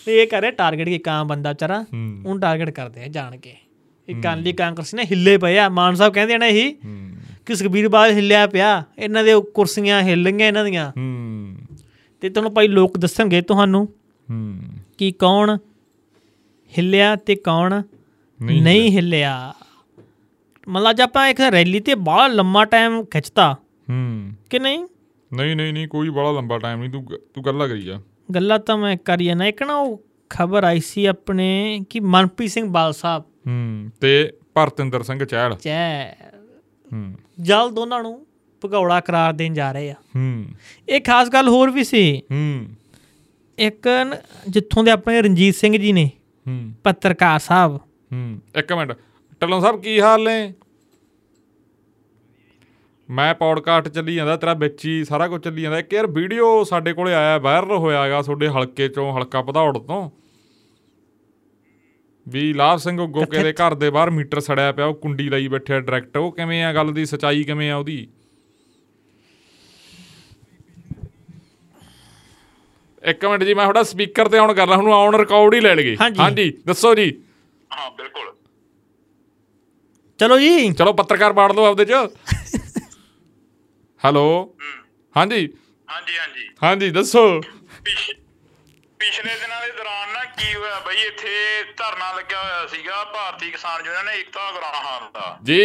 ਤੇ ਇਹ ਕਰੇ ਟਾਰਗੇਟ ਇੱਕ ਆਮ ਬੰਦਾ ਵਿਚਾਰਾ
ਹੂੰ।
ਉਹਨੂੰ ਟਾਰਗੇਟ ਕਰਦੇ ਆ ਜਾਣ ਕੇ ਇਹ ਕਾਲੀ ਕਾਂਗਰਸ ਨੇ ਹਿੱਲੇ ਪਏ ਆ ਮਾਨ ਸਾਹਿਬ ਕਹਿੰਦੇ ਨੇ ਇਹੀ
ਹੂੰ
ਕਿ ਸੁਖਬੀਰ ਬਾਦਲ ਹਿੱਲਿਆ ਪਿਆ ਇਹਨਾਂ ਦੇ ਉਹ ਕੁਰਸੀਆਂ ਹਿੱਲ ਗਈਆਂ ਇਹਨਾਂ ਦੀਆਂ
ਹੂੰ
ਤੇ ਤੁਹਾਨੂੰ ਭਾਈ ਲੋਕ ਦੱਸਣਗੇ ਤੁਹਾਨੂੰ
ਹੂੰ
ਕਿ ਕੌਣ ਹਿੱਲਿਆ ਤੇ ਕੌਣ
ਨਹੀਂ
ਨਹੀਂ ਹਿੱਲਿਆ ਮਤਲਬ ਅੱਜ ਆਪਾਂ ਇੱਕ ਰੈਲੀ ਤੇ ਬੜਾ ਲੰਮਾ ਟਾਈਮ ਖਿੱਚਤਾ
ਹੂੰ
ਕਿ ਨਹੀਂ
ਨਹੀਂ ਨਹੀਂ ਨਹੀਂ ਕੋਈ ਬੜਾ ਲੰਬਾ ਟਾਈਮ ਨਹੀਂ ਤੂੰ ਗ- ਤੂੰ ਗੱਲਾਂ ਕਰੀ ਜਾ
ਗੱਲਾਂ ਤਾਂ ਮੈਂ ਕਰੀ ਨਾ ਇੱਕ ਨਾ ਉਹ ਖਬਰ ਆਈ ਸੀ ਆਪਣੇ ਕਿ ਮਨਪ੍ਰੀਤ ਸਿੰਘ ਬਾਲ ਸਾਹਿਬ
ਹੂੰ ਤੇ ਭਰਤਿੰਦਰ ਸਿੰਘ ਚਹਿਲ
ਜੈ
ਹੂੰ
ਜਲਦ ਉਹਨਾਂ ਨੂੰ ਭਗੌੜਾ ਕਰਾਰ ਦੇਣ ਜਾ ਰਹੇ ਆ
ਹੂੰ
ਇਹ ਖਾਸ ਗੱਲ ਹੋਰ ਵੀ ਸੀ
ਹੂੰ
ਇੱਕ ਨ- ਜਿੱਥੋਂ ਦੇ ਆਪਣੇ ਰਣਜੀਤ ਸਿੰਘ ਜੀ ਨੇ
ਹੂੰ
ਪੱਤਰਕਾਰ ਸਾਹਿਬ
ਹੂੰ ਇੱਕ ਮਿੰਟ ਟੱਲੋਂ ਸਾਹਿਬ ਕੀ ਹਾਲ ਨੇ ਮੈਂ ਪੌਡਕਾਸਟ ਚੱਲੀ ਜਾਂਦਾ ਤੇਰਾ ਵਿੱਚ ਹੀ ਸਾਰਾ ਕੁਝ ਚੱਲੀ ਜਾਂਦਾ ਇੱਕ ਯਾਰ ਵੀਡੀਓ ਸਾਡੇ ਕੋਲੇ ਆਇਆ ਵਾਇਰਲ ਹੋਇਆਗਾ ਤੁਹਾਡੇ ਹਲਕੇ ਚੋਂ ਹਲਕਾ ਪਧੌੜ ਤੋਂ ਵੀ ਲਾਭ ਸਿੰਘ ਗੋਕੇ ਦੇ ਘਰ ਦੇ ਬਾਹਰ ਮੀਟਰ ਸੜਿਆ ਪਿਆ ਉਹ ਕੁੰਡੀ ਲਾਈ ਬੈਠਿਆ ਡਾਇਰੈਕਟ ਉਹ ਕਿਵੇਂ ਆ ਗੱਲ ਦੀ ਸਚਾਈ ਕਿਵੇਂ ਆ ਉਹਦੀ ਇੱਕ ਮਿੰਟ ਜੀ ਮੈਂ ਤੁਹਾਡਾ ਸਪੀਕਰ ਤੇ ਆਨ ਕਰ ਲਾ ਹੁਣ ਆਨ ਰਿਕਾਰਡ ਹੀ ਲੈ ਲਗੇ
ਹਾਂਜੀ।
ਹਾਂਜੀ ਦੱਸੋ ਜੀ
ਹਾਂ ਬਿਲਕੁਲ
ਚਲੋ ਜੀ
ਚਲੋ ਪੱਤਰਕਾਰ ਬਾੜ ਲਓ ਆਪਦੇ ਚ ਹੈਲੋ ਹਾਂਜੀ
ਹਾਂਜੀ ਹਾਂਜੀ
ਹਾਂਜੀ ਦੱਸੋ
ਪਿਛ- ਪਿਛਲੇ ਦਿਨਾਂ ਦੇ ਦੌਰਾਨ ਨਾ ਕੀ ਹੋਇਆ ਬਈ ਇੱਥੇ ਧਰਨਾ ਲੱਗਿਆ ਹੋਇਆ ਸੀਗਾ ਭਾਰਤੀ ਕਿਸਾਨ ਯੂਨੀਅਨ ਨੇ ਏਕਤਾ ਗਰਾਹਾਂ ਦਾ
ਜੀ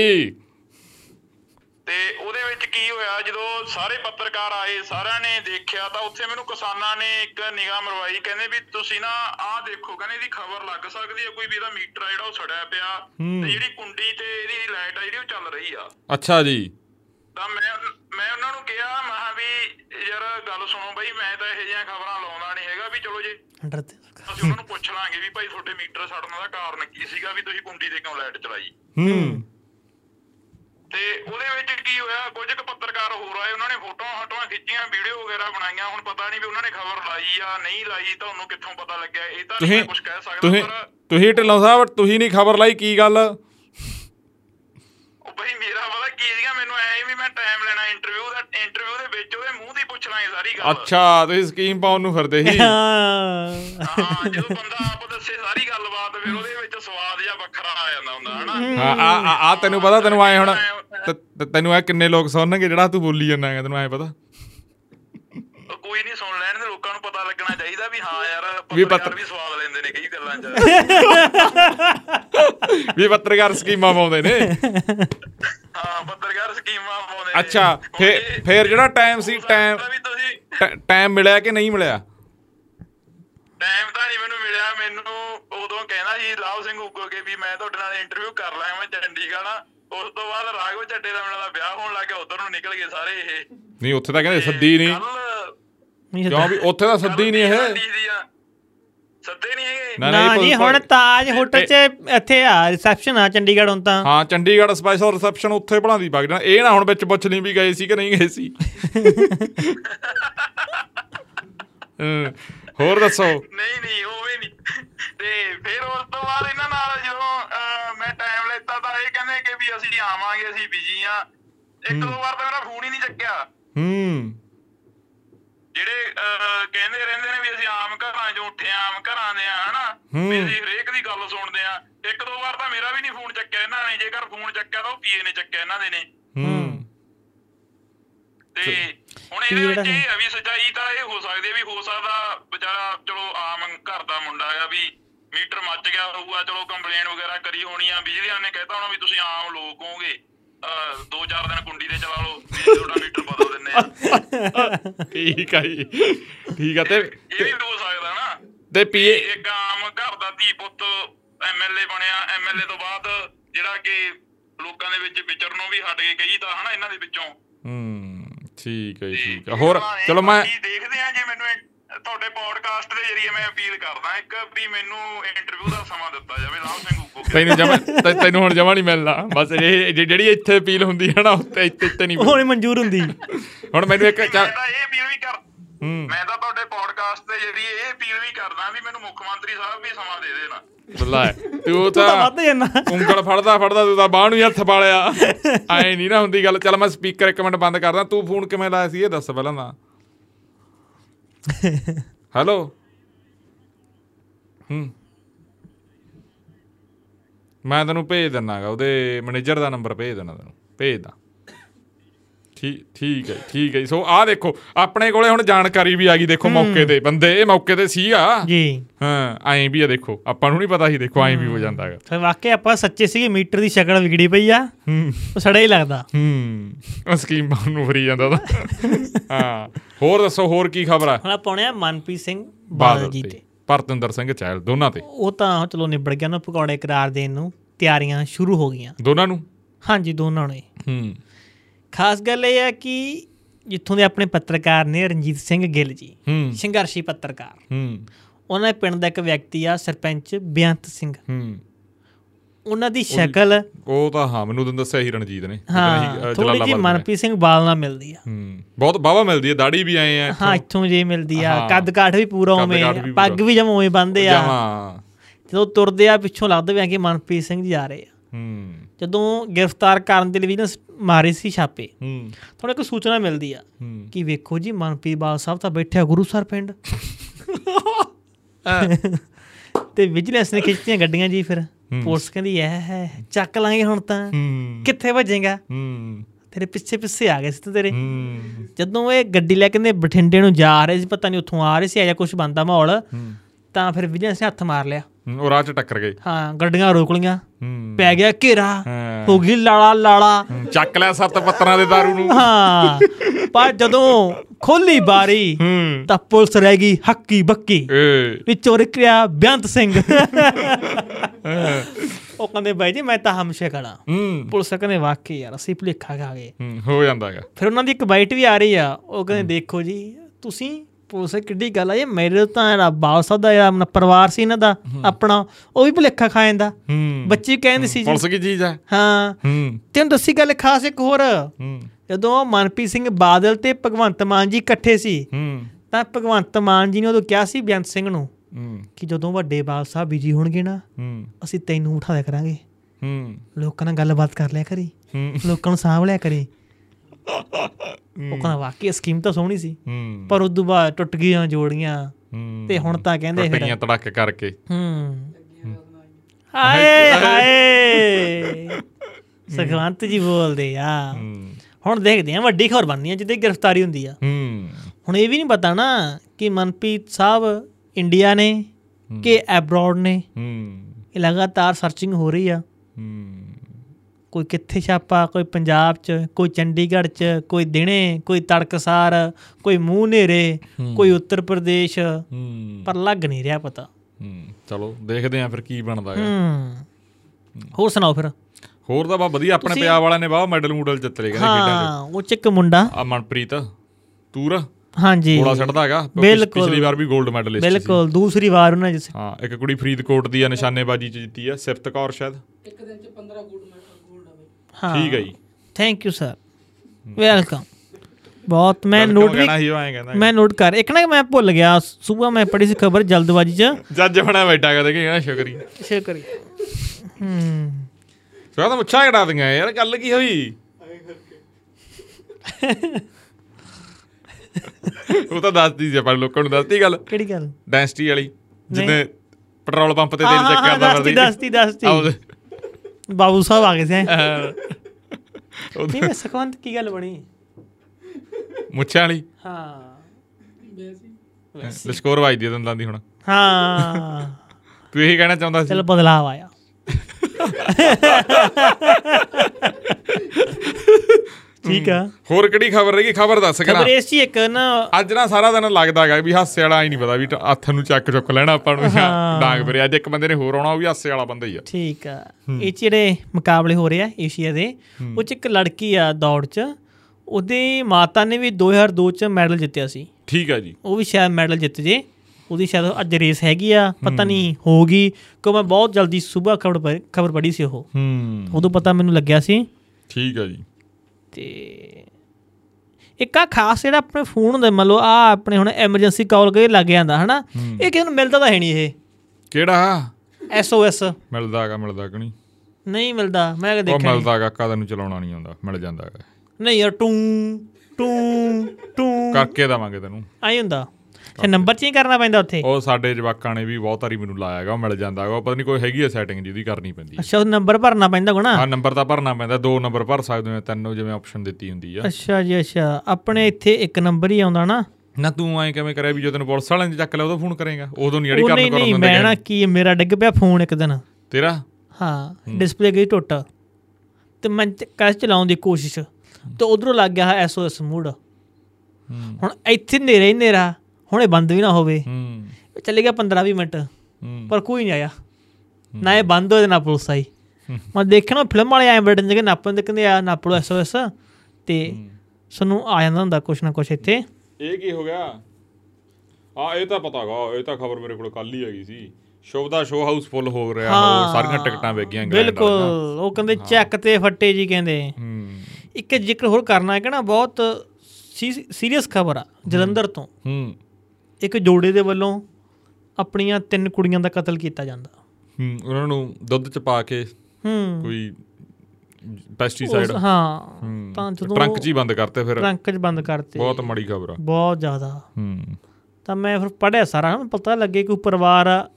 ਤੇ ਉਹਦੇ ਵਿੱਚ ਕੀ ਹੋਇਆ ਜਦੋਂ ਸਾਰੇ ਪੱਤਰਕਾਰ ਆਏ ਸਾਰਿਆਂ ਨੇ ਦੇਖਿਆ ਤਾਂ ਉੱਥੇ ਮੈਨੂੰ ਕਿਸਾਨਾਂ ਨੇ ਇੱਕ ਨਿਗਾਹ ਮਰਵਾਈ ਕਹਿੰਦੇ ਵੀ ਤੁਸੀਂ ਨਾ ਆਹ ਦੇਖੋ ਕਹਿੰਦੇ ਇਹਦੀ ਖਬਰ ਲੱਗ ਸਕਦੀ ਹੈ ਕੋਈ ਵੀ ਇਹਦਾ ਮੀਟਰ ਆ ਜਿਹੜਾ ਉਹ ਸੜਿਆ ਪਿਆ ਤੇ ਜਿਹੜੀ ਕੁੰਡੀ ਤੇ ਇਹਦੀ ਲਾਈਟ ਆ ਜਿਹੜੀ ਉਹ ਚੱਲ ਰਹੀ ਆ
ਅੱਛਾ ਜੀ
ਤਾਂ ਮੈਂ ਮੈਂ ਉਹਨਾਂ ਨੂੰ ਕਿਹਾ ਮੈਂ ਕਿਹਾ ਵੀ ਯਾਰ ਗੱਲ ਸੁਣੋ ਬਈ ਮੈਂ ਤਾਂ ਇਹੋ ਜਿਹੀਆਂ ਖਬਰਾਂ ਲਾਉਂਦਾ ਨਹੀਂ ਹੈਗਾ ਵੀ ਚਲੋ ਜੇ
ਅੰਡਰ ਤੇ
ਅਸੀਂ ਉਹਨਾਂ ਨੂੰ ਪੁੱਛ ਲਾਂਗੇ ਵੀ ਭਾਈ ਤੁਹਾਡੇ ਮੀਟਰ ਸੜਨ ਦਾ ਕਾਰਨ ਕੀ ਸੀਗਾ ਵੀ ਤੁਸੀਂ ਕੁੰਡੀ ਤੇ ਕਿਉਂ ਲਾਈਟ ਚਲਾਈ
ਹੂੰ
ਤੇ ਉਹਦੇ ਵਿੱਚ ਕੀ ਹੋਇਆ ਕੁਝ ਕੁ ਪੱਤਰਕਾਰ ਹੋਰ ਆਏ ਉਹਨਾਂ ਨੇ ਫੋਟੋਆਂ ਹਟਵਾ ਖਿੱਚੀਆਂ ਵੀਡੀਓ ਵਗੈਰਾ ਬਣਾਈਆਂ ਹੁਣ ਪਤਾ ਨਹੀਂ ਵੀ ਉਹਨਾਂ ਨੇ ਖਬਰ ਲਾਈ ਆ ਨਹੀਂ ਲਾਈ ਤੁਹਾਨੂੰ ਕਿੱਥੋਂ ਪਤਾ ਲੱਗਿਆ ਇਹ ਤਾਂ ਨਹੀਂ
ਤੁਸੀਂ
ਮੈਂ ਕੁਝ ਕਹਿ ਸਕਦਾ
ਤੁਸੀਂ
ਪਰ
ਤੁਸੀਂ ਢਿੱਲੋਂ ਸਾਹਿਬ ਤੁਸੀਂ ਨਹੀਂ ਖਬਰ ਲਾਈ ਕੀ ਗੱਲ
ਉਹ ਬਈ ਮੇਰਾ ਪਤਾ ਕੀ ਸੀਗਾ ਮੈਨੂੰ ਐ ਵੀ ਮੈਂ ਟਾਈਮ ਲੈਣਾ ਇੰਟਰਵਿਊ ਦਾ ਇੰਟਰਵਿਊ ਦੇ ਵਿੱਚ ਉਹਦੇ ਮੂੰਹ ਦੀ ਪੁੱਛ ਲਾਂਗੇ ਸਾਰੀ ਗੱਲ
ਅੱਛਾ ਤੁਸੀਂ ਸਕੀਮ ਪਾਉਣ ਨੂੰ ਫਿਰਦੇ ਸੀ
ਹਾਂ
ਹਾਂ ਜਦੋਂ ਬੰਦਾ ਆਪ ਦੱਸੇ ਸਾਰੀ ਗੱਲਬਾਤ ਫਿਰ ਉਹਦੇ ਵਿੱਚ ਸਵਾਦ ਜਿਹਾ ਵੱਖਰਾ ਆ ਜਾਂਦਾ ਹੁੰਦਾ ਹਨਾ
ਹਾਂ ਆ ਆ- ਆ ਤੈਨੂੰ ਪਤਾ ਤੈਨੂੰ ਆਏ ਹੁਣ ਤ- ਤ- ਤੈਨੂੰ ਐ ਕਿੰਨੇ ਲੋਕ ਸੁਣਨਗੇ ਜਿਹੜਾ ਤੂੰ ਬੋਲੀ ਜਾਂਦਾ ਹੈਗਾ ਤੈਨੂੰ ਐ ਪਤਾ
ਉਹ ਕੋਈ ਨਹੀਂ ਸੁਣ ਲੈਣ ਦੇ ਲੋਕਾਂ ਨੂੰ ਪਤਾ ਲੱਗਣਾ ਚਾਹੀਦਾ ਵੀ ਹਾਂ ਯਾਰ
ਵੀ
ਪੱਤਰਕਾਰ
ਪੱਤ-
ਵੀ ਸਵਾਦ ਲੈਂਦੇ ਨੇ ਕਈ ਗੱਲਾਂ 'ਚ
ਵੀ ਪੱਤਰਕਾਰ ਸਕੀਮਾਂ ਪਾਉਂਦੇ ਨੇ
ਹਾਂ ਪੱਤਰਕਾਰ ਸਕੀਮਾਂ ਪਾਉਂਦੇ ਨੇ
ਅੱਛਾ ਫੇਰ ਫੇਰ ਜਿਹੜਾ ਟਾਈਮ ਸੀ ਟਾਈਮ
ਵੀ ਤੁਸੀਂ
ਟਾਈਮ ਮਿਲਿਆ ਕਿ ਨਹੀਂ ਮਿਲਿਆ
ਟਾਈਮ ਤਾਂ ਨਹੀਂ ਮੈਨੂੰ ਮਿਲਿਆ ਮੈਨੂੰ ਉਦੋਂ ਕਹਿੰਦਾ ਸੀ ਲਾਭ ਸਿੰਘ ਉਗੋਗੇ ਵੀ ਮੈਂ ਤੁਹਾਡੇ ਨਾਲ ਇੰਟਰਵਿਊ ਕਰ ਲਾਇਆ ਮੈਂ ਚੰਡੀਗੜ੍ਹ ਆ ਉਸ ਤੋਂ ਬਾਅਦ ਰਾਘਵ ਚੱਡੇ ਦਾ ਮੇਰੇ ਨਾਲ ਵਿਆਹ ਹੋਣ ਲੱਗ ਗਿਆ ਉਧਰ ਨੂੰ ਨਿਕਲ ਗਏ ਸਾਰੇ ਇਹ
ਨਹੀਂ ਉੱਥੇ ਤਾਂ ਕਹਿੰਦੇ ਸੱਦੀ ਨਹੀਂ
ਕੱਲ੍ਹ
ਨਹੀਂ
ਕਿਉਂ ਵੀ ਉੱਥੇ ਤਾਂ ਸੱਦੀ ਨਹੀਂ ਇਹ
ਸੱਦੀ ਦੀ ਆ। ਸੱਦੇ ਨਹੀਂ ਹੈਗੇ
ਨਾ
ਨਾ ਜੀ
ਪੁਲਿਸ
ਹੁਣ
ਪਾਰਟੀ-
ਤਾਜ ਹੋਟਲ 'ਚ ਇੱਥੇ ਆ ਰਿਸੈਪਸ਼ਨ ਆ ਚੰਡੀਗੜ੍ਹ ਹੁਣ ਤਾਂ
ਹਾਂ ਚੰਡੀਗੜ੍ਹ ਸਪੈਸ਼ਲ ਰਿਸੈਪਸ਼ਨ ਉੱਥੇ ਬਣਾਉਂਦੀ ਬਾਗ ਜਾਣਾ ਇਹ ਨਾ ਹੁਣ ਵਿੱਚ ਪੁੱਛ ਲਈ ਵੀ ਗਏ ਸੀ ਕਿ ਨਹੀਂ ਗਏ ਸੀ ਅਹ, ਹੋਰ ਦੱਸੋ
ਨਹੀਂ ਨਹੀਂ ਉਹ ਵੀ ਨਹੀਂ ਤੇ ਫਿਰ ਉਸ ਤੋਂ ਬਾਅਦ ਇਹਨਾਂ ਨਾਲ ਜਦੋਂ ਅਹ, ਮੈਂ ਟਾਈਮ ਲੈਤਾ ਤਾਂ ਇਹ ਕਹਿੰਦੇ ਕਿ ਵੀ ਅਸੀਂ ਆਵਾਂਗੇ ਅਸੀਂ ਬਿਜੀ ਆ ਇੱਕ ਦੋ ਵਾਰ ਤਾਂ ਮੇਰਾ ਫੋਨ ਹੀ ਨਹੀਂ ਚੱਕਿਆ
ਹੂੰ
ਜਿਹੜੇ ਅਹ, ਕਹਿੰਦੇ ਰਹਿੰਦੇ ਨੇ ਵੀ ਅਸੀਂ ਆਮ ਘਰਾਂ 'ਚੋਂ ਉੱਠੇ ਆਂ, ਆਮ ਘਰਾਂ ਦੇ ਆ ਹਨਾ ਵੀ
ਹੂੰ।
ਅਸੀਂ ਹਰੇਕ ਦੀ ਗੱਲ ਸੁਣਦੇ ਆ ਇੱਕ ਦੋ ਵਾਰ ਤਾਂ ਮੇਰਾ ਵੀ ਨਹੀਂ ਫੋਨ ਚੱਕਿਆ ਇਹਨਾਂ ਨੇ ਜੇਕਰ ਫੋਨ ਚੱਕਿਆ ਤਾਂ ਉਹ ਪੀਏ ਨੇ ਚੱਕਿਆ ਇਹਨਾਂ ਦੇ ਨੇ
ਹੂੰ
ਤੇ ਹੁਣ
ਪੀਏ
ਇਹਦੇ ਵਿੱਚ
ਜਿਹੜਾ
ਇਹ ਆ ਵੀ ਸਚਾਈ ਤਾਂ ਇਹ ਹੋ ਸਕਦੀ ਹੈ ਵੀ ਹੋ ਸਕਦਾ ਵਿਚਾਰਾ ਚਲੋ ਆਮ ਘਰ ਦਾ ਮੁੰਡਾ ਆ ਵੀ ਮੀਟਰ ਮੱਚ ਗਿਆ ਹੋਊਗਾ ਚਲੋ ਕੰਪਲੇਨ ਵਗੈਰਾ ਕਰੀ ਹੋਣੀ ਆ ਬਿਜਲੀ ਵਾਲੇ ਨੇ ਕਹਿਤਾ ਹੋਣਾ ਵੀ ਤੁਸੀਂ ਆਮ ਲੋਕ ਹੋਗੇ ਦੋ ਚਾਰ ਦਿਨ ਕੁੰਡੀ ਤੇ ਚਲਾ ਲਓ ਵੀ ਤੁਹਾਡਾ ਮੀਟਰ ਬਦਲ ਦਿੰਨੇ ਆ
ਠੀਕ ਆ ਜੀ ਠੀਕ ਆ ਤੇ
ਇਹ ਵੀ ਹੋ ਸਕਦਾ ਨਾ
ਤੇ ਪੀਏ
ਇੱਕ ਆਮ ਘਰ ਦਾ ਧੀ ਪੁੱਤ ਐਮਐਲਏ ਬਣਿਆ ਐਮਐਲਏ ਤੋਂ ਬਾਅਦ ਜਿਹੜਾ ਕਿ ਲੋਕਾਂ ਦੇ ਵਿੱਚ ਵਿਚਰਨੋਂ ਵੀ ਹਟ ਗਏ ਕਈ ਤਾਂ ਹਨਾ ਇਹਨਾਂ ਦੇ ਵਿੱਚੋਂ
ਹੂੰ ਠੀਕ ਆ ਜੀ ਠੀਕ ਆ ਹੋਰ ਚਲੋ ਮੈਂ
ਬਾਕੀ ਦੇਖਦੇ ਆ ਜੇ ਮੈਨੂੰ ਇਹ- ਤੁਹਾਡੇ ਪੋਡਕਾਸਟ ਦੇ ਜਰੀਏ ਮੈਂ ਅਪੀਲ ਕਰਦਾ ਇੱਕ ਵੀ ਮੈਨੂੰ ਇੰਟਰਵਿਊ ਦਾ ਸਮਾਂ ਦਿੱਤਾ ਜਾਵੇ ਰਾਮ ਸਿੰਘ ਗੁੱਗੂ ਕੇ।
ਤੈਨੂੰ ਜਮਾ ਤੈ- ਤੈਨੂੰ ਹੁਣ ਜਮਾ ਨਹੀਂ ਮਿਲਣਾ ਬਸ ਇਹ ਜਿਹੜੀ- ਜਿਹੜੀ ਇੱਥੇ ਅਪੀਲ ਹੁੰਦੀ ਹੈ ਨਾ ਉੱਤੇ ਇੱਥੇ ਇੱਥੇ ਨਹੀਂ
ਹੁਣ ਮਨਜ਼ੂਰ ਹੁੰਦੀ
ਹੁਣ ਮੈਨੂੰ ਇੱਕ
ਮੈਂ
ਚੱਲ-
ਤਾਂ ਇਹ ਅਪੀਲ ਵੀ ਕਰ
ਹੂੰ
ਮੈਂ ਤਾਂ ਤੁਹਾਡੇ ਪੋਡਕਾਸਟ ਦੇ ਜਰੀਏ ਇਹ ਅਪੀਲ ਵੀ ਕਰਦਾ ਵੀ ਮੈਨੂੰ ਮੁੱਖ ਮੰਤਰੀ ਸਾਹਿਬ ਵੀ ਸਮਾਂ ਦੇ ਦੇਣਾ
ਬੱਲਾ ਹੈ। ਤੂੰ
ਤੂੰ ਤਾਂ
ਤਾਂ
ਵੱਧ ਜਾਣਾ
ਉਂਗਲ ਫੜਦਾ ਫੜਦਾ ਤੂੰ ਤਾਂ ਬਾਹ ਨੂੰ ਹੀ ਹੱਥ ਪਾ ਲਿਆ ਐ ਨਹੀਂ ਨਾ ਹੁੰਦੀ ਗੱਲ ਚੱਲ ਮੈਂ ਸਪੀਕਰ ਇੱਕ ਮਿੰਟ ਬੰਦ ਕਰਦਾ ਤੂੰ ਫੋਨ ਕਿਵੇਂ ਲਾਇਆ ਸੀ ਇਹ ਦੱਸ ਪਹਿਲਾਂ ਤਾਂ ਹੈਲੋ ਹੂੰ ਮੈਂ ਤੈਨੂੰ ਭੇਜ ਦਿੰਨਾਗਾ ਉਹਦੇ ਮੈਨੇਜਰ ਦਾ ਨੰਬਰ ਭੇਜ ਦਿੰਨਾ ਤੈਨੂੰ ਭੇਜਦਾ ਠੀਕ ਠੀਕ ਹੈ ਠੀਕ ਹੈ ਜੀ। ਸੋ ਆਹ ਦੇਖੋ ਆਪਣੇ ਕੋਲੇ ਹੁਣ ਜਾਣਕਾਰੀ ਵੀ ਆ ਗਈ ਦੇਖੋ ਮੌਕੇ ਤੇ ਬੰਦੇ ਇਹ ਮੌਕੇ ਤੇ ਸੀਗਾ
ਜੀ
ਹਾਂ ਐਂ ਵੀ ਆ ਦੇਖੋ ਆਪਾਂ ਨੂੰ ਨਹੀਂ ਪਤਾ ਸੀ ਦੇਖੋ ਐਂ ਵੀ ਹੋ ਜਾਂਦਾ ਹੈਗਾ
ਫਿਰ ਵਾਕਿਆ ਆਪਾਂ ਸੱਚੇ ਸੀਗੇ ਮੀਟਰ ਦੀ ਸ਼ਕਲ ਵਿਗੜੀ ਪਈ ਆ
ਹੂੰ
ਉਹ ਸੜਾ ਹੀ ਲੱਗਦਾ
ਹੂੰ ਉਹ ਸਕੀਮ ਪਾਉਣ ਨੂੰ ਫਰੀ ਜਾਂਦਾ ਤਾਂ ਹਾਂ ਹੋਰ ਦੱਸੋ ਹੋਰ ਕੀ ਖਬਰ ਆ
ਹੁਣ ਆਪਾਂ ਆਉਣੇ ਆ ਮਨਪ੍ਰੀਤ ਸਿੰਘ ਬਾਦਲ ਜੀ ਤੇ
ਪਰਤਿੰਦਰ ਸਿੰਘ ਚਹਿਲ ਦੋਨਾਂ ਤੇ
ਉਹ ਤਾਂ ਚਲੋ ਨਿਬੜ ਗਿਆ ਨਾ ਪਕੌੜੇ ਕਰਾਰ ਦੇਣ ਨੂੰ ਤਿਆਰੀਆਂ ਸ਼ੁਰੂ ਹੋ ਗਈਆਂ
ਦੋਨਾਂ ਨੂੰ
ਹਾਂਜੀ ਦੋਨਾਂ ਨੇ
ਹੂੰ
ਖਾਸ ਗੱਲ ਇਹ ਹੈ ਕਿ ਜਿੱਥੋਂ ਦੇ ਆਪਣੇ ਪੱਤਰਕਾਰ ਨੇ ਰਣਜੀਤ ਸਿੰਘ ਗਿੱਲ ਜੀ
ਹੂੰ
ਸੰਘਰਸ਼ੀ ਪੱਤਰਕਾਰ
ਹੂੰ
ਉਹਨਾਂ ਦੇ ਪਿੰਡ ਦਾ ਇੱਕ ਵਿਅਕਤੀ ਆ ਸਰਪੰਚ ਬੇਅੰਤ ਸਿੰਘ
ਹੂੰ
ਉਹਨਾਂ ਦੀ ਸ਼ਕਲ
ਉਹ ਤਾਂ ਹਾਂ ਮੈਨੂੰ ਤਾਂ ਦੱਸਿਆ ਹੀ ਰਣਜੀਤ ਨੇ ਉਹ ਕਹਿੰਦਾ ਸੀ,
ਹਾਂ
ਅ,
ਥੋੜੀ ਜਿਹੀ
ਜਲਾਲਾਬਾਦ
ਮਨਪ੍ਰੀਤ ਸਿੰਘ ਬਾਲ ਨਾਲ ਮਿਲਦੀ ਆ
ਹੂੰ ਬਹੁਤ ਬਾਵਾ ਮਿਲਦੀ ਹੈ ਦਾੜੀ ਵੀ ਆਏ ਆ
ਹਾਂ ਇੱਥੋਂ ਜੇ ਮਿਲਦੀ ਆ
ਹਾਂ।
ਕੱਦ ਕਾਠ ਵੀ ਪੂਰਾ
ਕੱਦ
ਉਵੇਂ
ਕਾਠ ਵੀ ਪੂਰਾ।
ਪੱਗ ਵੀ ਜਮ ਉਵੇਂ ਬੰਨਦੇ ਆ
ਜਾਵਾਂ
ਜਦੋਂ ਤੁਰਦੇ ਆ ਪਿੱਛੋਂ ਲੱਗਦੇ ਵੇ ਕਿ ਮਨਪ੍ਰੀਤ ਸਿੰਘ ਜੀ ਆ ਰਹੇ ਆ
ਹੂੰ
ਜਦੋਂ ਗ੍ਰਿਫਤਾਰ ਕਰਨ ਦੇ ਲਈ ਵੀ ਨਾ ਸ- ਮਾਰੇ ਸੀ ਛਾਪੇ
ਹੂੰ
ਤੁਹਾਨੂੰ ਇੱਕ ਸੂਚਨਾ ਮਿਲਦੀ ਆ
ਹੂੰ।
ਕਿ ਵੇਖੋ ਜੀ ਮਨਪ੍ਰੀਤ ਬਾਲ ਸਾਹਿਬ ਤਾਂ ਬੈਠਿਆ ਗੁਰੂਸਰ ਪਿੰਡ ਤੇ ਵਿਜੀਲੈਂਸ ਨੇ ਖਿੱਚਤੀਆਂ ਗੱਡੀਆਂ ਜੀ ਫਿਰ ਪੁਲਿਸ ਕਹਿੰਦੀ ਐ ਹੈ ਚੱਕ ਲਾਂਗੇ ਹੁਣ ਤਾਂ
ਹੂੰ
ਕਿੱਥੇ ਭੱਜੇਗਾ
ਹੂੰ
ਤੇਰੇ ਪਿੱਛੇ ਪਿੱਛੇ ਆ ਗਏ ਸੀ ਤੇ ਤੇਰੇ
ਹੂੰ
ਜਦੋਂ ਇਹ ਗੱਡੀ ਲੈ ਕੇ ਨੇ ਬਠਿੰਡੇ ਨੂੰ ਜਾ ਰਹੇ ਸੀ ਪਤਾ ਨਹੀਂ ਉੱਥੋਂ ਆ ਰਹੇ ਸੀ ਜਾਂ ਕੁਝ ਬੰਦਾ ਮਾਹੌਲ ਤਾਂ ਫਿਰ ਵਿਜੀਲੈਂਸ ਨੇ ਹੱਥ ਮਾਰ ਲਿਆ
ਹੂੰ, ਉਹ ਰਾਹ ਚ ਟੱਕਰ ਗਏ
ਹਾਂ ਗੱਡੀਆਂ ਰੋਕ ਲਈਆਂ
ਹੂੰ
ਪੈ ਗਿਆ ਘੇਰਾ
ਹਾਂ।
ਹੋ ਗਈ ਲਾਲਾ ਲਾਲਾ
ਚੱਕ ਲਿਆ ਸੱਤ ਪੱਤਰਾਂ ਦੇ ਦਾਰੂ ਨੂੰ
ਹਾਂ ਪਰ ਜਦੋਂ ਖੋਲੀ ਬਾਰੀ
ਹੂੰ
ਤਾਂ ਪੁਲਿਸ ਰਹਿ ਗਈ ਹੱਕੀ ਬੱਕੀ
ਏ
ਵਿੱਚੋਂ ਰਿਕਿਆ ਬੇਅੰਤ ਸਿੰਘ ਉਹ ਕਹਿੰਦੇ ਬਾਈ ਜੀ ਮੈਂ ਤਾਂ ਹਮਸ਼ੇ ਖੜਾ
ਹੂੰ
ਪੁਲਿਸ ਕਹਿੰਦੇ ਵਾਕਈ ਯਾਰ ਅਸੀਂ ਭੁਲੇਖਾ ਖਾ ਗਏ
ਹੂੰ, ਹੋ ਜਾਂਦਾ ਹੈਗਾ
ਫਿਰ ਉਹਨਾਂ ਦੀ ਇੱਕ ਬਾਈਟ ਵੀ ਆ ਰਹੀ ਆ ਉਹ ਕਹਿੰਦੇ ਦੇਖੋ ਜੀ ਤੁਸੀਂ ਪੁਲਿਸ ਕਿੱਡੀ ਗੱਲ ਆ ਇਹ ਮੇਰੇ ਤਾਂ ਇਹਦਾ ਬਾਲ ਸਾਹਿਬ ਦਾ ਜਿਹੜਾ ਆਪਣਾ ਪਰਿਵਾਰ ਸੀ ਇਹਨਾਂ ਦਾ ਆਪਣਾ ਉਹ ਵੀ ਭੁਲੇਖਾ ਖਾ ਜਾਂਦਾ
ਹੂੰ
ਬੱਚੇ ਕਹਿੰਦੇ ਸੀ ਜੀ
ਪੁਲਿਸ ਕੀ ਚੀਜ਼ ਹੈ
ਹਾਂ
ਹੂੰ
ਤੈਨੂੰ ਦੱਸੀ ਗੱਲ ਖਾਸ ਇੱਕ ਹੋਰ
ਹੂੰ
ਜਦੋਂ ਮਨਪ੍ਰੀਤ ਸਿੰਘ ਬਾਦਲ ਤੇ ਭਗਵੰਤ ਮਾਨ ਜੀ ਇਕੱਠੇ ਸੀ
ਹੂੰ
ਤਾਂ ਭਗਵੰਤ ਮਾਨ ਜੀ ਨੇ ਉਦੋਂ ਕਿਹਾ ਸੀ ਬੇਅੰਤ ਸਿੰਘ ਨੂੰ
ਹੂੰ
ਕਿ ਜਦੋਂ ਵੱਡੇ ਬਾਲ ਸਾਹਿਬ ਬਿਜੀ ਹੋਣਗੇ ਨਾ
ਹੂੰ
ਅਸੀਂ ਤੈਨੂੰ ਉਠਾ ਦਿਆ ਕਰਾਂਗੇ
ਹੂੰ
ਲੋਕਾਂ ਨਾਲ ਗੱਲਬਾਤ ਕਰ ਲਿਆ ਕਰੀ
ਹੂੰ।
ਲੋਕਾਂ ਨੂੰ ਸਾਂਭ ਲਿਆ ਕਰੀ ਉਹ ਕਹਿੰਦਾ ਵਾਕਈ ਇਹ ਸਕੀਮ ਤਾਂ ਸੋਹਣੀ ਸੀ
ਹੂੰ
ਪਰ ਉਦੋਂ ਬਾਅਦ ਟੁੱਟ ਗਈਆਂ ਜੋੜੀਆਂ
ਹੂੰ
ਤੇ ਹੁਣ ਤਾਂ ਕਹਿੰਦੇ ਫਿਰ
ਟੱਟੀਆਂ ਤੜਕ ਕਰਕੇ
ਹੂੰ ਹਾਏ ਹਾਏ ਸਖਵੰਤ ਜੀ ਬੋਲਦੇ ਆ
ਹੂੰ
ਹੁਣ ਦੇਖਦੇ ਆ ਵੱਡੀ ਖਬਰ ਬਣਨੀ ਆ ਜਿੱਦੇ ਗ੍ਰਿਫਤਾਰੀ ਹੁੰਦੀ ਆ
ਹੂੰ
ਹੁਣ ਇਹ ਵੀ ਨਹੀਂ ਪਤਾ ਨਾ ਕਿ ਮਨਪ੍ਰੀਤ ਸਾਹਿਬ ਇੰਡੀਆ ਨੇ ਕਿ ਐਬਰੋਡ ਨੇ
ਹੂੰ
ਇਹ ਲਗਾਤਾਰ ਸਰਚਿੰਗ ਹੋ ਰਹੀ ਆ
ਹੂੰ
ਕੋਈ ਕਿੱਥੇ ਛਾਪਾ ਕੋਈ ਪੰਜਾਬ 'ਚ ਕੋਈ ਚੰਡੀਗੜ੍ਹ 'ਚ ਕੋਈ ਦਿਨੇ ਕੋਈ ਤੜਕਸਾਰ ਕੋਈ ਮੂੰਹ ਨੇਰੇ ਕੋਈ ਉੱਤਰ ਪ੍ਰਦੇਸ਼
ਹੂੰ
ਪਰ ਲੱਗ ਨਹੀਂ ਰਿਹਾ ਪਤਾ
ਹੂੰ ਚਲੋ ਦੇਖਦੇ ਆਂ ਫਿਰ ਕੀ ਬਣਦਾ ਹੈ
ਹੂਮ। ਹੋਰ ਸੁਣਾਓ ਫਿਰ
ਹੋਰ ਤਾਂ ਬਾ ਵਧੀਆ ਆਪਣੇ ਪੰਜਾਬ ਵਾਲਿਆਂ ਨੇ ਵਾਹ ਮੈਡਲ ਮੂਡਲ ਜਿੱਤ ਲਏ ਕਹਿੰਦੇ ਖੇਡਾਂ
ਹਾਂ ਉਹ ਚ ਇੱਕ ਮੁੰਡਾ
ਚ ਆ ਮਨਪ੍ਰੀਤ ਤੂਰ
ਹਾਂਜੀ
ਗੋਲਾ ਸੱਟਦਾ ਹੈਗਾ ਪਿਛ-
ਬਿਲਕੁਲ।
ਪਿਛਲੀ ਵਾਰ ਵੀ 골ਡ ਮੈਡਲਿਸਟ ਸੀ
ਬਿਲਕੁਲ ਦੂਸਰੀ ਵਾਰ ਉਹਨਾਂ ਜਿਸ
ਹਾਂ ਇੱਕ ਕੁੜੀ ਫਰੀਦਕੋਟ ਦੀ ਆ ਨਿਸ਼ਾਨੇਬਾਜ਼ੀ ਚ ਜਿੱਤੀ ਆ ਸਿਫਤ ਕੌਰ ਸ਼ਾਇਦ
ਹਾਂ
ਠੀਕ ਹੈ ਜੀ
ਥੈਂਕ ਯੂ ਸਰ ਵੈਲਕਮ ਬਹੁਤ ਮੈਂ
ਚੱਲ, ਕਿਉਂ
ਨੋਟ ਵੀ
ਕਹਿਣਾ ਸੀ ਉਹ ਐਂ ਕਹਿੰਦਾ
ਮੈਂ ਨੋਟ ਕਰ ਇੱਕ ਨਾ ਮੈਂ ਭੁੱਲ ਗਿਆ ਸਵੇਰ ਮੈਂ ਪੜ੍ਹੀ ਸੀ ਖਬਰ ਜਲਦਬਾਜ਼ੀ 'ਚ
ਜੱਜ ਬਣਾ ਬੈਠਾ ਕਦੇ ਕਿ ਕਹਿੰਦਾ ਸ਼ੁਕਰੀਆ
ਸ਼ੇਅਰ ਕਰੀ
ਸੋ ਤਾਂ ਮੁੱਛਾਂ ਘਟਾ ਦਿੰਗਾ ਯਾਰ ਗੱਲ ਕੀ ਹੋਈ ਉਹ ਤਾਂ ਦੱਸਦੀ ਸੀ ਪਰ ਲੋਕਾਂ ਨੂੰ ਦੱਸਦੀ ਗੱਲ
ਕਿਹੜੀ ਗੱਲ
ਡੈਂਸਟੀ ਵਾਲੀ ਜਿਹਨੇ ਪੈਟਰੋਲ ਪੰਪ ਤੇ ਤੇਲ
ਹਾਂ,
ਚੈੱਕ
ਹਾਂ,
ਕਰਦਾ
ਦੱਸਦੀ, ਦੱਸਦੀ, ਦੱਸਦੀ।
ਆਹੋ,
ਬਾਬੂ ਸਾਹਿਬ ਆ ਗਏ ਸੀ ਹੈਂ।
ਉਹ
ਨਹੀਂ ਮੈਂ ਸੁਖਵੰਤ ਕੀ ਗੱਲ ਬਣੀ
ਮੁੱਛਾਂ ਵਾਲੀ
ਹਾਂ
ਲਸਕੋਰ ਵੱਜਦੀ ਆ ਦੰਦਾਂ ਦੀ ਹੁਣ
ਹਾਂ
ਤੂੰ ਇਹੀ ਕਹਿਣਾ ਚਾਹੁੰਦਾ ਸੀ
ਚਲ ਬਦਲਾਵ ਆਇਆ ਠੀਕ ਆ
ਹੋਰ ਕਿਹੜੀ ਖਬਰ ਰਹੀ ਖਬਰ ਦੱਸ ਕਰਾਂ
ਖਬਰ ਇਸ ਸੀ ਇੱਕ ਨਾ
ਅੱਜ ਨਾ ਸਾਰਾ ਦਿਨ ਲੱਗਦਾ ਹੈਗਾ ਵੀ ਹਾਸੇ ਵਾਲਾ ਹੀ ਨਹੀਂ ਪਤਾ ਵੀ ਟ- ਹੱਥ ਨੂੰ ਚੱਕ ਚੁੱਕ ਲੈਣਾ ਆਪਾਂ ਨੂੰ ਜਾਂ ਡਾਂਗ ਫਿਰੇ ਅੱਜ ਇੱਕ ਬੰਦੇ ਨੇ ਹੋਰ ਆਉਣਾ ਉਹ ਵੀ ਹਾਸੇ ਵਾਲਾ ਬੰਦਾ ਹੀ ਆ
ਠੀਕ ਆ ਇਹ 'ਚ ਜਿਹੜੇ ਮੁਕਾਬਲੇ ਹੋ ਰਹੇ ਆ ਏਸ਼ੀਆ ਦੇ ਉਹ ਚ ਇੱਕ ਲੜਕੀ ਆ ਦੌੜ ਚ ਉਹਦੇ ਮਾਤਾ ਨੇ ਵੀ 2002 ਚ ਮੈਡਲ ਜਿੱਤਿਆ ਸੀ
ਠੀਕ ਹੈ ਜੀ
ਉਹ ਵੀ ਸ਼ਾਇਦ ਮੈਡਲ ਜਿੱਤ ਜੇ ਉਹਦੀ ਸ਼ਾਇਦ ਅੱਜ ਰੇਸ ਹੈਗੀ ਆ ਪਤਾ ਨਹੀਂ ਹੋਊਗੀ ਕਿਉਂ ਮੈਂ ਬਹੁਤ ਜਲਦੀ ਸਵੇਰ ਖਬਰ ਖਬਰ ਪੜ੍ਹੀ ਸੀ ਉਹ
ਹੂੰ
ਉਦੋਂ ਪਤਾ ਮੈਨੂੰ ਲੱਗਿਆ ਸੀ
ਠੀਕ ਹੈ ਜੀ
ਤੇ ਇੱਕ ਆ ਖਾਸ ਜਿਹੜਾ ਆਪਣੇ ਫੋਨ ਹੁੰਦਾ ਮੰਨ ਲਓ ਆ ਆਪਣੇ ਹੁਣ ਐਮਰਜੈਂਸੀ ਕਾਲ ਕਰੇ ਲੱਗ ਜਾਂਦਾ ਹਨਾ ਇਹ ਕਿਸੇ ਨੂੰ ਮਿਲਦਾ ਤਾਂ ਹੈ ਨਹੀਂ ਇਹ
ਕਿਹੜਾ
ਐਸਓਐਸ
ਮਿਲਦਾਗਾ ਮਿਲਦਾ ਕਿ ਨਹੀਂ
ਨਹੀਂ ਮਿਲਦਾ ਮੈਂ ਕਿ
ਉਹ
ਦੇਖਿਆ ਨਹੀਂ।
ਮਿਲਦਾਗਾ ਕਾ ਤੈਨੂੰ ਚਲਾਉਣਾ ਨਹੀਂ ਆਉਂਦਾ ਮਿਲ ਜਾਂਦਾਗਾ
ਨਹੀਂ ਯਾਰ ਟੂ ਟੂ ਟੂ
ਕਰਕੇ ਦਵਾਂਗੇ ਤੈਨੂੰ
ਆਈ ਹੁੰਦਾ ਅੱਛਾ ਨੰਬਰ ਚੇਂਜ ਕਰਨਾ ਪੈਂਦਾ ਉੱਥੇ
ਉਹ ਸਾਡੇ ਜਵਾਕਾਂ ਨੇ ਵੀ ਬਹੁਤ ਵਾਰੀ ਮੈਨੂੰ ਲਾਇਆਗਾ ਉਹ ਮਿਲ ਜਾਂਦਾਗਾ ਉਹ ਪਤਾ ਨਹੀਂ ਕੋਈ ਹੈਗੀ ਹੈ ਸੈਟਿੰਗ ਜਿਹਦੀ ਕਰਨੀ ਪੈਂਦੀ ਹੈ
ਅੱਛਾ ਉਹ ਨੰਬਰ ਭਰਨਾ ਪੈਂਦਾ ਹੋਣਾ
ਆ ਨੰਬਰ ਤਾਂ ਭਰਨਾ ਪੈਂਦਾ ਦੋ ਨੰਬਰ ਭਰ ਸਕਦੇ ਹੋ ਤੈਨੂੰ ਜਿਵੇਂ ਆਪਸ਼ਨ ਦਿੱਤੀ ਹੁੰਦੀ ਆ
ਅੱਛਾ ਜੀ ਅੱਛਾ ਆਪਣੇ ਇੱਥੇ ਇੱਕ ਨੰਬਰ ਹੀ ਆਉਂਦਾ ਨਾ
ਨਾ ਤੂੰ ਐਂ ਕਿਵੇਂ ਕਰਿਆ ਵੀ ਜਦੋਂ ਤੈਨੂੰ ਪੁਲਿਸ ਵਾਲਿਆਂ ਨੇ ਚੱਕ ਲਿਆ ਉਦੋਂ ਫੋਨ ਕਰੇਗਾ ਉਦੋਂ ਨਹੀਂ ਅੜੀ
ਉਹ
ਕਰਨ
ਨਹੀਂ
ਕਰਨ
ਨਹੀਂ
ਦਿੰਦੇ
ਮੈਂ ਨਾ
ਕਿਸੇ
ਕੀ ਮੇਰਾ ਡਿੱਗ ਪਿਆ ਫੋਨ ਇੱਕ ਦਿਨ
ਨੂੰ। ਤੇਰਾ
ਹਾਂ ਡਿਸਪਲੇ ਗਈ ਟੁੱਟ ਤੇ ਮੈਂ ਕੈਸ ਚਲਾਉਣ ਦੀ ਕੋਸ਼ਿਸ਼ ਤੇ ਉਧਰੋਂ ਲੱਗ ਗਿਆ ਐਸਓਐਸ ਮੂਡ ਹੁਣ ਇੱਥੇ ਹਨੇਰਾ ਹੀ ਹਨੇਰਾ ਹੁਣ ਇਹ ਬੰਦ ਵੀ ਨਾ ਹੋਵੇ
ਹੂੰ
ਚੱਲੇ ਗਿਆ 15 20 ਮਿੰਟ
ਹੂੰ
ਪਰ ਕੋਈ ਨਹੀਂ ਆਇਆ ਨਾ ਇਹ ਬੰਦ ਹੋਏ ਤੇ ਨਾ ਪੁਲਿਸ ਆਈ ਮੈਂ ਦੇਖਿਆ ਨਾ ਫਿਲਮ ਵਾਲੇ ਆਏ ਬਟਨ ਜਗੇ ਨਾਪਣ ਦੇ ਕਹਿੰਦੇ ਆ ਨਾਪ ਲਓ ਐਸਓਐਸ ਤੇ ਸਾਨੂੰ ਆ ਜਾਂਦਾ ਹੁੰਦਾ ਕੁਛ ਨਾ ਕੁਛ ਇੱਥੇ
ਇਹ ਕੀ ਹੋ ਗਿਆ ਆ ਇਹ ਤਾਂ ਪਤਾਗਾ ਇਹ ਤਾਂ ਖਬਰ ਮੇਰੇ ਕੋਲ ਕੱਲ ਹੀ ਹੈਗੀ ਸੀ ਸ਼ੁਭ ਦਾ ਸ਼ੋਅ ਹਾਊਸ ਫੁੱਲ ਹੋ ਰਿਹਾ ਹੋ ਸਾਰੀਆਂ ਟਿਕਟਾਂ ਵਿਕ ਗਈਆਂ grand
ਬਿਲਕੁਲ
ਵਾਲੀਆਂ।
ਉਹ ਕਹਿੰਦੇ ਚੈੱਕ ਤੇ ਫੱਟੇ ਜੀ ਕਹਿੰਦੇ
ਹੂੰ
ਇੱਕ ਜ਼ਿਕਰ ਹੋਰ ਕਰਨਾ ਹੈ ਕਿ ਨਾ ਬਹੁਤ ਸੀਰੀਅਸ ਖਬਰ ਆ ਜਲੰਧਰ ਤੋਂ
ਹੂੰ
ਇੱਕ ਜੋੜੇ ਦੇ ਵੱਲੋਂ ਆਪਣੀਆਂ ਤਿੰਨ ਕੁੜੀਆਂ ਦਾ ਕਤਲ ਕੀਤਾ ਜਾਂਦਾ
ਹੂੰ ਉਹਨਾਂ ਨੂੰ ਦੁੱਧ ਚ ਪਾ ਕੇ
ਹੂੰ
ਕੋਈ
ਉਸ-
ਪੈਸਟੀਸਾਈਡ
ਹਾਂ ਤਾਂ ਜਦੋਂ
ਟਰੰਕ ਚ ਹੀ ਬੰਦ ਕਰਤੇ ਫਿਰ
ਟਰੰਕ 'ਚ ਬੰਦ ਕਰਤੇ
ਬਹੁਤ ਮਾੜੀ ਖਬਰ ਆ
ਬਹੁਤ ਜ਼ਿਆਦਾ
ਹੂੰ
ਤਾਂ ਮੈਂ ਫਿਰ ਪੜਿਆ ਸਾਰਾ ਮੈਨੂੰ ਪਤਾ ਲੱਗੇ ਕਿ ਉਹ ਪਰਿਵਾਰ ਆ,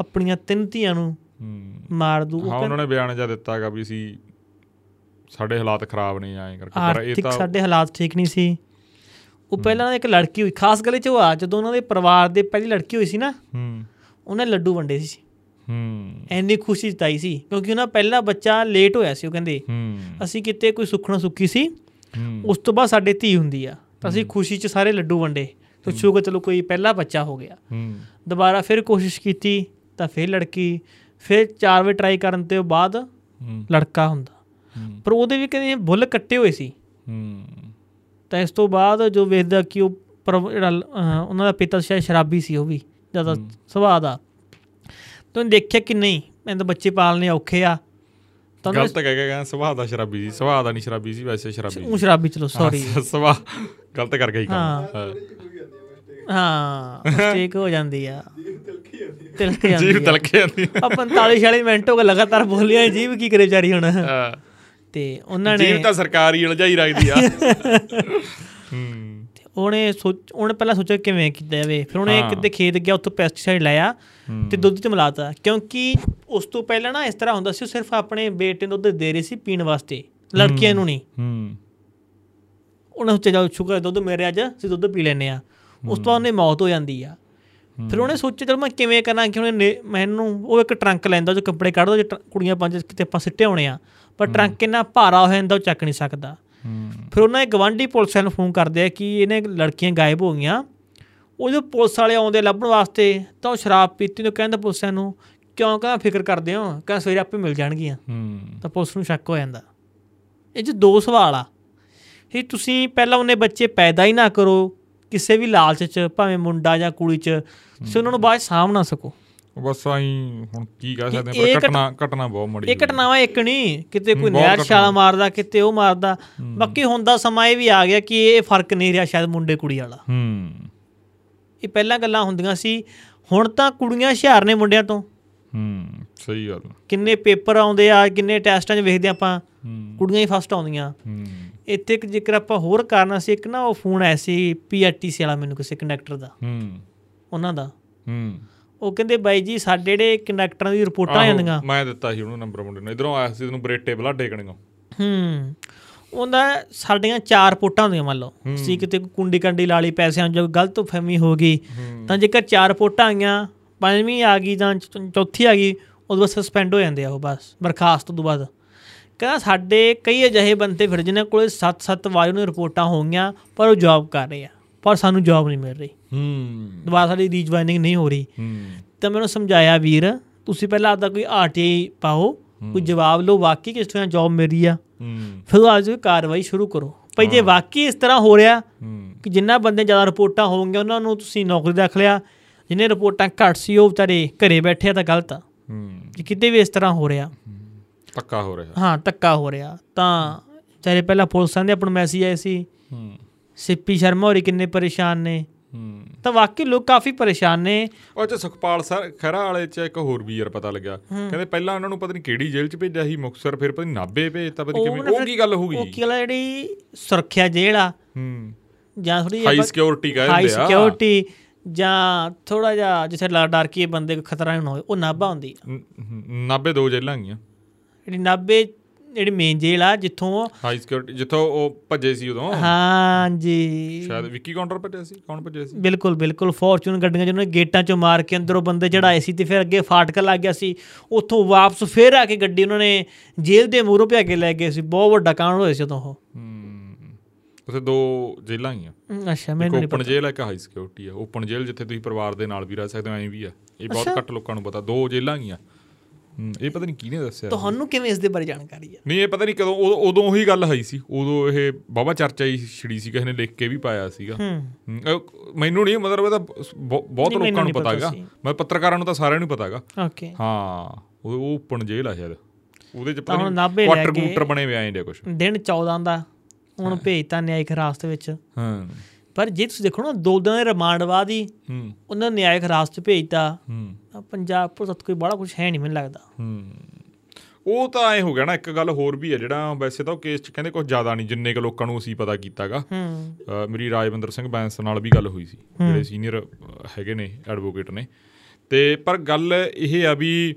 ਆਪਣੀਆਂ ਤਿੰਨ ਧੀਆਂ ਨੂੰ
ਹੂੰ
ਮਾਰ ਦੂ ਉਹ
ਹਾਂ ਉਹਨਾਂ ਨੇ ਬਿਆਨ ਜਾ ਦਿੱਤਾਗਾ ਵੀ ਅਸੀਂ ਸਾਡੇ ਹਾਲਾਤ ਖਰਾਬ ਨੇ ਐਂ ਕਰਕੇ ਪਰ ਇਹ
ਆਰਥਿਕ
ਤਾਂ
ਸਾਡੇ ਹਾਲਾਤ ਠੀਕ ਨਹੀਂ ਸੀ ਉਹ ਪਹਿਲਾਂ ਇੱਕ ਲੜਕੀ ਹੋਈ ਖਾਸ ਗੱਲ ਇਹ 'ਚ ਉਹ ਆ ਜਦੋਂ ਉਹਨਾਂ ਦੇ ਪਰਿਵਾਰ ਦੇ ਪਹਿਲੀ ਲੜਕੀ ਹੋਈ ਸੀ ਨਾ
ਹੂੰ
ਉਹਨੇ ਲੱਡੂ ਵੰਡੇ ਸੀ
ਹੂੰ
ਐਨੀ ਖੁਸ਼ੀ ਜਤਾਈ ਸੀ ਕਿਉਂਕਿ ਉਹਨਾਂ ਪਹਿਲਾ ਬੱਚਾ ਲੇਟ ਹੋਇਆ ਸੀ ਉਹ ਕਹਿੰਦੇ
ਹੂੰ
ਅਸੀਂ ਕਿਤੇ ਕੋਈ ਸੁੱਖਣਾ ਸੁੱਕੀ ਸੀ
ਹੂੰ
ਉਸ ਤੋਂ ਬਾਅਦ ਸਾਡੇ ਧੀ ਹੁੰਦੀ ਆ ਤਾਂ ਅਸੀਂ ਖੁਸ਼ੀ 'ਚ ਸਾਰੇ ਲੱਡੂ ਵੰਡੇ ਸੋਚੂਗਾ ਚਲੋ ਕੋਈ ਪਹਿਲਾ ਬੱਚਾ ਹੋ ਗਿਆ
ਹੂੰ
ਦੁਬਾਰਾ ਫਿਰ ਕੋਸ਼ਿਸ਼ ਕੀਤੀ ਤਾਂ ਫਿਰ ਲੜਕੀ ਫਿਰ ਚਾਰ ਵੇ ਟਰਾਈ ਕਰਨ ਤੋਂ ਬਾਅਦ
ਹੂੰ
ਲੜਕਾ ਹੁੰਦਾ
ਹੂੰ।
ਪਰ ਉਹਦੇ ਵੀ ਕਹਿੰਦੇ ਬੁੱਲ ਕੱਟੇ ਹੋਏ ਸੀ
ਹੂੰ
ਤਾਂ ਇਸ ਤੋਂ ਬਾਅਦ ਜੋ ਵੇਖਦਾ ਕਿ ਉਹ ਪਰ ਜਿਹੜਾ ਲ- ਅਹ ਉਹਨਾਂ ਦਾ ਪਿਤਾ ਸ਼ਾਇਦ ਸ਼ਰਾਬੀ ਸੀ ਉਹ ਵੀ ਜ਼ਿਆਦਾ ਸੁਭਾਅ ਦਾ ਤਾਂ ਉਹਨੇ ਦੇਖਿਆ ਕਿ ਨਹੀਂ ਮੈਂ ਤਾਂ ਬੱਚੇ ਪਾਲਨੇ ਔਖੇ ਆ ਤਾਂ ਉਹਨੇ
ਗਲਤ ਕਹਿ ਕੇ ਗਿਆ ਸੁਭਾਅ ਦਾ ਸ਼ਰਾਬੀ ਸੀ ਸੁਭਾਅ ਦਾ ਨਹੀਂ ਸ਼ਰਾਬੀ ਸੀ ਵੈਸੇ ਸ਼ਰਾਬੀ
ਉਹ ਸ਼ਰਾਬੀ ਚਲੋ ਸੌਰੀ
ਹਾਂ, ਸੁਭਾਅ ਗਲਤ ਕਰ ਗਈ ਕੰਮ
ਹਾਂ।
ਹਾਂ।
ਹਾਂ ਮਿਸਟੇਕ ਹੋ ਜਾਂਦੀ ਆ ਤਿਲਕ ਜਾਂਦੀ
ਜੀਭ
ਆ
ਤਲਕੇ ਜਾਂਦੀ ਹੈ।
ਆ 45 46 ਮਿੰਟ ਹੋ ਗਏ ਲਗਾਤਾਰ ਬੋਲਿਆ ਜੀਭ ਕੀ ਕਰੇ ਵਿਚਾਰੀ ਹੁਣ
ਹਾਂ।
ਤੇ ਉਹਨਾਂ ਨੇ
ਜੀਭ ਤਾਂ ਸਰਕਾਰੀ ਉਲਝਾਈ ਰੱਖਦੀ ਆ ਹੂੰ
ਤੇ ਉਹਨੇ ਸੋਚ ਉਹਨੇ ਪਹਿਲਾਂ ਸੋਚਿਆ ਕਿਵੇਂ ਕੀਤਾ ਜਾਵੇ ਫਿਰ ਉਹਨੇ
ਹਾਂ।
ਕਿਤੇ ਖੇਤ ਗਿਆ ਉੱਥੋਂ ਪੈਸਟੀਸਾਈਡ ਲਾਇਆ ਤੇ ਦੁੱਧ ਚ ਮਿਲਾਤਾ ਕਿਉਂਕਿ ਉਸ ਤੋਂ ਪਹਿਲਾਂ ਨਾ ਇਸ ਤਰ੍ਹਾਂ ਹੁੰਦਾ ਸੀ ਉਹ ਸਿਰਫ ਆਪਣੇ ਬੇਟੇ ਨੂੰ ਦੁੱਧ ਦੇ ਰਹੀ ਸੀ ਪੀਣ ਵਾਸਤੇ ਲੜਕੀਆਂ ਨੂੰ ਨਹੀਂ
ਹੂੰ
ਉਹਨੇ ਸੋਚਿਆ ਚਲੋ ਸ਼ੁਕਰ ਹੈ ਦੁੱਧ ਮੇਰੇ ਅੱਜ ਅਸੀਂ ਦੁੱਧ ਪੀ ਲੈਨੇ ਆ ਉਸ ਤੋਂ ਬਾਅਦ ਉਹਨੇ ਮੌਤ ਹੋ ਜਾਂਦੀ ਆ ਫਿਰ ਉਹਨੇ ਸੋਚਿਆ ਚਲ ਮੈਂ ਕਿਵੇਂ ਕਰਾਂ ਕਿ ਉਹਨੇ ਨੇ- ਮੈਨੂੰ ਉਹ ਇੱਕ ਟਰੰਕ ਲੈਂਦਾ ਜੋ ਕੱਪੜੇ ਕੱਢਦਾ ਜੇ ਟਰ- ਕੁੜੀਆਂ ਪੰਜ ਕਿਤੇ ਆਪਾਂ ਸਿੱਟੇ ਆਉਣੇ ਆ ਪਰ ਟਰੰਕ ਇੰਨਾ ਭਾਰਾ ਹੋ ਜਾਂਦਾ ਉਹ ਚੱਕ ਨਹੀਂ ਸਕਦਾ ਫਿਰ ਉਹਨਾਂ ਇੱਕ ਗਵਾਂਢੀ ਪੁਲਿਸ ਵਾਲਿਆਂ ਨੂੰ ਫੋਨ ਕਰਦੇ ਆ ਕਿ ਇਹਨੇ ਲੜਕੀਆਂ ਗਾਇਬ ਹੋ ਗਈਆਂ ਉਹ ਜੋ ਪੁਲਿਸ ਵਾਲੇ ਆਉਂਦੇ ਲੱਭਣ ਵਾਸਤੇ ਤਾਂ ਉਹ ਸ਼ਰਾਬ ਪੀਤੀ ਨੂੰ ਕਹਿੰਦਾ ਪੁਲਿਸ ਵਾਲਿਆਂ ਨੂੰ ਕਿਉਂ ਕਹਿੰਦਾ ਫਿਕਰ ਕਰਦੇ ਹੋ ਕਹਿੰਦਾ ਸਵੇਰੇ ਆਪੇ ਮਿਲ ਜਾਣਗੀਆਂ
ਹੂੰ
ਤਾਂ ਪੁਲਿਸ ਨੂੰ ਸ਼ੱਕ ਹੋ ਜਾਂਦਾ ਇਹ 'ਚ ਦੋ ਸਵਾਲ ਆ ਇਹ ਤੁਸੀਂ ਪਹਿਲਾਂ ਉਹਨੇ ਬੱਚੇ ਪੈਦਾ ਹੀ ਨਾ ਕਰੋ ਕਿਸੇ ਵੀ ਲਾਲਚ 'ਚ ਭਾਵੇਂ ਮੁੰਡਾ ਜਾਂ ਕੁੜੀ 'ਚ ਤੁਸੀਂ ਉਹਨਾਂ ਨੂੰ ਬਾਅਦ 'ਚ ਸਾਂਭ ਨਾ ਸਕੋ
ਉਹ ਬਸ ਆਈ ਹੁਣ ਕੀ ਕਹਿ ਸਕਦੇ
ਇਹ
ਆ, ਪਰ
ਘਟ-
ਘਟਨਾ ਘਟਨਾ ਬਹੁਤ ਮੜੀ
ਇਹ ਘਟਨਾਵਾਂ ਇੱਕ ਨਹੀਂ ਕਿਤੇ ਕੋਈ
ਹਮ, ਬਹੁਤ
ਨਹਿਰ ਛਾਲਾ
ਘਟਨਾਵਾਂ।
ਮਾਰਦਾ ਕਿਤੇ ਉਹ ਮਾਰਦਾ ਬਾਕੀ ਹੁੰਦਾ ਸਮਾਂ ਇਹ ਵੀ ਆ ਗਿਆ ਕਿ ਇਹ ਫਰਕ ਨਹੀਂ ਰਿਹਾ ਸ਼ਾਇਦ ਮੁੰਡੇ ਕੁੜੀ ਵਾਲਾ
ਹੂੰ
ਇਹ ਪਹਿਲਾਂ ਗੱਲਾਂ ਹੁੰਦੀਆਂ ਸੀ ਹੁਣ ਤਾਂ ਕੁੜੀਆਂ ਹੁਸ਼ਿਆਰ ਨੇ ਮੁੰਡਿਆਂ ਤੋਂ
ਹੂੰ ਸਹੀ ਗੱਲ
ਕਿੰਨੇ ਪੇਪਰ ਆਉਂਦੇ ਆ ਕਿੰਨੇ ਟੈਸਟਾਂ 'ਚ ਵੇਖਦੇ ਆਪਾਂ
ਹੂੰ
ਕੁੜੀਆਂ ਹੀ ਫਸਟ ਆਉਂਦੀਆਂ
ਹੂੰ
ਇੱਥੇ ਇੱਕ ਜ਼ਿਕਰ ਆਪਾਂ ਹੋਰ ਕਰਨਾ ਸੀ ਇੱਕ ਨਾ ਉਹ ਫੋਨ ਆਇਆ ਸੀ ਪੀਆਰਟੀਸੀ ਵਾਲਾ ਮੈਨੂੰ ਕਿਸੇ ਕੰਡਕਟਰ ਦਾ
ਹੂੰ
ਉਹਨਾਂ ਦਾ
ਹੂੰ
ਉਹ ਕਹਿੰਦੇ ਬਾਈ ਜੀ ਸਾਡੇ ਜਿਹੜੇ ਕੰਡਕਟਰਾਂ ਦੀ ਰਿਪੋਰਟਾਂ
ਆਹੋ,
ਆਉਂਦੀਆਂ
ਮੈਂ ਦਿੱਤਾ ਸੀ ਉਹਨੂੰ ਨੰਬਰ ਮੁੰਡੇ ਨੂੰ ਇਧਰੋਂ ਆਇਆ ਸੀ ਤੈਨੂੰ ਬਰੇਟੇ ਬਲਾ ਡੇਕਣੀਆਂ
ਹੂੰ ਉਹਦਾ ਸਾਡੀਆਂ ਚਾਰ ਰਿਪੋਰਟਾਂ ਹੁੰਦੀਆਂ ਮੰਨ ਲਓ ਸੀ ਕਿਤੇ ਕੁੰਡੀ ਕੰਡੀ ਲਾ ਲਈ ਪੈਸਿਆਂ ਜੋ ਗਲਤ ਫਹਿਮੀ ਹੋ ਗਈ ਤਾਂ ਜੇਕਰ ਚਾਰ ਰਿਪੋਰਟਾਂ ਆਈਆਂ ਪੰਜਵੀਂ ਆ ਗਈ ਜਾਂ ਚੌ- ਚੌਥੀ ਆ ਗਈ ਉਦੋਂ ਬਸ ਸਸਪੈਂਡ ਹੋ ਜਾਂਦੇ ਆ ਉਹ ਬਸ ਬਰਖਾਸਤ ਤੋਂ ਬਾਅਦ ਕਹਿੰਦਾ ਸਾਡੇ ਕਈ ਅਜਿਹੇ ਬੰਦੇ ਫਿਰ ਜਿਨ੍ਹਾਂ ਕੋਲੇ 7-7 ਵਾਰ ਉਹਨਾਂ ਦੀਆਂ ਰਿਪੋਰਟਾਂ ਹੋ ਗਈਆਂ ਪਰ ਉਹ ਜੌਬ ਕਰ ਰਹੇ ਆ ਪਰ ਸਾਨੂੰ ਜੌਬ ਨਹੀਂ ਮਿਲ ਰਹੀ
ਹੂੰ
ਦੁਬਾਰਾ ਸਾਡੀ ਰੀਜਵਾਈਨਿੰਗ ਨਹੀਂ ਹੋ ਰਹੀ
ਹੂੰ
ਤਾਂ ਮੈਂ ਉਹਨੂੰ ਸਮਝਾਇਆ ਵੀਰ ਤੁਸੀਂ ਪਹਿਲਾਂ ਆਪਦਾ ਕੋਈ ਆਰਟੀਆਈ ਪਾਓ ਕੋਈ ਜਵਾਬ ਲਓ ਵਾਕਈ ਕਿਸ ਤਰ੍ਹਾਂ ਜੌਬ ਮੇਰੀ ਆ
ਹੂੰ
ਫਿਰ ਉਹ ਆਪਦੀ ਕੋਈ ਕਾਰਵਾਈ ਸ਼ੁਰੂ ਕਰੋ ਭਈ ਜੇ ਵਾਕਈ ਇਸ ਤਰ੍ਹਾਂ ਹੋ ਰਿਹਾ
ਹੂੰ
ਕਿ ਜਿੰਨਾ ਬੰਦੇ ਜ਼ਿਆਦਾ ਰਿਪੋਰਟਾਂ ਹੋਣਗੀਆਂ ਉਹਨਾਂ ਨੂੰ ਤੁਸੀਂ ਨੌਕਰੀ ਰੱਖ ਲਿਆ ਜਿਹਨੇ ਰਿਪੋਰਟਾਂ ਘੱਟ ਸੀ ਉਹ ਵਿਚਾਰੇ ਘਰੇ ਬੈਠੇ ਆ ਤਾਂ ਗਲਤ ਆ
ਹੂੰ
ਜੇ ਕਿਤੇ ਵੀ ਇਸ ਤਰ੍ਹਾਂ ਹੋ ਰਿਹਾ
ਪੱਕਾ ਹੋ ਰਿਹਾ
ਹਾਂ ਧੱਕਾ ਹੋ ਰਿਹਾ ਤਾਂ ਵਿਚਾਰੇ ਪਹਿਲਾਂ ਪੁਲਿਸਾਂ ਦੇ ਆਪਣ ਮੈਸੇਜ ਆਏ ਸੀ
ਹੂੰ
ਸਿੱਪੀ ਸ਼ਰਮਾ ਹੋਰੀ ਕਿੰਨੇ ਪਰੇਸ਼ਾਨ ਨੇ
ਹੂੰ
ਤਾਂ ਵਾਕਈ ਲੋਕ ਕਾਫੀ ਪਰੇਸ਼ਾਨ ਨੇ
ਉਹ ਚ ਸੁਖਪਾਲ ਸਰ ਖਹਿਰਾ ਵਾਲੇ ਚ ਇੱਕ ਹੋਰ ਵੀ ਯਾਰ ਪਤਾ ਲੱਗਿਆ ਕਹਿੰਦੇ ਪਹਿਲਾਂ ਉਹਨਾਂ ਨੂੰ ਪਤਾ ਨਹੀਂ ਕਿਹੜੀ ਜੇਲ੍ਹ ਚ ਭੇਜਿਆ ਸੀ ਮੁਕਸਰ ਫਿਰ ਪਤਾ ਨਹੀਂ ਨਾਬੇ ਭੇਜਤਾ ਪਤਾ ਨੀ
ਉਹ
ਕਿਵੇਂ
ਨਾ
ਉਹ ਕੀ ਗੱਲ ਹੋ
ਉਹ
ਗਈ
ਕੀ ਗੱਲ ਆ ਜਿਹੜੀ ਸੁਰੱਖਿਆ ਜਿਹੜਾ
ਹੂੰ
ਜਾਂ ਥੋੜੀ
ਹਾਈ ਸਿਕਿਉਰਿਟੀ
ਹਾਈ
ਕਹਿੰਦੇ ਆ
ਸਿਕਿਉਰਿਟੀ ਜਾਂ ਥੋੜਾ ਜਿਹਾ ਜਿੱਥੇ ਲਾ ਡਰ ਕੇ ਬੰਦੇ ਕੋ ਖਤਰਾ ਨਾ ਹੋਵੇ ਉਹ ਨਾਭਾ ਹੁੰਦੀ ਆ
ਨਾਬੇ ਦੋ ਜੇਲ੍ਹਾਂ ਗਈਆਂ
ਜਿਹੜੀ ਨਾਭੇ ਜਿਹੜੀ ਮੇਨ ਜੇਲ੍ਹ ਆ ਜਿੱਥੋਂ
ਹਾਈ ਸਿਕਿਉਰਿਟੀ ਜਿੱਥੋਂ ਉਹ ਭੱਜੇ ਸੀ ਉਦੋਂ
ਹਾਂਜੀ
ਸ਼ਾਇਦ ਵਿੱਕੀ ਕਾਉਂਟਰ ਭੱਜਿਆ ਸੀ ਕੌਣ ਭੱਜਿਆ ਸੀ
ਬਿਲਕੁਲ ਬਿਲਕੁਲ ਫੋਰਚੂਨ ਗੱਡੀਆਂ ਜਿਹਨਾਂ ਨੇ ਗੇਟਾਂ ਚੋਂ ਮਾਰ ਕੇ ਅੰਦਰੋਂ ਬੰਦੇ ਚੜਾਏ ਸੀ ਤੇ ਫਿਰ ਅੱਗੇ ਫਾਟਕ ਲੱਗ ਗਿਆ ਸੀ ਉੱਥੋਂ ਵਾਪਸ ਫਿਰ ਆ ਕੇ ਗੱਡੀ ਉਹਨਾਂ ਨੇ ਜੇਲ੍ਹ ਦੇ ਮੂਹਰੋਂ ਭਿਆ ਕੇ ਲੈ ਗਏ ਸੀ ਬਹੁਤ ਵੱਡਾ ਕਾਂਡ ਹੋਇਆ ਸੀ ਉਦੋਂ ਉਹ
ਹੂੰ ਉੱਥੇ ਦੋ ਜੇਲ੍ਹਾਂ ਗਈਆਂ
ਹਮ, ਅੱਛਾ
ਇੱਕ
ਮੈਨੂੰ ਨਹੀਂ
ਓਪਨ ਜੇਲ੍ਹ ਹੈ ਇੱਕ ਹਾਈ ਸਿਕਿਉਰਿਟੀ ਹੈ ਓਪਨ ਜੇਲ੍ਹ ਜਿੱਥੇ ਤੁਸੀਂ ਪਰਿਵਾਰ ਦੇ ਨਾਲ ਵੀ ਰਹਿ ਸਕਦੇ ਹੋ ਐਂ ਵੀ ਆ ਇਹ ਬਹੁਤ ਘੱਟ ਲੋਕਾਂ ਨੂੰ ਪਤਾ ਦੋ ਜੇਲ੍ਹਾਂ ਗਈਆਂ ਹੂੰ, ਇਹ ਪਤਾ ਨਹੀਂ ਕਿਹਨੇ ਦੱਸਿਆ
ਤੁਹਾਨੂੰ ਕਿਵੇਂ ਇਸ ਦੇ ਬਾਰੇ ਜਾਣਕਾਰੀ ਆ
ਨਹੀਂ ਇਹ ਪਤਾ ਨਹੀਂ ਕਦੋਂ ਉਦੋਂ- ਉਦੋਂ ਉਹੀ ਗੱਲ ਹੋਈ ਸੀ ਉਦੋਂ ਇਹ ਬਾਬਾ ਚਰਚਾ ਹੀ ਛਿੜੀ ਸੀ ਕਿਸੇ ਨੇ ਲਿਖ ਕੇ ਵੀ ਪਾਇਆ ਸੀਗਾ ਹਮ, ਇਹ ਮੈਨੂੰ ਨਹੀਂ ਮਤਲਬ ਇਹ ਤਾਂ ਬਹੁ- ਬਹੁਤ
ਨਹੀਂ, ਮੈਨੂੰ
ਲੋਕਾਂ ਨੂੰ
ਨਹੀਂ
ਪਤਾ
ਪਤਾ
ਹੈਗਾ
ਸੀ।
ਮੈਂ ਪੱਤਰਕਾਰਾਂ ਨੂੰ ਤਾਂ ਸਾਰਿਆਂ ਨੂੰ ਪਤਾ ਹੈਗਾ
ਓਕੇ
ਹਾਂ ਉਹ ਉਹ ਓਪਨ ਜੇਲ੍ਹ ਆ ਸ਼ਾਇਦ ਉਹਦੇ ਚ ਪਤਾ
ਤਾਂ ਹੁਣ
ਨਹੀਂ
ਨਾਭੇ ਲੈ
ਕੁਆਟਰ
ਕੇ-
ਕੂਟਰ ਬਣੇ ਹੋਏ ਆਏ ਨੇ ਕੁਝ
ਦਿਨ 14 ਦਾ ਹੁਣ ਭੇਜਤਾ ਨਿਆਇਕ ਹਿਰਾਸਤ ਵਿੱਚ
ਹਾਂ
ਪਰ ਜੇ ਤੁਸੀਂ ਦੇਖੋ ਨਾ ਦੋ ਦਿਨ ਦੇ ਰਿਮਾਂਡ ਬਾਅਦ ਹੀ
ਹੂੰ
ਉਹਨਾਂ ਨੇ ਨਿਆਇਕ ਹਿਰਾਸਤ 'ਚ ਭੇਜਤਾ
ਹੂੰ
ਤਾਂ ਪੰਜਾਬ ਪੁਲਿਸ ਤੋਂ ਕੋਈ ਬੜਾ ਕੁਝ ਹੈ ਨਹੀਂ ਮੈਨੂੰ ਲੱਗਦਾ
ਉਹ ਤਾਂ ਐ ਹੋ ਗਿਆ ਨਾ ਇੱਕ ਗੱਲ ਹੋਰ ਵੀ ਹੈ ਜਿਹੜਾ ਵੈਸੇ ਤਾਂ ਉਹ ਕੇਸ ਚ ਕਹਿੰਦੇ ਕੁਝ ਜ਼ਿਆਦਾ ਨਹੀਂ ਜਿੰਨੇ ਕੁ ਲੋਕਾਂ ਨੂੰ ਅਸੀਂ ਪਤਾ ਕੀਤਾਗਾ
ਹੂੰ
ਅ, ਮੇਰੀ ਰਾਜਵਿੰਦਰ ਸਿੰਘ ਬੈਂਸ ਨਾਲ ਵੀ ਗੱਲ ਹੋਈ ਸੀ ਜਿਹੜੇ ਸੀਨੀਅਰ ਹੈਗੇ ਨੇ ਐਡਵੋਕੇਟ ਨੇ ਤੇ ਪਰ ਗੱਲ ਇਹ ਆ ਵੀ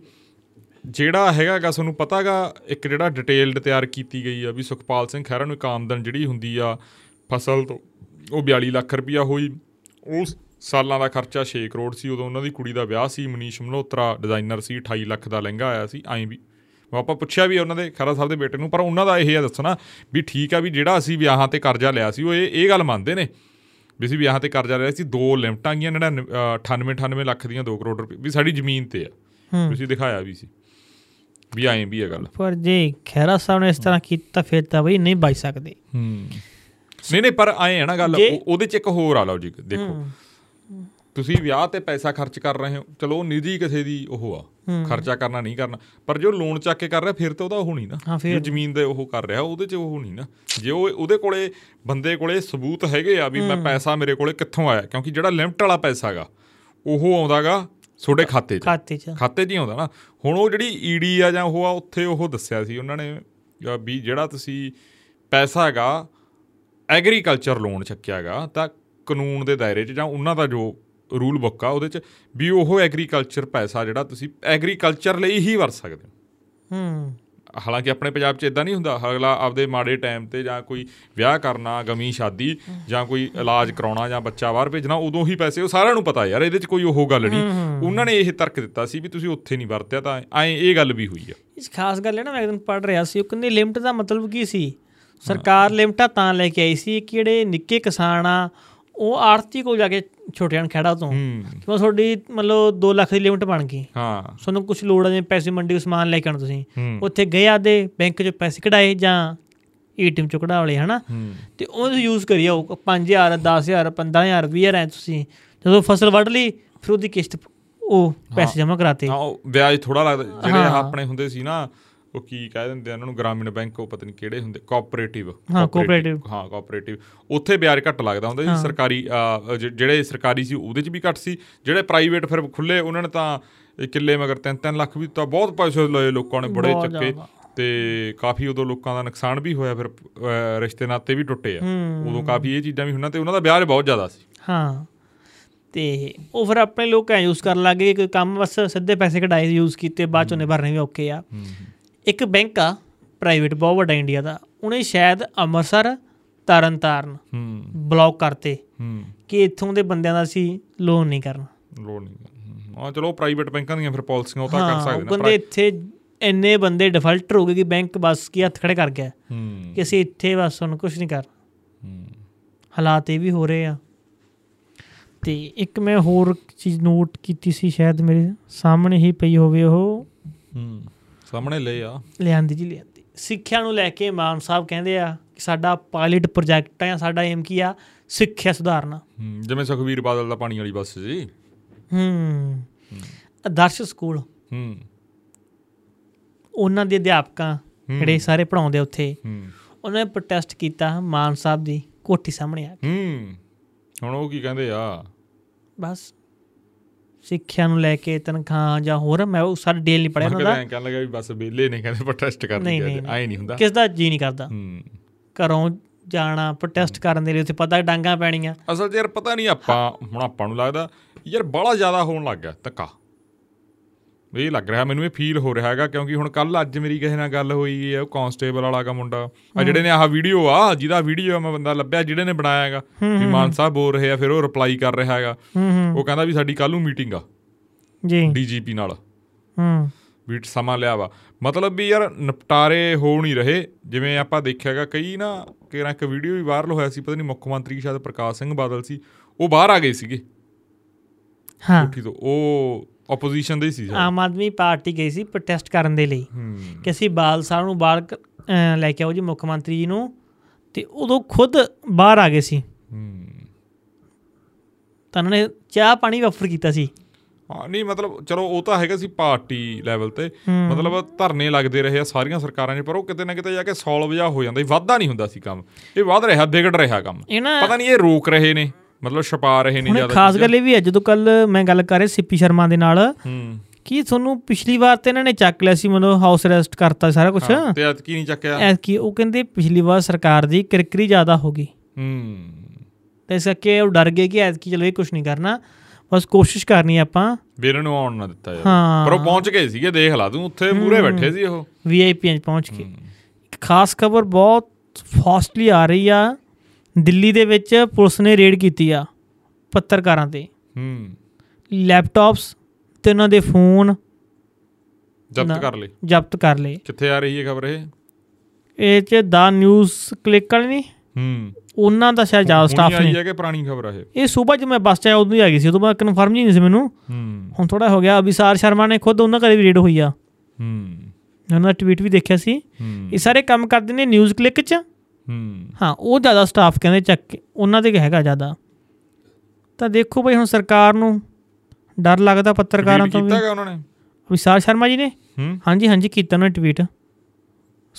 ਜਿਹੜਾ ਹੈਗਾਗਾ ਤੁਹਾਨੂੰ ਪਤਾਗਾ ਇੱਕ ਜਿਹੜਾ ਡਿਟੇਲਡ ਤਿਆਰ ਕੀਤੀ ਗਈ ਆ ਵੀ ਸੁਖਪਾਲ ਸਿੰਘ ਖਹਿਰਾ ਨੂੰ ਇੱਕ ਆਮਦਨ ਜਿਹੜੀ ਹੁੰਦੀ ਆ ਫਸਲ ਤੋਂ ਉਹ 42 ਲੱਖ ਰੁਪਇਆ ਹੋਈ ਉਸ ਸਾਲਾਂ ਦਾ ਖਰਚਾ 6 ਕਰੋੜ ਸੀ ਉਦੋਂ ਉਹਨਾਂ ਦੀ ਕੁੜੀ ਦਾ ਵਿਆਹ ਸੀ ਮਨੀਸ਼ ਮਲਹੋਤਰਾ ਡਿਜ਼ਾਈਨਰ ਸੀ 28 ਲੱਖ ਦਾ ਲਹਿੰਗਾ ਆਇਆ ਸੀ ਐਂ ਵੀ ਉਹ ਆਪਾਂ ਪੁੱਛਿਆ ਵੀ ਉਹਨਾਂ ਦੇ ਖਹਿਰਾ ਸਾਹਿਬ ਦੇ ਬੇਟੇ ਨੂੰ ਪਰ ਉਹਨਾਂ ਦਾ ਇਹ ਆ ਦੱਸਣਾ ਵੀ ਠੀਕ ਆ ਵੀ ਜਿਹੜਾ ਅਸੀਂ ਵਿਆਹਾਂ ਤੇ ਕਰਜ਼ਾ ਲਿਆ ਸੀ ਉਹ ਇਹ ਇਹ ਗੱਲ ਮੰਨਦੇ ਨੇ ਵੀ ਅਸੀਂ ਵਿਆਹਾਂ ਤੇ ਕਰਜ਼ਾ ਲਿਆ ਸੀ ਦੋ ਲਿਮਟਾਂ ਗਈਆਂ 99 98 98 ਲੱਖ ਦੀਆਂ 2 ਕਰੋੜ ਰੁਪਏ ਵੀ ਸਾਡੀ ਜ਼ਮੀਨ ਤੇ ਆ ਤੁਸੀਂ ਦਿਖਾਇਆ ਵੀ ਸੀ ਵੀ ਐਂ ਵੀ ਆ ਗੱਲ
ਪਰ ਜੇ ਖਹਿਰਾ ਸਾਹਿਬ ਨੇ ਇਸ ਤਰ੍ਹਾਂ ਕੀਤਾ ਫਿਰ ਤਾਂ ਬਈ ਨਹੀਂ ਬਚ ਸਕਦੇ
ਨਹੀਂ ਨਹੀਂ ਪਰ ਐਂ ਹੈ ਨਾ ਗੱਲ
ਜੇ-
ਉਹ- ਉਹਦੇ ਚ ਇੱਕ ਹੋਰ ਆ ਲੌਜੀਕ ਦੇਖੋ ਤੁਸੀਂ ਵਿਆਹ ਤੇ ਪੈਸਾ ਖਰਚ ਕਰ ਰਹੇ ਹੋ ਚਲੋ ਉਹ ਨਿੱਜੀ ਕਿਸੇ ਦੀ ਉਹ ਆ ਖਰਚਾ ਕਰਨਾ ਨਹੀਂ ਕਰਨਾ ਪਰ ਜੋ ਲੋਨ ਚੱਕ ਕੇ ਕਰ ਰਿਹਾ ਫਿਰ ਤਾਂ ਉਹਦਾ ਉਹ ਨਹੀਂ ਨਾ
ਹਾਂ, ਫਿਰ-
ਜ਼ਮੀਨ ਦੇ ਉਹ ਕਰ ਰਿਹਾ ਉਹਦੇ ਚ ਉਹ ਨਹੀਂ ਨਾ ਜੇ ਉਹ ਉਹਦੇ ਕੋਲੇ ਬੰਦੇ ਕੋਲੇ ਸਬੂਤ ਹੈਗੇ ਆ ਵੀ ਮੈਂ ਪੈਸਾ ਮੇਰੇ ਕੋਲੇ ਕਿੱਥੋਂ ਆਇਆ ਕਿਉਂਕਿ ਜਿਹੜਾ ਲਿਮਟ ਵਾਲਾ ਪੈਸਾ ਗਾ ਉਹ ਆਉਂਦਾਗਾ ਤੁਹਾਡੇ ਖਾਤੇ 'ਚ
ਖਾਤੇ 'ਚ
ਖਾਤੇ 'ਚ ਹੀ ਆਉਂਦਾ ਨਾ ਹੁਣ ਉਹ ਜਿਹੜੀ ਈਡੀ ਆ ਜਾਂ ਉਹ ਆ ਉੱਥੇ ਉਹ ਦੱਸਿਆ ਸੀ ਉਹਨਾਂ ਨੇ ਅ, ਵੀ ਜਿਹੜਾ ਤੁਸੀਂ ਪੈਸਾ ਹੈਗਾ ਐਗਰੀਕਲਚਰ ਲੋਨ ਚੱਕਿਆ ਹੈਗਾ ਤਾਂ ਕਾਨੂੰਨ ਦੇ ਦਾਇਰੇ 'ਚ ਜਾਂ ਉਹਨਾਂ ਦਾ ਜੋ ਰੂਲ ਬੁੱਕ ਆ ਉਹਦੇ 'ਚ ਵੀ ਉਹ ਐਗਰੀਕਲਚਰ ਪੈਸਾ ਜਿਹੜਾ ਤੁਸੀਂ ਐਗਰੀਕਲਚਰ ਲਈ ਹੀ ਵਰਤ ਸਕਦੇ ਹੋ
ਹੂੰ
ਹਾਲਾਂਕਿ ਆਪਣੇ ਪੰਜਾਬ 'ਚ ਇਦਾਂ ਨਹੀਂ ਹੁੰਦਾ ਅਗਲਾ ਆਪਦੇ ਮਾੜੇ ਟਾਈਮ ਤੇ ਜਾਂ ਕੋਈ ਵਿਆਹ ਕਰਨਾ ਗਮੀ ਸ਼ਾਦੀ ਜਾਂ ਕੋਈ ਇਲਾਜ ਕਰਾਉਣਾ ਜਾਂ ਬੱਚਾ ਬਾਹਰ ਭੇਜਣਾ ਉਦੋਂ ਹੀ ਪੈਸੇ ਉਹ ਸਾਰਿਆਂ ਨੂੰ ਪਤਾ ਯਾਰ ਇਹਦੇ 'ਚ ਕੋਈ ਉਹ ਗੱਲ ਨਹੀਂ ਉਹਨਾਂ ਨੇ ਇਹ ਤਰਕ ਦਿੱਤਾ ਸੀ ਵੀ ਤੁਸੀਂ ਉੱਥੇ ਨਹੀਂ ਵਰਤਿਆ ਤਾਂ ਐਂ ਇਹ ਗੱਲ ਵੀ ਹੋਈ ਆ
ਇਸ ਖਾਸ ਗੱਲ ਹੈ ਨਾ ਮੈਂ ਇੱਕ ਦਿਨ ਪੜ੍ਹ ਰਿਹਾ ਸੀ ਉਹ ਕਹਿੰਦੇ ਲਿਮਟ ਦਾ ਮਤਲਬ ਕੀ ਸੀ ਸਰਕਾਰ ਲਿਮਟਾਂ ਤਾਂ ਲੈ ਕੇ ਆਈ ਸੀ ਕਿ ਜਿਹੜੇ ਨਿੱਕੇ ਕਿਸਾਨ ਆ ਉਹ ਆੜਤੀ ਕੋਲ ਜਾ ਕੇ ਛੋਟਿਆਂ ਖੜਾ ਤੋਂ ਕਿਉਂ ਤੁਹਾਡੀ ਮਤਲਬ 2 ਲੱਖ ਦੀ ਲਿਮਟ ਬਣ ਗਈ
ਹਾਂ
ਤੁਹਾਨੂੰ ਕੁਝ ਲੋੜ ਹੈ ਜਿਵੇਂ ਪੈਸੇ ਮੰਡੀ ਤੋਂ ਸਮਾਨ ਲੈ ਕੇ ਆਉਣਾ ਤੁਸੀਂ ਉੱਥੇ ਗਏ ਆਦੇ ਬੈਂਕ 'ਚੋਂ ਪੈਸੇ ਕਢਾਏ ਜਾਂ ਏਟੀਐਮ 'ਚੋਂ ਕਢਾ ਲਏ ਹਨਾ ਤੇ ਉਹ ਤੁਸੀਂ ਯੂਜ਼ ਕਰੀ ਜਾਓ 5000 10000 15000 20000 ਐ ਤੁਸੀਂ ਜਦੋਂ ਫਸਲ ਵੱਢ ਲਈ ਫਿਰ ਉਹਦੀ ਕਿਸ਼ਤ ਉਹ ਪੈਸੇ ਜਮ੍ਹਾਂ ਕਰਾਤੇ
ਹਾਂ ਉਹ ਵਿਆਜ ਥੋੜਾ ਲੱਗਦਾ ਜਿਹੜੇ ਆਪਣੇ ਹੁੰਦੇ ਸੀ ਨਾ ਉਹ ਕੀ ਕਹਿ ਦਿੰਦੇ ਆ ਉਹਨਾਂ ਨੂੰ ਗ੍ਰਾਮੀਣ ਬੈਂਕ ਉਹ ਪਤਾ ਨਹੀਂ ਕਿਹੜੇ ਹੁੰਦੇ ਕੋਆਪਰੇਟਿਵ
ਹਾਂ, cooperative।
ਹਾਂ ਕੋਆਪਰੇਟਿਵ ਉੱਥੇ ਵਿਆਜ ਘੱਟ ਲੱਗਦਾ ਹੁੰਦਾ ਸੀ ਸਰਕਾਰੀ ਅ, ਜ- ਜਿਹੜੇ ਸਰਕਾਰੀ ਸੀ ਉਹਦੇ 'ਚ ਵੀ ਘੱਟ ਸੀ ਜਿਹੜੇ ਪ੍ਰਾਈਵੇਟ ਫਿਰ ਖੁੱਲੇ ਉਹਨਾਂ ਨੇ ਤਾਂ ਇਹ ਕਿੱਲੇ ਮਗਰ 3-3 ਲੱਖ ਵੀ ਤਾਂ ਬਹੁਤ ਪੈਸੇ ਲਏ ਲੋਕਾਂ ਨੇ ਬੜੇ
ਬਹੁਤ
ਚੱਕੇ
ਜ਼ਿਆਦਾ।
ਤੇ ਕਾਫੀ ਉਦੋਂ ਲੋਕਾਂ ਦਾ ਨੁਕਸਾਨ ਵੀ ਹੋਇਆ ਫਿਰ ਅ, ਰਿਸ਼ਤੇ ਨਾਤੇ ਵੀ ਟੁੱਟੇ ਆ ਉਦੋਂ ਕਾਫੀ ਇਹ ਚੀਜ਼ਾਂ ਵੀ ਹੁੰਨਾਂ ਤੇ ਉਹਨਾਂ ਦਾ ਵਿਆਜ ਬਹੁਤ ਜ਼ਿਆਦਾ ਸੀ
ਹਾਂ ਤੇ ਉਹ ਫਿਰ ਆਪਣੇ ਲੋਕ ਐ ਯੂਜ਼ ਕਰਨ ਲੱਗੇ ਕੋਈ ਕੰਮ ਬਸ ਸਿੱਧੇ ਪੈਸੇ ਕਢਾਏ ਯੂਜ਼ ਕੀਤੇ ਬਾਅਦ ਚ ਉਹਨੇ ਭਰਨੇ ਵੀ ਔਕੇ ਆ ਇੱਕ ਬੈਂਕ ਆ ਪ੍ਰਾਈਵੇਟ ਬਹੁਤ ਵੱਡਾ ਇੰਡੀਆ ਦਾ ਉਹਨੇ ਸ਼ਾਇਦ ਅੰਮ੍ਰਿਤਸਰ ਤਰਨਤਾਰਨ
ਹੂੰ
ਬਲੌਕ ਕਰਤੇ
ਹੂੰ
ਕਿ ਇੱਥੋਂ ਦੇ ਬੰਦਿਆਂ ਦਾ ਅਸੀਂ ਲੋਨ ਨਹੀਂ ਕਰਨਾ
ਲੋੜ ਨਹੀਂ ਹਮ, ਹਾਂ ਚਲੋ ਪ੍ਰਾਈਵੇਟ ਬੈਂਕਾਂ ਦੀਆਂ ਫਿਰ ਪਾਲਿਸੀਆਂ ਉਹ ਤਾਂ ਕਰ
ਹਾਂ ਉਹ
ਸਕਦੇ ਨੇ
ਕਹਿੰਦੇ
ਪ੍ਰਾਈ-
ਇੱਥੇ ਇੰਨੇ ਬੰਦੇ ਡਿਫਾਲਟਰ ਹੋ ਗਏ ਕਿ ਬੈਂਕ ਬਸ ਕੀ ਹੱਥ ਖੜੇ ਕਰ ਗਿਆ
ਹਮ,
ਕਿ ਅਸੀਂ ਇੱਥੇ ਬਸ ਹੁਣ ਕੁਝ ਨਹੀਂ ਕਰਨਾ ਹਾਲਾਤ ਇਹ ਵੀ ਹੋ ਰਹੇ ਆ ਤੇ ਇੱਕ ਮੈਂ ਹੋਰ ਚੀਜ਼ ਨੋਟ ਕੀਤੀ ਸੀ ਸ਼ਾਇਦ ਮੇਰੇ ਸਾਹਮਣੇ ਹੀ ਪਈ ਹੋਵੇ ਉਹ
ਹਮ, ਸਾਹਮਣੇ ਲੈ ਆ
ਲਿਆਂਦੀ ਜੀ ਲਿਆਂਦੀ ਸਿੱਖਿਆ ਨੂੰ ਲੈ ਕੇ ਮਾਨ ਸਾਹਿਬ ਕਹਿੰਦੇ ਆ ਕਿ ਸਾਡਾ ਪਾਇਲਟ ਪ੍ਰੋਜੈਕਟ ਆ ਜਾਂ ਸਾਡਾ ਏਮ ਕੀ ਆ ਸਿੱਖਿਆ ਸੁਧਾਰਨਾ
ਹੂੰ, ਜਿਵੇਂ ਸੁਖਵੀਰ ਬਾਦਲ ਦਾ ਪਾਣੀ ਵਾਲੀ ਬੱਸ ਜੀ
ਹੂੰ ਆਦਰਸ਼ ਸਕੂਲ
ਹੂੰ
ਉਹਨਾਂ ਦੇ ਅਧਿਆਪਕਾਂ ਜਿਹੜੇ ਸਾਰੇ ਪੜਾਉਂਦੇ ਉੱਥੇ
ਹੂੰ
ਉਹਨਾਂ ਨੇ ਪ੍ਰੋਟੈਸਟ ਕੀਤਾ ਮਾਨ ਸਾਹਿਬ ਦੀ ਕੋਠੀ ਸਾਹਮਣੇ ਆ ਕੇ।
ਹੂੰ ਹੁਣ ਉਹ ਕੀ ਕਹਿੰਦੇ ਆ
ਬਸ ਸਿੱਖਿਆ ਨੂੰ ਲੈ ਕੇ ਤਨਖਾਹ ਜਾਂ ਹੋਰ ਮੈਂ ਉਹ ਸਾਰਾ ਡੇਲ ਨਹੀਂ ਪੜਿਆ
ਮੈਂ
ਉਹਨਾਂ
ਕਹਿੰਦਾ
ਦਾ
ਐਂ ਕਹਿਣ ਲੱਗਾ ਵੀ ਬਸ ਵਿਹਲੇ ਨੇ ਕਹਿੰਦੇ ਪ੍ਰੋਟੈਸਟ ਕਰਦੇ
ਨਹੀਂ, ਨਹੀਂ,
ਆਏ ਨਹੀਂ ਹੁੰਦਾ
ਕਿਸ ਦਾ ਜੀ ਨਹੀਂ ਕਰਦਾ
ਹੂੰ
ਘਰੋਂ ਜਾਣਾ ਪ੍ਰੋਟੈਸਟ ਕਰਨ ਦੇ ਲਈ ਉੱਥੇ ਪਤਾ ਡਾਂਗਾ ਪੈਣੀਆਂ
ਅਸਲ 'ਚ ਯਾਰ ਪਤਾ ਨਹੀਂ ਆਪਾਂ ਹੁਣ ਆਪਾਂ ਨੂੰ ਲੱਗਦਾ ਯਾਰ ਬਾਹਲਾ ਜ਼ਿਆਦਾ ਹੋਣ ਲੱਗ ਗਿਆ ਧੱਕਾ ਇਹ ਲੱਗ ਰਿਹਾ ਮੈਨੂੰ ਇਹ ਫੀਲ ਹੋ ਰਿਹਾ ਹੈਗਾ ਕਿਉਂਕਿ ਹੁਣ ਕੱਲ ਅੱਜ ਮੇਰੀ ਕਿਸੇ ਨਾਲ ਗੱਲ ਹੋਈ ਹੈ ਉਹ ਕਾਂਸਟੇਬਲ ਵਾਲਾ ਗਾ ਮੁੰਡਾ ਆ ਜਿਹੜੇ ਨੇ ਆਹ ਵੀਡੀਓ ਆ ਜਿਹਦਾ ਵੀਡੀਓ ਮੈਂ ਬੰਦਾ ਲੱਭਿਆ ਜਿਹੜੇ ਨੇ ਬਣਾਇਆ ਹੈਗਾ ਵੀ ਮਾਨ ਸਾਹਿਬ ਬੋਲ ਰਹੇ ਆ ਫਿਰ ਉਹ ਰਿਪਲਾਈ ਕਰ ਰਿਹਾ ਹੈਗਾ ਉਹ ਕਹਿੰਦਾ ਵੀ ਸਾਡੀ ਕੱਲ ਨੂੰ ਮੀਟਿੰਗ ਆ
ਜੀ
ਡੀਜੀਪੀ ਨਾਲ
ਹੂੰ
ਵੀ ਸਮਾਂ ਲਿਆ ਵਾ ਮਤਲਬ ਵੀ ਯਾਰ ਨਿਪਟਾਰੇ ਹੋ ਨਹੀਂ ਰਹੇ ਜਿਵੇਂ ਆਪਾਂ ਦੇਖਿਆਗਾ ਕਈ ਨਾ ਕਿਹੜਾ ਇੱਕ ਵੀਡੀਓ ਵੀ ਵਾਇਰਲ ਹੋਇਆ ਸੀ ਪਤਾ ਨਹੀਂ ਮੁੱਖ ਮੰਤਰੀ ਸ਼ਾਇਦ ਪ੍ਰਕਾਸ਼ ਸਿੰਘ ਬਾਦਲ ਸੀ ਉਹ ਬਾਹਰ ਆ ਗਏ ਸੀਗੇ
ਹਾਂ
ਕੋਠੀ ਤੋਂ ਉਹ ਆਪੋਜੀਸ਼ਨ ਦੇ ਸੀ
ਆਮ ਆਦਮੀ ਪਾਰਟੀ ਗਈ ਸੀ ਪ੍ਰੋਟੈਸਟ ਕਰਨ ਦੇ ਲਈ ਕਿ ਅਸੀਂ ਬਾਲ ਸਾਹਿਬ ਨੂੰ ਬਾਹਰ ਕ- ਅਹ ਲੈ ਕੇ ਆਓ ਜੀ ਮੁੱਖ ਮੰਤਰੀ ਜੀ ਨੂੰ ਤੇ ਉਦੋਂ ਖੁਦ ਬਾਹਰ ਆ ਗਏ ਸੀ ਤਾਂ ਉਹਨਾਂ ਨੇ ਚਾਹ ਪਾਣੀ ਵੀ ਆਫਰ ਕੀਤਾ ਸੀ
ਹਾਂ ਨਹੀਂ ਮਤਲਬ ਚਲੋ ਉਹ ਤਾਂ ਹੈਗਾ ਸੀ ਪਾਰਟੀ ਲੈਵਲ ਤੇ ਮਤਲਬ ਧਰਨੇ ਲੱਗਦੇ ਰਹੇ ਆ ਸਾਰੀਆਂ ਸਰਕਾਰਾਂ 'ਚ ਪਰ ਉਹ ਕਿਤੇ ਨਾ ਕਿਤੇ ਜਾ ਕੇ ਸੋਲਵ ਜਾ ਹੋ ਜਾਂਦਾ ਸੀ ਵਾਧਾ ਨਹੀਂ ਹੁੰਦਾ ਸੀ ਕੰਮ ਇਹ ਵੱਧ ਰਿਹਾ ਵਿਗੜ ਰਿਹਾ ਕੰਮ
ਇਹ ਨਾ-
ਪਤਾ ਨਹੀਂ ਇਹ ਰੋਕ ਰਹੇ ਨੇ ਮਤਲਬ ਛਪਾ ਰਹੇ ਨੇ
ਹੁਣ
ਜ਼ਿਆਦਾ
ਇੱਕ ਖਾਸ
ਚੀਜ਼ਾਂ।
ਗੱਲ ਇਹ ਵੀ ਹੈ ਜਦੋਂ ਕੱਲ ਮੈਂ ਗੱਲ ਕਰ ਰਿਹਾ ਸੀਪੀ ਸ਼ਰਮਾ ਦੇ ਨਾਲ
ਹੂੰ
ਕਿ ਤੁਹਾਨੂੰ ਪਿਛਲੀ ਵਾਰ ਤੇ ਇਹਨਾਂ ਨੇ ਚੱਕ ਲਿਆ ਸੀ ਮਤਲਬ ਹਾਊਸ ਅਰੈਸਟ ਕਰਤਾ ਸਾਰਾ ਕੁਝ
ਹਾਂ, ਤੇ ਅੱਜ ਕੀ ਨਹੀਂ ਚੱਕਿਆ
ਐਸ ਕੀ ਉਹ ਕਹਿੰਦੇ ਪਿਛਲੀ ਵਾਰ ਸਰਕਾਰ ਦੀ ਕਿਰਕਰੀ ਜ਼ਿਆਦਾ ਹੋ ਗਈ
ਹੂੰ
ਤੇ ਇਸ ਕਰਕੇ ਉਹ ਡਰ ਗਏ ਕਿ ਐਸ ਕੀ ਚਲੋ ਇਹ ਕੁਝ ਨਹੀਂ ਕਰਨਾ ਬਸ ਕੋਸ਼ਿਸ਼ ਕਰਨੀ ਹੈ ਆਪਾਂ
ਵੀਰ ਨੂੰ ਆਉਣ ਨਾ ਦਿੱਤਾ ਯਾਰ
ਹਾਂ।
ਪਰ ਉਹ ਪਹੁੰਚ ਗਏ ਸੀਗੇ ਦੇਖ ਲਾ ਤੂੰ ਉੱਥੇ ਮੂਰੇ ਬੈਠੇ ਸੀ ਉਹ
ਵੀਆਈਪੀਆਂ 'ਚ ਪਹੁੰਚ ਕੇ ਇੱਕ ਖਾਸ ਖਬਰ ਬਹੁਤ ਫਾਸਟਲੀ ਆ ਰਹੀ ਆ ਦਿੱਲੀ ਦੇ ਵਿੱਚ ਪੁਲਿਸ ਨੇ ਰੇਡ ਕੀਤੀ ਆ ਪੱਤਰਕਾਰਾਂ ਤੇ
ਹੂੰ
ਲੈਪਟਾਪਸ ਤੇ ਉਹਨਾਂ ਦੇ ਫੋਨ ਨਾ।
ਜ਼ਬਤ ਕਰ ਲਈ
ਜ਼ਬਤ ਕਰ ਲਏ
ਕਿੱਥੇ ਆ ਰਹੀ ਹੈ ਖਬਰ ਇਹ
ਇਹ 'ਚ ਦਾ ਨਿਊਜ਼ ਕਲਿੱਕ ਵਾਲੇ ਨੇ
ਹੂੰ
ਉਹਨਾਂ ਦਾ ਸ਼ਾਇਦ ਜ਼ਿਆਦਾ
ਹੁਣੀ
ਸਟਾਫ
ਆਈ
ਨੇ
ਹੈ ਕਿ ਪੁਰਾਣੀ ਖਬਰ ਆ ਇਹ
ਇਹ ਸੂਬਾ ਚ ਮੈਂ ਬੱਸ 'ਚ ਆਇਆ ਉਦੋਂ ਹੀ ਆ ਗਈ ਸੀ ਉਦੋਂ ਮੈਂ ਕਨਫਰਮ ਨਹੀਂ ਸੀ ਮੈਨੂੰ
ਹੂੰ
ਹੁਣ ਥੋੜਾ ਹੋ ਗਿਆ ਅਭਿਸਾਰ ਸ਼ਰਮਾ ਨੇ ਖੁਦ ਉਹਨਾਂ ਘਰੇ ਵੀ ਰੇਡ ਹੋਈ ਆ
ਹੂੰ
ਮੈਂ ਉਹਨਾਂ ਦਾ ਟਵੀਟ ਵੀ ਦੇਖਿਆ ਸੀ
ਹੂੰ
ਇਹ ਸਾਰੇ ਕੰਮ ਕਰਦੇ ਨੇ ਨਿਊਜ਼ ਕਲਿੱਕ 'ਚ
ਹੂੰ
ਹਾਂ ਉਹ ਜ਼ਿਆਦਾ ਸਟਾਫ ਕਹਿੰਦੇ ਚੱਕ ਕੇ ਉਹਨਾਂ ਤੇ ਹੈਗਾ ਜ਼ਿਆਦਾ ਤਾਂ ਦੇਖੋ ਬਈ ਹੁਣ ਸਰਕਾਰ ਨੂੰ ਡਰ ਲੱਗਦਾ ਪੱਤਰਕਾਰਾਂ
ਟਵੀਟ
ਤੋਂ ਵੀ
ਕੀਤਾ ਹੈਗਾ ਉਹਨਾਂ ਨੇ
ਵਿਸ਼ਾਲ ਸ਼ਰਮਾ ਜੀ ਨੇ
ਹੂੰ
ਹਾਂਜੀ ਹਾਂਜੀ ਕੀਤਾ ਉਹਨਾਂ ਟਵੀਟ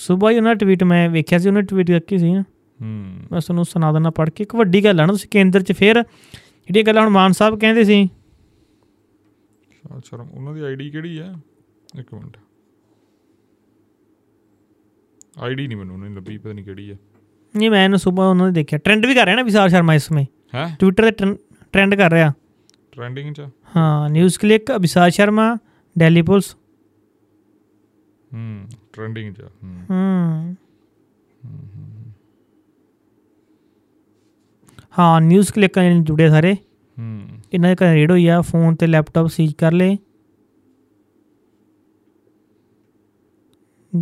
ਸਵੇਰ ਹੀ ਉਹਨਾਂ ਟਵੀਟ ਮੈਂ ਵੇਖਿਆ ਸੀ ਉਹਨਾਂ ਟਵੀਟ ਕਰਕੇ ਸੀ ਨਾ
ਹੂੰ
ਮੈਂ ਤੁਹਾਨੂੰ ਸੁਣਾ ਦਿੰਦਾ ਪੜ੍ਹ ਕੇ ਇੱਕ ਵੱਡੀ ਗੱਲ ਆ ਨਾ ਤੁਸੀਂ ਕੇਂਦਰ 'ਚ ਫੇਰ ਜਿਹੜੀਆਂ ਗੱਲਾਂ ਹੁਣ ਮਾਨ ਸਾਹਿਬ ਕਹਿੰਦੇ ਸੀ
ਸ਼ਾਇਦ ਸ਼ਰਮ ਉਹਨਾਂ ਦੀ ਆਈਡੀ ਕਿਹੜੀ ਹੈ ਇੱਕ ਮਿੰਟ ਆਈਡੀ ਨਹੀਂ ਮੈਨੂੰ ਨਹੀਂ ਲੱਭੀ ਪਤਾ ਨਹੀਂ ਕਿਹੜੀ ਹੈ
ਨਹੀਂ ਮੈਂ ਇਹਨੂੰ ਸਵੇਰ ਉਹਨਾਂ ਨੇ ਦੇਖਿਆ ਟ੍ਰੈਂਡ ਵੀ ਕਰ ਰਿਹਾ ਨਾ ਵਿਸ਼ਾਲ ਸ਼ਰਮਾ ਇਸ ਸਮੇਂ
ਹੈ
ਟਵਿੱਟਰ ਤੇ ਟ੍ਰੈਂਡ ਕਰ ਰਿਹਾ
ਟ੍ਰੈਂਡਿੰਗ ਚ
ਹਾਂ news click Vishal Sharma daily police
ਹੂੰ ਟ੍ਰੈਂਡਿੰਗ ਚ ਹੂੰ
ਹਮ। ਹਾਂ ਨਿਊਜ਼ ਕਲਿੱਕਾਂ ਨਾਲ ਜੁੜੇ ਸਾਰੇ
ਹੂੰ
ਇਹਨਾਂ ਦੇ ਘਰੇ ਰੇਡ ਹੋਈ ਆ ਫੋਨ ਤੇ ਲੈਪਟਾਪ ਸੀਜ਼ ਕਰ ਲਏ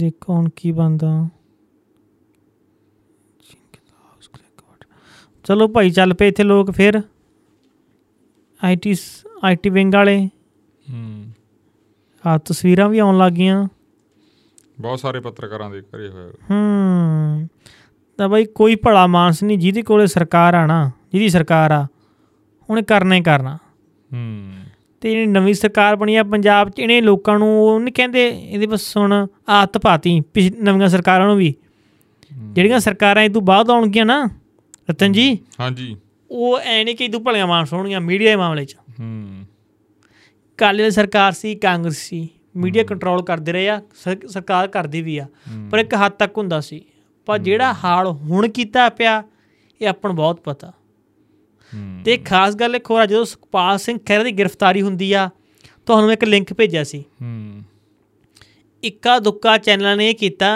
ਦੇਖੋ ਹੁਣ ਕੀ ਬੰਦਾ ਚਲੋ ਭਾਈ ਚੱਲ ਪਏ ਇੱਥੇ ਲੋਕ ਫਿਰ ਆਈਟੀ ਆਈਟੀ ਵਿੰਗ ਵਾਲੇ
ਹੂੰ
ਆ ਤਸਵੀਰਾਂ ਵੀ ਆਉਣ ਲੱਗ ਗਈਆਂ
ਬਹੁਤ ਸਾਰੇ ਪੱਤਰਕਾਰਾਂ ਦੇ ਘਰੇ ਹੋਇਆ
ਹੂੰ ਤਾਂ ਬਈ ਕੋਈ ਭਲਾ ਮਾਨਸ ਨਹੀਂ ਜਿਹਦੇ ਕੋਲੇ ਸਰਕਾਰ ਆ ਨਾ ਜਿਹਦੀ ਸਰਕਾਰ ਆ ਉਹਨੇ ਕਰਨਾ ਹੀ ਕਰਨਾ
ਹੂੰ
ਤੇ ਜਿਹੜੀ ਨਵੀਂ ਸਰਕਾਰ ਬਣੀ ਆ ਪੰਜਾਬ 'ਚ ਇਹਨੇ ਲੋਕਾਂ ਨੂੰ ਉਹਨੇ ਕਹਿੰਦੇ ਇਹਦੇ ਬਸ ਹੁਣ ਆਦਤ ਪਾਤੀ ਪਿਛ ਨਵੀਆਂ ਸਰਕਾਰਾਂ ਨੂੰ ਵੀ ਜਿਹੜੀਆਂ ਸਰਕਾਰਾਂ ਇਹ ਤੋਂ ਬਾਅਦ ਆਉਣਗੀਆਂ ਨਾ ਰਤਨ ਜੀ
ਹਾਂਜੀ
ਉਹ ਐ ਨਹੀਂ ਕਿ ਇਹ ਤੋਂ ਭਲੀਆਂ ਮਾਨਸ ਹੋਣਗੀਆਂ ਮੀਡੀਆ ਦੇ ਮਾਮਲੇ 'ਚ
ਹੂੰ
ਕਾਲੀ ਵਾਲੀ ਸਰਕਾਰ ਸੀ ਕਾਂਗਰਸ ਸੀ ਮੀਡੀਆ ਕੰਟਰੋਲ ਕਰਦੇ ਰਹੇ ਆ ਸਰ- ਸਰਕਾਰ ਕਰਦੀ ਵੀ ਆ ਪਰ ਇੱਕ ਹੱਦ ਤੱਕ ਹੁੰਦਾ ਸੀ ਪਰ ਜਿਹੜਾ ਹਾਲ ਹੁਣ ਕੀਤਾ ਪਿਆ ਇਹ ਆਪਾਂ ਨੂੰ ਬਹੁਤ ਪਤਾ
ਹੂੰ।
ਤੇ ਖਾਸ ਗੱਲ ਇੱਕ ਹੋਰ ਆ ਜਦੋਂ ਸੁਖਪਾਲ ਸਿੰਘ ਖਹਿਰਾ ਦੀ ਗ੍ਰਿਫਤਾਰੀ ਹੁੰਦੀ ਆ ਤੁਹਾਨੂੰ ਮੈਂ ਇੱਕ ਲਿੰਕ ਭੇਜਿਆ ਸੀ
ਹੂੰ
ਇੱਕਾ ਦੁੱਕਾ ਚੈਨਲਾਂ ਨੇ ਇਹ ਕੀਤਾ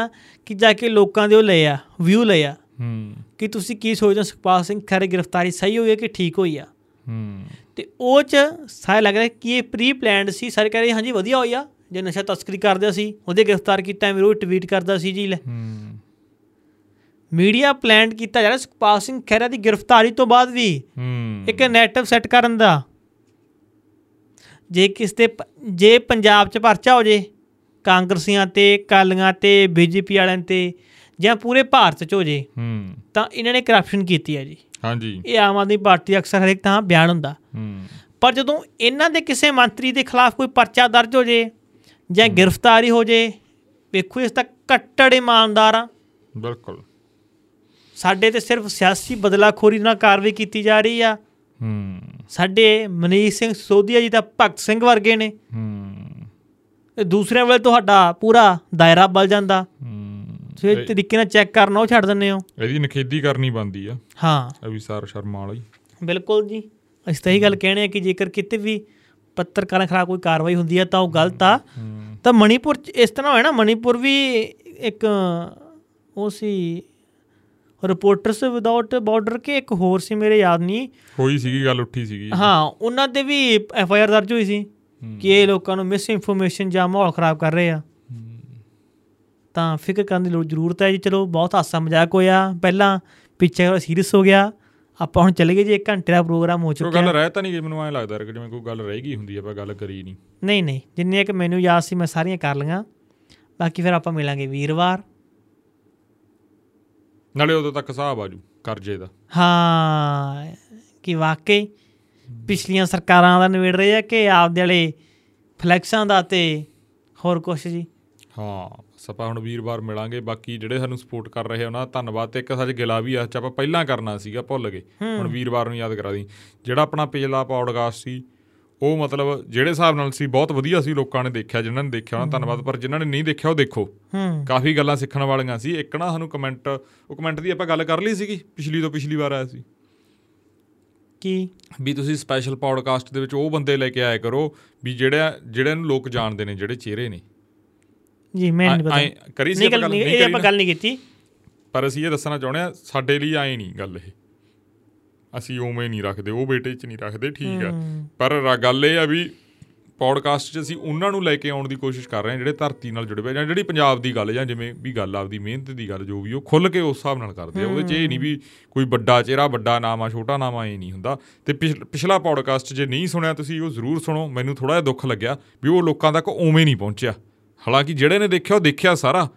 ਕਿ ਜਾ ਕੇ ਲੋਕਾਂ ਦੇ ਉਹ ਲਏ ਆ ਵਿਊ ਲਏ ਆ
ਹੂੰ
ਕਿ ਤੁਸੀਂ ਕੀ ਸੋਚਦੇ ਹੋ ਸੁਖਪਾਲ ਸਿੰਘ ਖਹਿਰਾ ਦੀ ਗ੍ਰਿਫਤਾਰੀ ਸਹੀ ਹੋਈ ਹੈ ਕਿ ਠੀਕ ਹੋਈ ਆ
ਹੂੰ
ਤੇ ਉਹ ਚ ਸਾਰੇ ਲੱਗ ਰਿਹਾ ਕਿ ਇਹ ਪ੍ਰੀ ਪਲਾਨਡ ਸੀ ਸਾਰੇ ਕਹਿ ਰਹੇ ਹਾਂਜੀ ਵਧੀਆ ਹੋਇਆ ਜੇ ਨਸ਼ਾ ਤਸਕਰੀ ਕਰਦਾ ਸੀ ਉਹਦੇ ਗ੍ਰਿਫਤਾਰ ਕੀਤਾ ਐਵੇਂ ਰੋਜ਼ ਟਵੀਟ ਕਰਦਾ ਸੀ ਜੀ ਲੈ
ਹੂੰ
ਮੀਡੀਆ ਪਲਾਨਡ ਕੀਤਾ ਜਾ ਰਿਹਾ ਸੁਖਪਾਲ ਸਿੰਘ ਖਹਿਰਾ ਦੀ ਗ੍ਰਿਫਤਾਰੀ ਤੋਂ ਬਾਅਦ ਵੀ
ਹੂੰ
ਇੱਕ ਨੈਟਵਰਕ ਸੈੱਟ ਕਰਨ ਦਾ ਜੇ ਕਿਸ ਤੇ ਪ- ਜੇ ਪੰਜਾਬ ਚ ਪਰਚਾ ਹੋ ਜੇ ਕਾਂਗਰਸੀਆਂ ਤੇ ਕਾਲੀਆਂ ਤੇ ਬੀਜੇਪੀ ਵਾਲਿਆਂ ਤੇ ਜਾਂ ਪੂਰੇ ਭਾਰਤ 'ਚ ਹੋ ਜੇ
ਹੂੰ
ਤਾਂ ਇਹਨਾਂ ਨੇ ਕਰਪਸ਼ਨ ਕੀਤੀ ਹੈ ਜੀ
ਹਾਂਜੀ
ਇਹ ਆਮ ਆਦਮੀ ਪਾਰਟੀ ਅਕਸਰ ਹਰੇਕ ਥਾਂ ਬਿਆਨ ਹੁੰਦਾ
ਹੂੰ
ਪਰ ਜਦੋਂ ਇਹਨਾਂ ਦੇ ਕਿਸੇ ਮੰਤਰੀ ਦੇ ਖਿਲਾਫ ਕੋਈ ਪਰਚਾ ਦਰਜ ਹੋ ਜੇ ਜਾਂ ਗ੍ਰਿਫਤਾਰੀ ਹੋ ਜੇ ਵੇਖੋ ਇਸ ਤਾਂ ਕੱਟੜ ਇਮਾਨਦਾਰ ਆ
ਬਿਲਕੁਲ
ਸਾਡੇ ਤੇ ਸਿਰਫ ਸਿਆਸੀ ਬਦਲਾਖੋਰੀ ਨਾਲ ਕਾਰਵਾਈ ਕੀਤੀ ਜਾ ਰਹੀ ਆ
ਹੂੰ
ਸਾਡੇ ਮਨੀਸ਼ ਸਿੰਘ ਸੋਧੀਆ ਜੀ ਤਾਂ ਭਗਤ ਸਿੰਘ ਵਰਗੇ ਨੇ
ਹੂੰ
ਤੇ ਦੂਸਰਿਆਂ ਵੇਲੇ ਤੁਹਾਡਾ ਪੂਰਾ ਦਾਇਰਾ ਬਲ ਜਾਂਦਾ
ਹੂੰ।
ਤੁਸੀਂ ਇਹ ਤਰੀਕੇ ਨਾਲ ਚੈੱਕ ਕਰਨਾ ਉਹ ਛੱਡ ਦਿੰਦੇ ਹੋ
ਇਹਦੀ ਨਖੇਦੀ ਕਰਨੀ ਬੰਦੀ ਆ
ਹਾਂ
ਅਵਿਸਾਰ ਸ਼ਰਮਾ ਵਾਲੀ
ਬਿਲਕੁਲ ਜੀ ਅਸੀਂ ਤਾਂ ਇਹੀ ਗੱਲ ਕਹਿਣੇ ਆ ਕਿ ਜੇਕਰ ਕਿਤੇ ਵੀ ਪੱਤਰਕਾਰਾਂ ਖਿਲਾਫ ਕੋਈ ਕਾਰਵਾਈ ਹੁੰਦੀ ਹੈ ਤਾਂ ਉਹ ਗਲਤ ਆ ਤਾਂ ਮਣੀਪੁਰ 'ਚ ਇਸ ਤਰ੍ਹਾਂ ਹੋਇਆ ਨਾ ਮਣੀਪੁਰ ਵੀ ਇੱਕ ਉਹ ਸੀ ਰਿਪੋਰਟਰਸ ਵਿਦਆਊਟ ਬਾਰਡਰ ਕੇ ਇੱਕ ਹੋਰ ਸੀ ਮੇਰੇ ਯਾਦ ਨਹੀਂ
ਹੋਈ ਸੀਗੀ ਗੱਲ ਉੱਠੀ ਸੀਗੀ
ਹਾਂ ਉਹਨਾਂ ਤੇ ਵੀ ਐਫ ਆਈ ਆਰ ਦਰਜ ਹੋਈ ਸੀ ਕਿ ਇਹ ਲੋਕਾਂ ਨੂੰ ਮਿਸ ਇਨਫੋਰਮੇਸ਼ਨ ਜਾਂ ਮਾਹੌਲ ਖਰਾਬ ਕਰ ਰਹੇ ਆ ਤਾਂ ਫਿਕਰ ਕਰਨ ਦੀ ਲੋੜ ਜ਼ਰੂਰਤ ਹੈ ਜੀ ਚਲੋ ਬਹੁਤ ਹਾਸਾ ਮਜ਼ਾਕ ਹੋਇਆ ਪਹਿਲਾਂ ਪਿੱਛੇ ਸੀਰੀਅਸ ਹੋ ਗਿਆ ਆਪਾਂ ਹੁਣ ਚੱਲੇ ਗਏ ਜੀ 1 ਘੰਟੇ ਦਾ ਪ੍ਰੋਗਰਾਮ ਹੋ
ਕੋਈ
ਚੁੱਕਾ
ਗੱਲ ਰਹਿ ਤਾਂ ਨਹੀਂ ਗਈ ਮੈਨੂੰ ਐਂ ਲੱਗਦਾ ਕਿ ਜਿਵੇਂ ਕੋਈ ਗੱਲ ਰਹਿ ਗਈ ਹੁੰਦੀ ਆ ਆਪਾਂ ਗੱਲ ਕਰੀ ਨਹੀਂ
ਨਹੀਂ ਨਹੀਂ ਜਿੰਨੀਆਂ ਕਿ ਮੈਨੂੰ ਯਾਦ ਸੀ ਮੈਂ ਸਾਰੀਆਂ ਕਰ ਲਈਆਂ ਬਾਕੀ ਫਿਰ ਆਪਾਂ ਮਿਲਾਂਗੇ ਵੀਰਵਾਰ
ਨਾਲੇ ਉਦੋਂ ਤੱਕ ਹਿਸਾਬ ਆਜੂ ਕਰਜ਼ੇ ਦਾ
ਹਾਂ ਕਿ ਵਾਕਈ ਪਿਛਲੀਆਂ ਸਰਕਾਰਾਂ ਦਾ ਨਿਬੇੜ ਰਹੇ ਆ ਕਿ ਆਪਦੇ ਵਾਲੇ ਫਲੈਕਸਾਂ ਦਾ ਤੇ ਹੋਰ ਕੁਛ ਜੀ
ਹਾਂ ਬਸ ਆਪਾਂ ਹੁਣ ਵੀਰਵਾਰ ਮਿਲਾਂਗੇ ਬਾਕੀ ਜਿਹੜੇ ਸਾਨੂੰ ਸਪੋਰਟ ਕਰ ਰਹੇ ਆ ਉਹਨਾਂ ਦਾ ਧੰਨਵਾਦ ਤੇ ਇੱਕ ਸੱਚ ਗਿਲਾ ਵੀ ਆ ਚ ਆਪਾਂ ਪਹਿਲਾਂ ਕਰਨਾ ਸੀਗਾ ਭੁੱਲ ਗਏ ਹੁਣ ਵੀਰਵਾਰ ਨੂੰ ਯਾਦ ਕਰਾ ਦੀ ਜਿਹੜਾ ਆਪਣਾ ਪਿਛਲਾ ਪੌਡਕਾਸਟ ਸੀ ਉਹ ਮਤਲਬ ਜਿਹੜੇ ਹਿਸਾਬ ਨਾਲ ਸੀ ਬਹੁਤ ਵਧੀਆ ਸੀ ਲੋਕਾਂ ਨੇ ਦੇਖਿਆ ਜਿਨ੍ਹਾਂ ਨੇ ਦੇਖਿਆ ਉਹਨਾਂ ਦਾ ਧੰਨਵਾਦ ਪਰ ਜਿਨ੍ਹਾਂ ਨੇ ਨਹੀਂ ਦੇਖਿਆ ਉਹ ਦੇਖੋ
ਹੂੰ
ਕਾਫੀ ਗੱਲਾਂ ਸਿੱਖਣ ਵਾਲੀਆਂ ਸੀ ਇੱਕ ਨਾ ਸਾਨੂੰ ਕਮੈਂਟ ਉਹ ਕਮੈਂਟ ਦੀ ਆਪਾਂ ਗੱਲ ਕਰ ਲਈ ਸੀਗੀ ਪਿਛਲੀ ਤੋਂ ਪਿਛਲੀ ਵਾਰ ਆਇਆ ਸੀ
ਕੀ
ਵੀ ਤੁਸੀਂ ਸਪੈਸ਼ਲ ਪੌਡਕਾਸਟ ਦੇ ਵਿੱਚ ਉਹ ਬੰਦੇ ਲੈ ਕੇ ਆਇਆ ਕਰੋ ਵੀ ਜਿਹੜਾ ਜਿਹੜਿਆਂ ਨੂੰ ਲੋਕ ਜਾਣਦੇ ਨੇ ਜਿਹੜੇ ਚਿਹਰੇ ਨੇ
ਜੀ ਮੈਂ ਨਹੀਂ
ਆਏਂ-
ਪਤਾ
ਆਏਂ ਕਰੀ ਸੀ
ਨਹੀਂ ਗੱਲ
ਆਪਾਂ ਗੱਲ,
ਨਹੀਂ
ਨਹੀਂ
ਇਹ
ਕਰੀ
ਆਪਾਂ ਗੱਲ ਨਹੀਂ ਕੀਤੀ
ਪਰ ਅਸੀਂ ਇਹ ਦੱਸਣਾ ਚਾਹੁੰਦੇ ਆ ਸਾਡੇ ਲਈ ਆਏ ਨਹੀਂ ਗੱਲ ਇਹ ਅਸੀਂ ਉਵੇਂ ਨਹੀਂ ਰੱਖਦੇ ਉਹ ਬੇਟੇ 'ਚ ਨਹੀਂ ਰੱਖਦੇ ਠੀਕ ਆ ਪਰ ਰ- ਗੱਲ ਇਹ ਆ ਵੀ ਪੌਡਕਾਸਟ 'ਚ ਅਸੀਂ ਉਹਨਾਂ ਨੂੰ ਲੈ ਕੇ ਆਉਣ ਦੀ ਕੋਸ਼ਿਸ਼ ਕਰ ਰਹੇ ਹਾਂ ਜਿਹੜੇ ਧਰਤੀ ਨਾਲ ਜੁੜੇ ਹੋਏ ਆ, ਜਾਂ ਜਿਹੜੀ ਪੰਜਾਬ ਦੀ ਗੱਲ ਜਾਂ ਜਿਵੇਂ ਵੀ ਗੱਲ ਆਪਦੀ ਮਿਹਨਤ ਦੀ ਗੱਲ ਜੋ ਵੀ ਉਹ ਖੁੱਲ ਕੇ ਉਸ ਹਿਸਾਬ ਨਾਲ ਕਰਦੇ ਆ ਉਹਦੇ 'ਚ ਇਹ ਨਹੀਂ ਵੀ ਕੋਈ ਵੱਡਾ ਚਿਹਰਾ ਵੱਡਾ ਨਾਮ ਆ ਛੋਟਾ ਨਾਮ ਆ ਇਹ ਨਹੀਂ ਹੁੰਦਾ ਤੇ ਪਿਛ- ਪਿਛਲਾ ਪੌਡਕਾਸਟ ਜੇ ਨਹੀਂ ਸੁਣਿਆ ਤੁਸੀਂ ਉਹ ਜ਼ਰੂਰ ਸੁਣੋ ਮੈਨੂੰ ਥੋੜਾ ਜਿਹਾ ਦੁੱਖ ਲੱਗਿਆ ਵੀ ਉਹ ਲੋਕਾਂ ਤੱਕ ਉਵੇਂ ਨਹੀਂ ਪਹੁੰਚਿਆ ਹਾਲਾਂਕਿ ਜਿਹੜੇ ਨੇ ਦੇਖਿਆ ਉਹ ਦੇਖਿਆ ਸਾਰਾ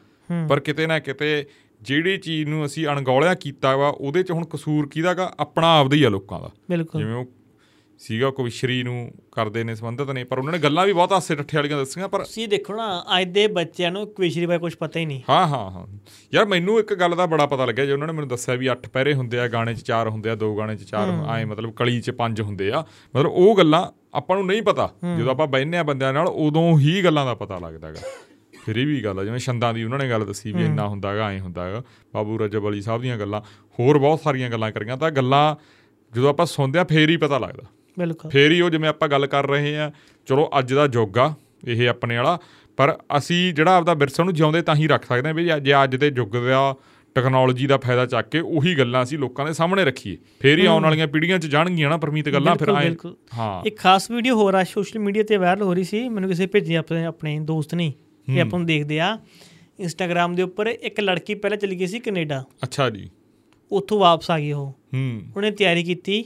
ਪਰ ਕਿਤੇ ਨਾ ਕਿਤੇ ਜਿਹੜੀ ਚੀਜ਼ ਨੂੰ ਅਸੀਂ ਅਣਗੌਲਿਆ ਕੀਤਾ ਵਾ ਉਹਦੇ 'ਚ ਹੁਣ ਕਸੂਰ ਕਿਹਦਾ ਗਾ ਆਪਣਾ ਆਪਦਾ ਹੀ ਆ ਲੋਕਾਂ ਦਾ
ਬਿਲਕੁਲ
ਜਿਵੇਂ ਉਹ ਸੀਗਾ ਕਵਿਸ਼ਰੀ ਨੂੰ ਕਰਦੇ ਨੇ ਸੰਬੰਧਤ ਨੇ ਪਰ ਉਹਨਾਂ ਨੇ ਗੱਲਾਂ ਵੀ ਬਹੁਤ ਹਾਸੇ ਠੱਠੇ ਵਾਲੀਆਂ ਦੱਸੀਆਂ ਪਰ
ਤੁਸੀਂ ਦੇਖੋ ਨਾ ਅੱਜ ਦੇ ਬੱਚਿਆਂ ਨੂੰ ਕੁਇਸ਼ਰੀ ਬਾਰੇ ਕੁਝ ਪਤਾ ਹੀ ਨਹੀਂ
ਹਾਂ ਹਾਂ ਹਾਂ ਯਾਰ ਮੈਨੂੰ ਇੱਕ ਗੱਲ ਦਾ ਬੜਾ ਪਤਾ ਲੱਗਿਆ ਜੇ ਉਹਨਾਂ ਨੇ ਮੈਨੂੰ ਦੱਸਿਆ ਵੀ 8 ਪੈਰੇ ਹੁੰਦੇ ਆ ਗਾਣੇ 'ਚ 4 ਹੁੰਦੇ ਆ ਦੋ ਗਾਣੇ 'ਚ 4 ਆਏ ਮਤਲਬ ਕਲੀ 'ਚ 5 ਹੁੰਦੇ ਆ ਮਤਲਬ ਉਹ ਗੱਲਾਂ ਆਪਾਂ ਨੂੰ ਨਹੀਂ ਪਤਾ ਜਦੋਂ ਆਪਾਂ ਬੈਠਨੇ ਆ ਬੰਦਿਆਂ ਨਾਲ ਉਦੋਂ ਹੀ ਗੱਲਾਂ ਦਾ ਪਤਾ ਲੱਗਦਾਗਾ ਫਿਰ ਇਹ ਵੀ ਗੱਲ ਆ ਜਿਵੇਂ ਛੰਦਾਂ ਦੀ ਉਹਨਾਂ ਨੇ ਗੱਲ ਦੱਸੀ ਵੀ ਇੰਨਾ ਹੁੰਦਾਗਾ ਐ ਹੁੰਦਾਗਾ ਬਾਬੂ ਰਜਬ ਅਲੀ ਸਾਹਿਬ ਦੀਆਂ ਗੱਲਾਂ ਹੋਰ ਬਹੁਤ ਸਾਰੀਆਂ ਗੱਲਾਂ ਕਰੀਆਂ ਤਾਂ ਗੱਲਾਂ ਜਦੋਂ ਆਪਾਂ ਸੁਣਦੇ ਆ ਫੇਰ ਹੀ ਪਤਾ ਲੱਗਦਾ
ਬਿਲਕੁਲ
ਫੇਰ ਹੀ ਉਹ ਜਿਵੇਂ ਆਪਾਂ ਗੱਲ ਕਰ ਰਹੇ ਆ ਚਲੋ ਅੱਜ ਦਾ ਯੁੱਗ ਆ ਇਹ ਆਪਣੇ ਵਾਲਾ ਪਰ ਅਸੀਂ ਜਿਹੜਾ ਆਪਦਾ ਵਿਰਸਾ ਨੂੰ ਜਿਉਂਦੇ ਤਾਂ ਹੀ ਰੱਖ ਸਕਦੇ ਆ ਵੀ ਜੇ- ਜੇ ਅੱਜ ਦੇ ਯੁੱਗ ਦਾ ਟੈਕਨੋਲੋਜੀ ਦਾ ਫਾਇਦਾ ਚੱਕ ਕੇ ਉਹੀ ਗੱਲਾਂ ਅਸੀਂ ਲੋਕਾਂ ਦੇ ਸਾਹਮਣੇ ਰੱਖੀਏ ਫੇਰ ਹੀ ਆਉਣ ਵਾਲੀਆਂ ਪੀੜ੍ਹੀਆਂ 'ਚ ਜਾਣਗੀਆਂ ਨਾ ਪਰਮੀਤ ਗੱਲਾਂ ਫਿਰ
ਬਿਲਕੁਲ,
ਆਏ
ਬਿਲਕੁਲ।
ਹਾਂ
ਇੱਕ ਖਾਸ ਵੀਡੀਓ ਹੋਰ ਆ ਸੋਸ਼ਲ ਮੀਡੀਆ ਤੇ ਵਾਇਰਲ ਹੋ ਰਹੀ ਸੀ ਮੈਨੂੰ ਕਿਸੇ ਭੇਜੀ ਆਪਣੇ ਆਪਣੇ ਦੋਸਤ ਨੇ ਇਹ ਆਪਾਂ ਨੂੰ ਦੇਖਦੇ ਆ ਇੰਸਟਾਗ੍ਰam ਦੇ ਉੱਪਰ ਇੱਕ ਲੜਕੀ ਪਹਿਲਾਂ ਚਲੀ ਗਈ ਸੀ ਕੈਨੇਡਾ
ਅੱਛਾ ਜੀ
ਉੱਥੋਂ ਵਾਪਸ ਆ ਗਈ ਉਹ
ਹੂੰ
ਉਹਨੇ ਤਿਆਰੀ ਕੀਤੀ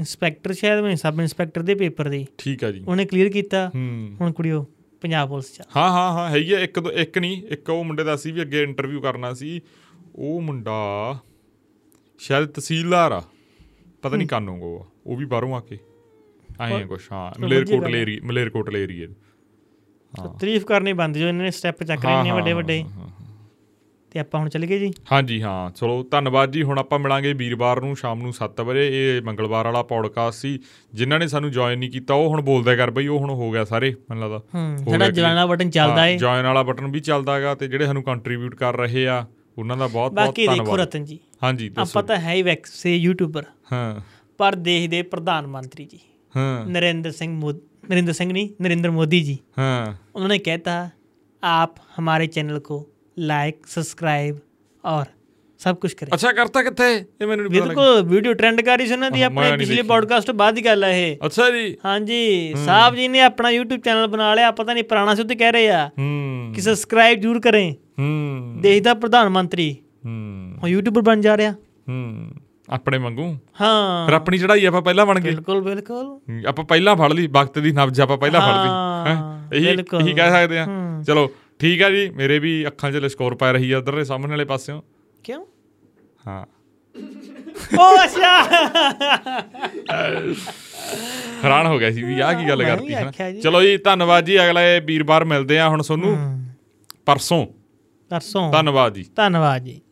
ਇੰਸਪੈਕਟਰ ਸ਼ਾਇਦ ਮੈਂ ਸਬ ਇੰਸਪੈਕਟਰ ਦੇ ਪੇਪਰ ਦੀ
ਠੀਕ ਆ ਜੀ
ਉਹਨੇ ਕਲੀਅਰ ਕੀਤਾ
ਹੂੰ
ਹੁਣ ਕੁੜੀਓ ਪੰਜਾਬ ਪੁਲਿਸ ਚ ਆ।
ਹਾਂ ਹਾਂ ਹਾਂ ਹੈਗੀ ਆ ਇੱਕ ਦੋ ਇੱਕ ਨਹੀਂ ਇੱਕ ਉਹ ਮੁੰਡੇ ਦਾ ਸੀ ਵੀ ਅੱਗੇ ਇੰਟਰਵਿਊ ਕਰਨਾ ਸੀ ਉਹ ਮੁੰਡਾ ਸ਼ਾਇਦ ਤਹਿਸੀਲਦਾਰ ਆ ਪਤਾ ਨਹੀਂ ਕਾਨੂੰਗੋ ਆ ਉਹ ਵੀ ਬਾਹਰੋਂ ਆ ਕੇ ਆਏ ਆ ਕੁਛ ਹਾਂ ਮਲੇਰਕੋਟ ਲੇਰੀ ਮਲੇਰਕੋਟ ਲੇਰੀ
ਤਾਰੀਫ ਕਰਨੀ ਬੰਦ ਜੋ ਇਹਨਾਂ ਨੇ ਸਟੈਪ ਚੱਕ ਰਹੇ
ਹਾਂ,
ਨੇ
ਹਾਂ,
ਵੱਡੇ ਵੱਡੇ ਤੇ ਆਪਾਂ ਹੁਣ ਚੱਲ ਗਏ ਜੀ
ਹਾਂਜੀ ਹਾਂ ਚਲੋ ਧੰਨਵਾਦ ਜੀ ਹੁਣ ਆਪਾਂ ਮਿਲਾਂਗੇ ਵੀਰਵਾਰ ਨੂੰ ਸ਼ਾਮ ਨੂੰ 7 ਵਜੇ ਇਹ ਮੰਗਲਵਾਰ ਵਾਲਾ ਪੌਡਕਾਸਟ ਸੀ ਜਿਨ੍ਹਾਂ ਨੇ ਸਾਨੂੰ ਜੁਆਇਨ ਨਹੀਂ ਕੀਤਾ ਉਹ ਹੁਣ ਬੋਲਦਾ ਕਰ ਬਈ ਉਹ ਹੁਣ ਹੋ ਗਿਆ ਸਾਰੇ ਮੈਨੂੰ ਲੱਗਦਾ
ਹੂੰ
ਹੋ
ਜਿਹੜਾ
ਗਿਆ clear।
ਜਲਾਣਾ ਬਟਨ ਚੱਲਦਾ ਏ
ਜੁਆਇਨ ਵਾਲਾ ਬਟਨ ਵੀ ਚੱਲਦਾ ਹੈਗਾ ਤੇ ਜਿਹੜੇ ਸਾਨੂੰ ਕੰਟਰੀਬਿਊਟ ਕਰ ਰਹੇ ਆ ਉਹਨਾਂ ਦਾ ਬਹੁਤ ਬਹੁਤ
ਬਾਕੀ ਦੇਖੋ
ਧੰਨਵਾਦ
ਰਤਨ ਜੀ
ਹਾਂਜੀ
ਆਪਾਂ
ਦੱਸੋ
ਤਾਂ ਹੈ ਹੀ ਵੈਕਸੇ ਯੂਟਿਊਬਰ
ਹਾਂ
ਪਰ ਦੇਸ਼ ਦੇ ਪ੍ਰਧਾਨ ਮੰਤਰੀ ਜੀ
ਹਾਂ
ਨਰਿੰਦਰ ਸਿੰਘ ਮੋਦੀ ਨਰਿੰਦਰ ਸਿੰਘ ਨਹੀਂ ਨਰਿੰਦਰ ਮੋਦੀ ਜੀ
ਹਾਂ
उन्होंने कहता आप हमारे चैनल को लाइक सब्सक्राइब और सब कुछ करें
ਅੱਛਾ ਕਰਤਾ ਕਿੱਥੇ ਇਹ ਮੈਨੂੰ ਨਹੀਂ ਪਤਾ ਲੱਗਿਆ
बिल्कुल वीडियो ट्रेंड कर रही सुना थी
हाँ, मैं
अपने
नहीं
पिछले
देखी।
पॉडकास्ट तो बाद ही गल है ये
ਅੱਛਾ ਜੀ
हाँ जी साहब जी ने अपना यूट्यूब चैनल बना लिया पता नहीं पुराना से तो कह रहे हैं
ਹੂੰ
कि सब्सक्राइब जरूर करें
ਹੂੰ
देश का प्रधानमंत्री
ਹੂੰ
और यूट्यूबर बन जा रहा
ਹੂੰ ਆਪਣੇ ਵਾਂਗੂ
ਹਾਂ
ਫਿਰ ਆਪਣੀ ਚੜਾਈ ਆਪਾਂ ਪਹਿਲਾਂ ਬਣ ਗਏ
ਬਿਲਕੁਲ ਬਿਲਕੁਲ
ਹਮ, ਆਪਾਂ ਪਹਿਲਾਂ ਫੜ ਲਈ ਵਕਤ ਦੀ ਨਬਜ਼ ਆਪਾਂ ਪਹਿਲਾਂ ਫੜ ਲਈ
ਹਾਂ,
ਹੈਂ। ਇਹੀ
ਬਿਲਕੁਲ।
ਇਹੀ ਕਹਿ ਸਕਦੇ ਆ ਚਲੋ ਠੀਕ ਆ ਜੀ ਮੇਰੇ ਵੀ ਅੱਖਾਂ 'ਚ ਲਸ਼ਕੋਰ ਪੈ ਰਹੀ ਆ ਉਧਰਲੇ ਸਾਹਮਣੇ ਵਾਲੇ ਪਾਸਿਓਂ
ਕਿਉਂ
ਹਾਂ
ਉਹ ਅੱਛਾ
ਹੈਰਾਨ ਹੋ ਗਿਆ ਸੀ ਵੀ ਆਹ ਕੀ ਗੱਲ
ਮੈਂ ਵੀ
ਕਰਤੀ
ਆਖਿਆ ਜੀ।
ਹਨਾ ਚਲੋ ਜੀ ਧੰਨਵਾਦ ਜੀ ਅਗਲੇ ਵੀਰਵਾਰ ਮਿਲਦੇ ਆ ਹੁਣ ਤੁਹਾਨੂੰ ਪਰਸੋਂ
ਦੱਸੋ
ਧੰਨਵਾਦ ਜੀ
ਧੰਨਵਾਦ ਜੀ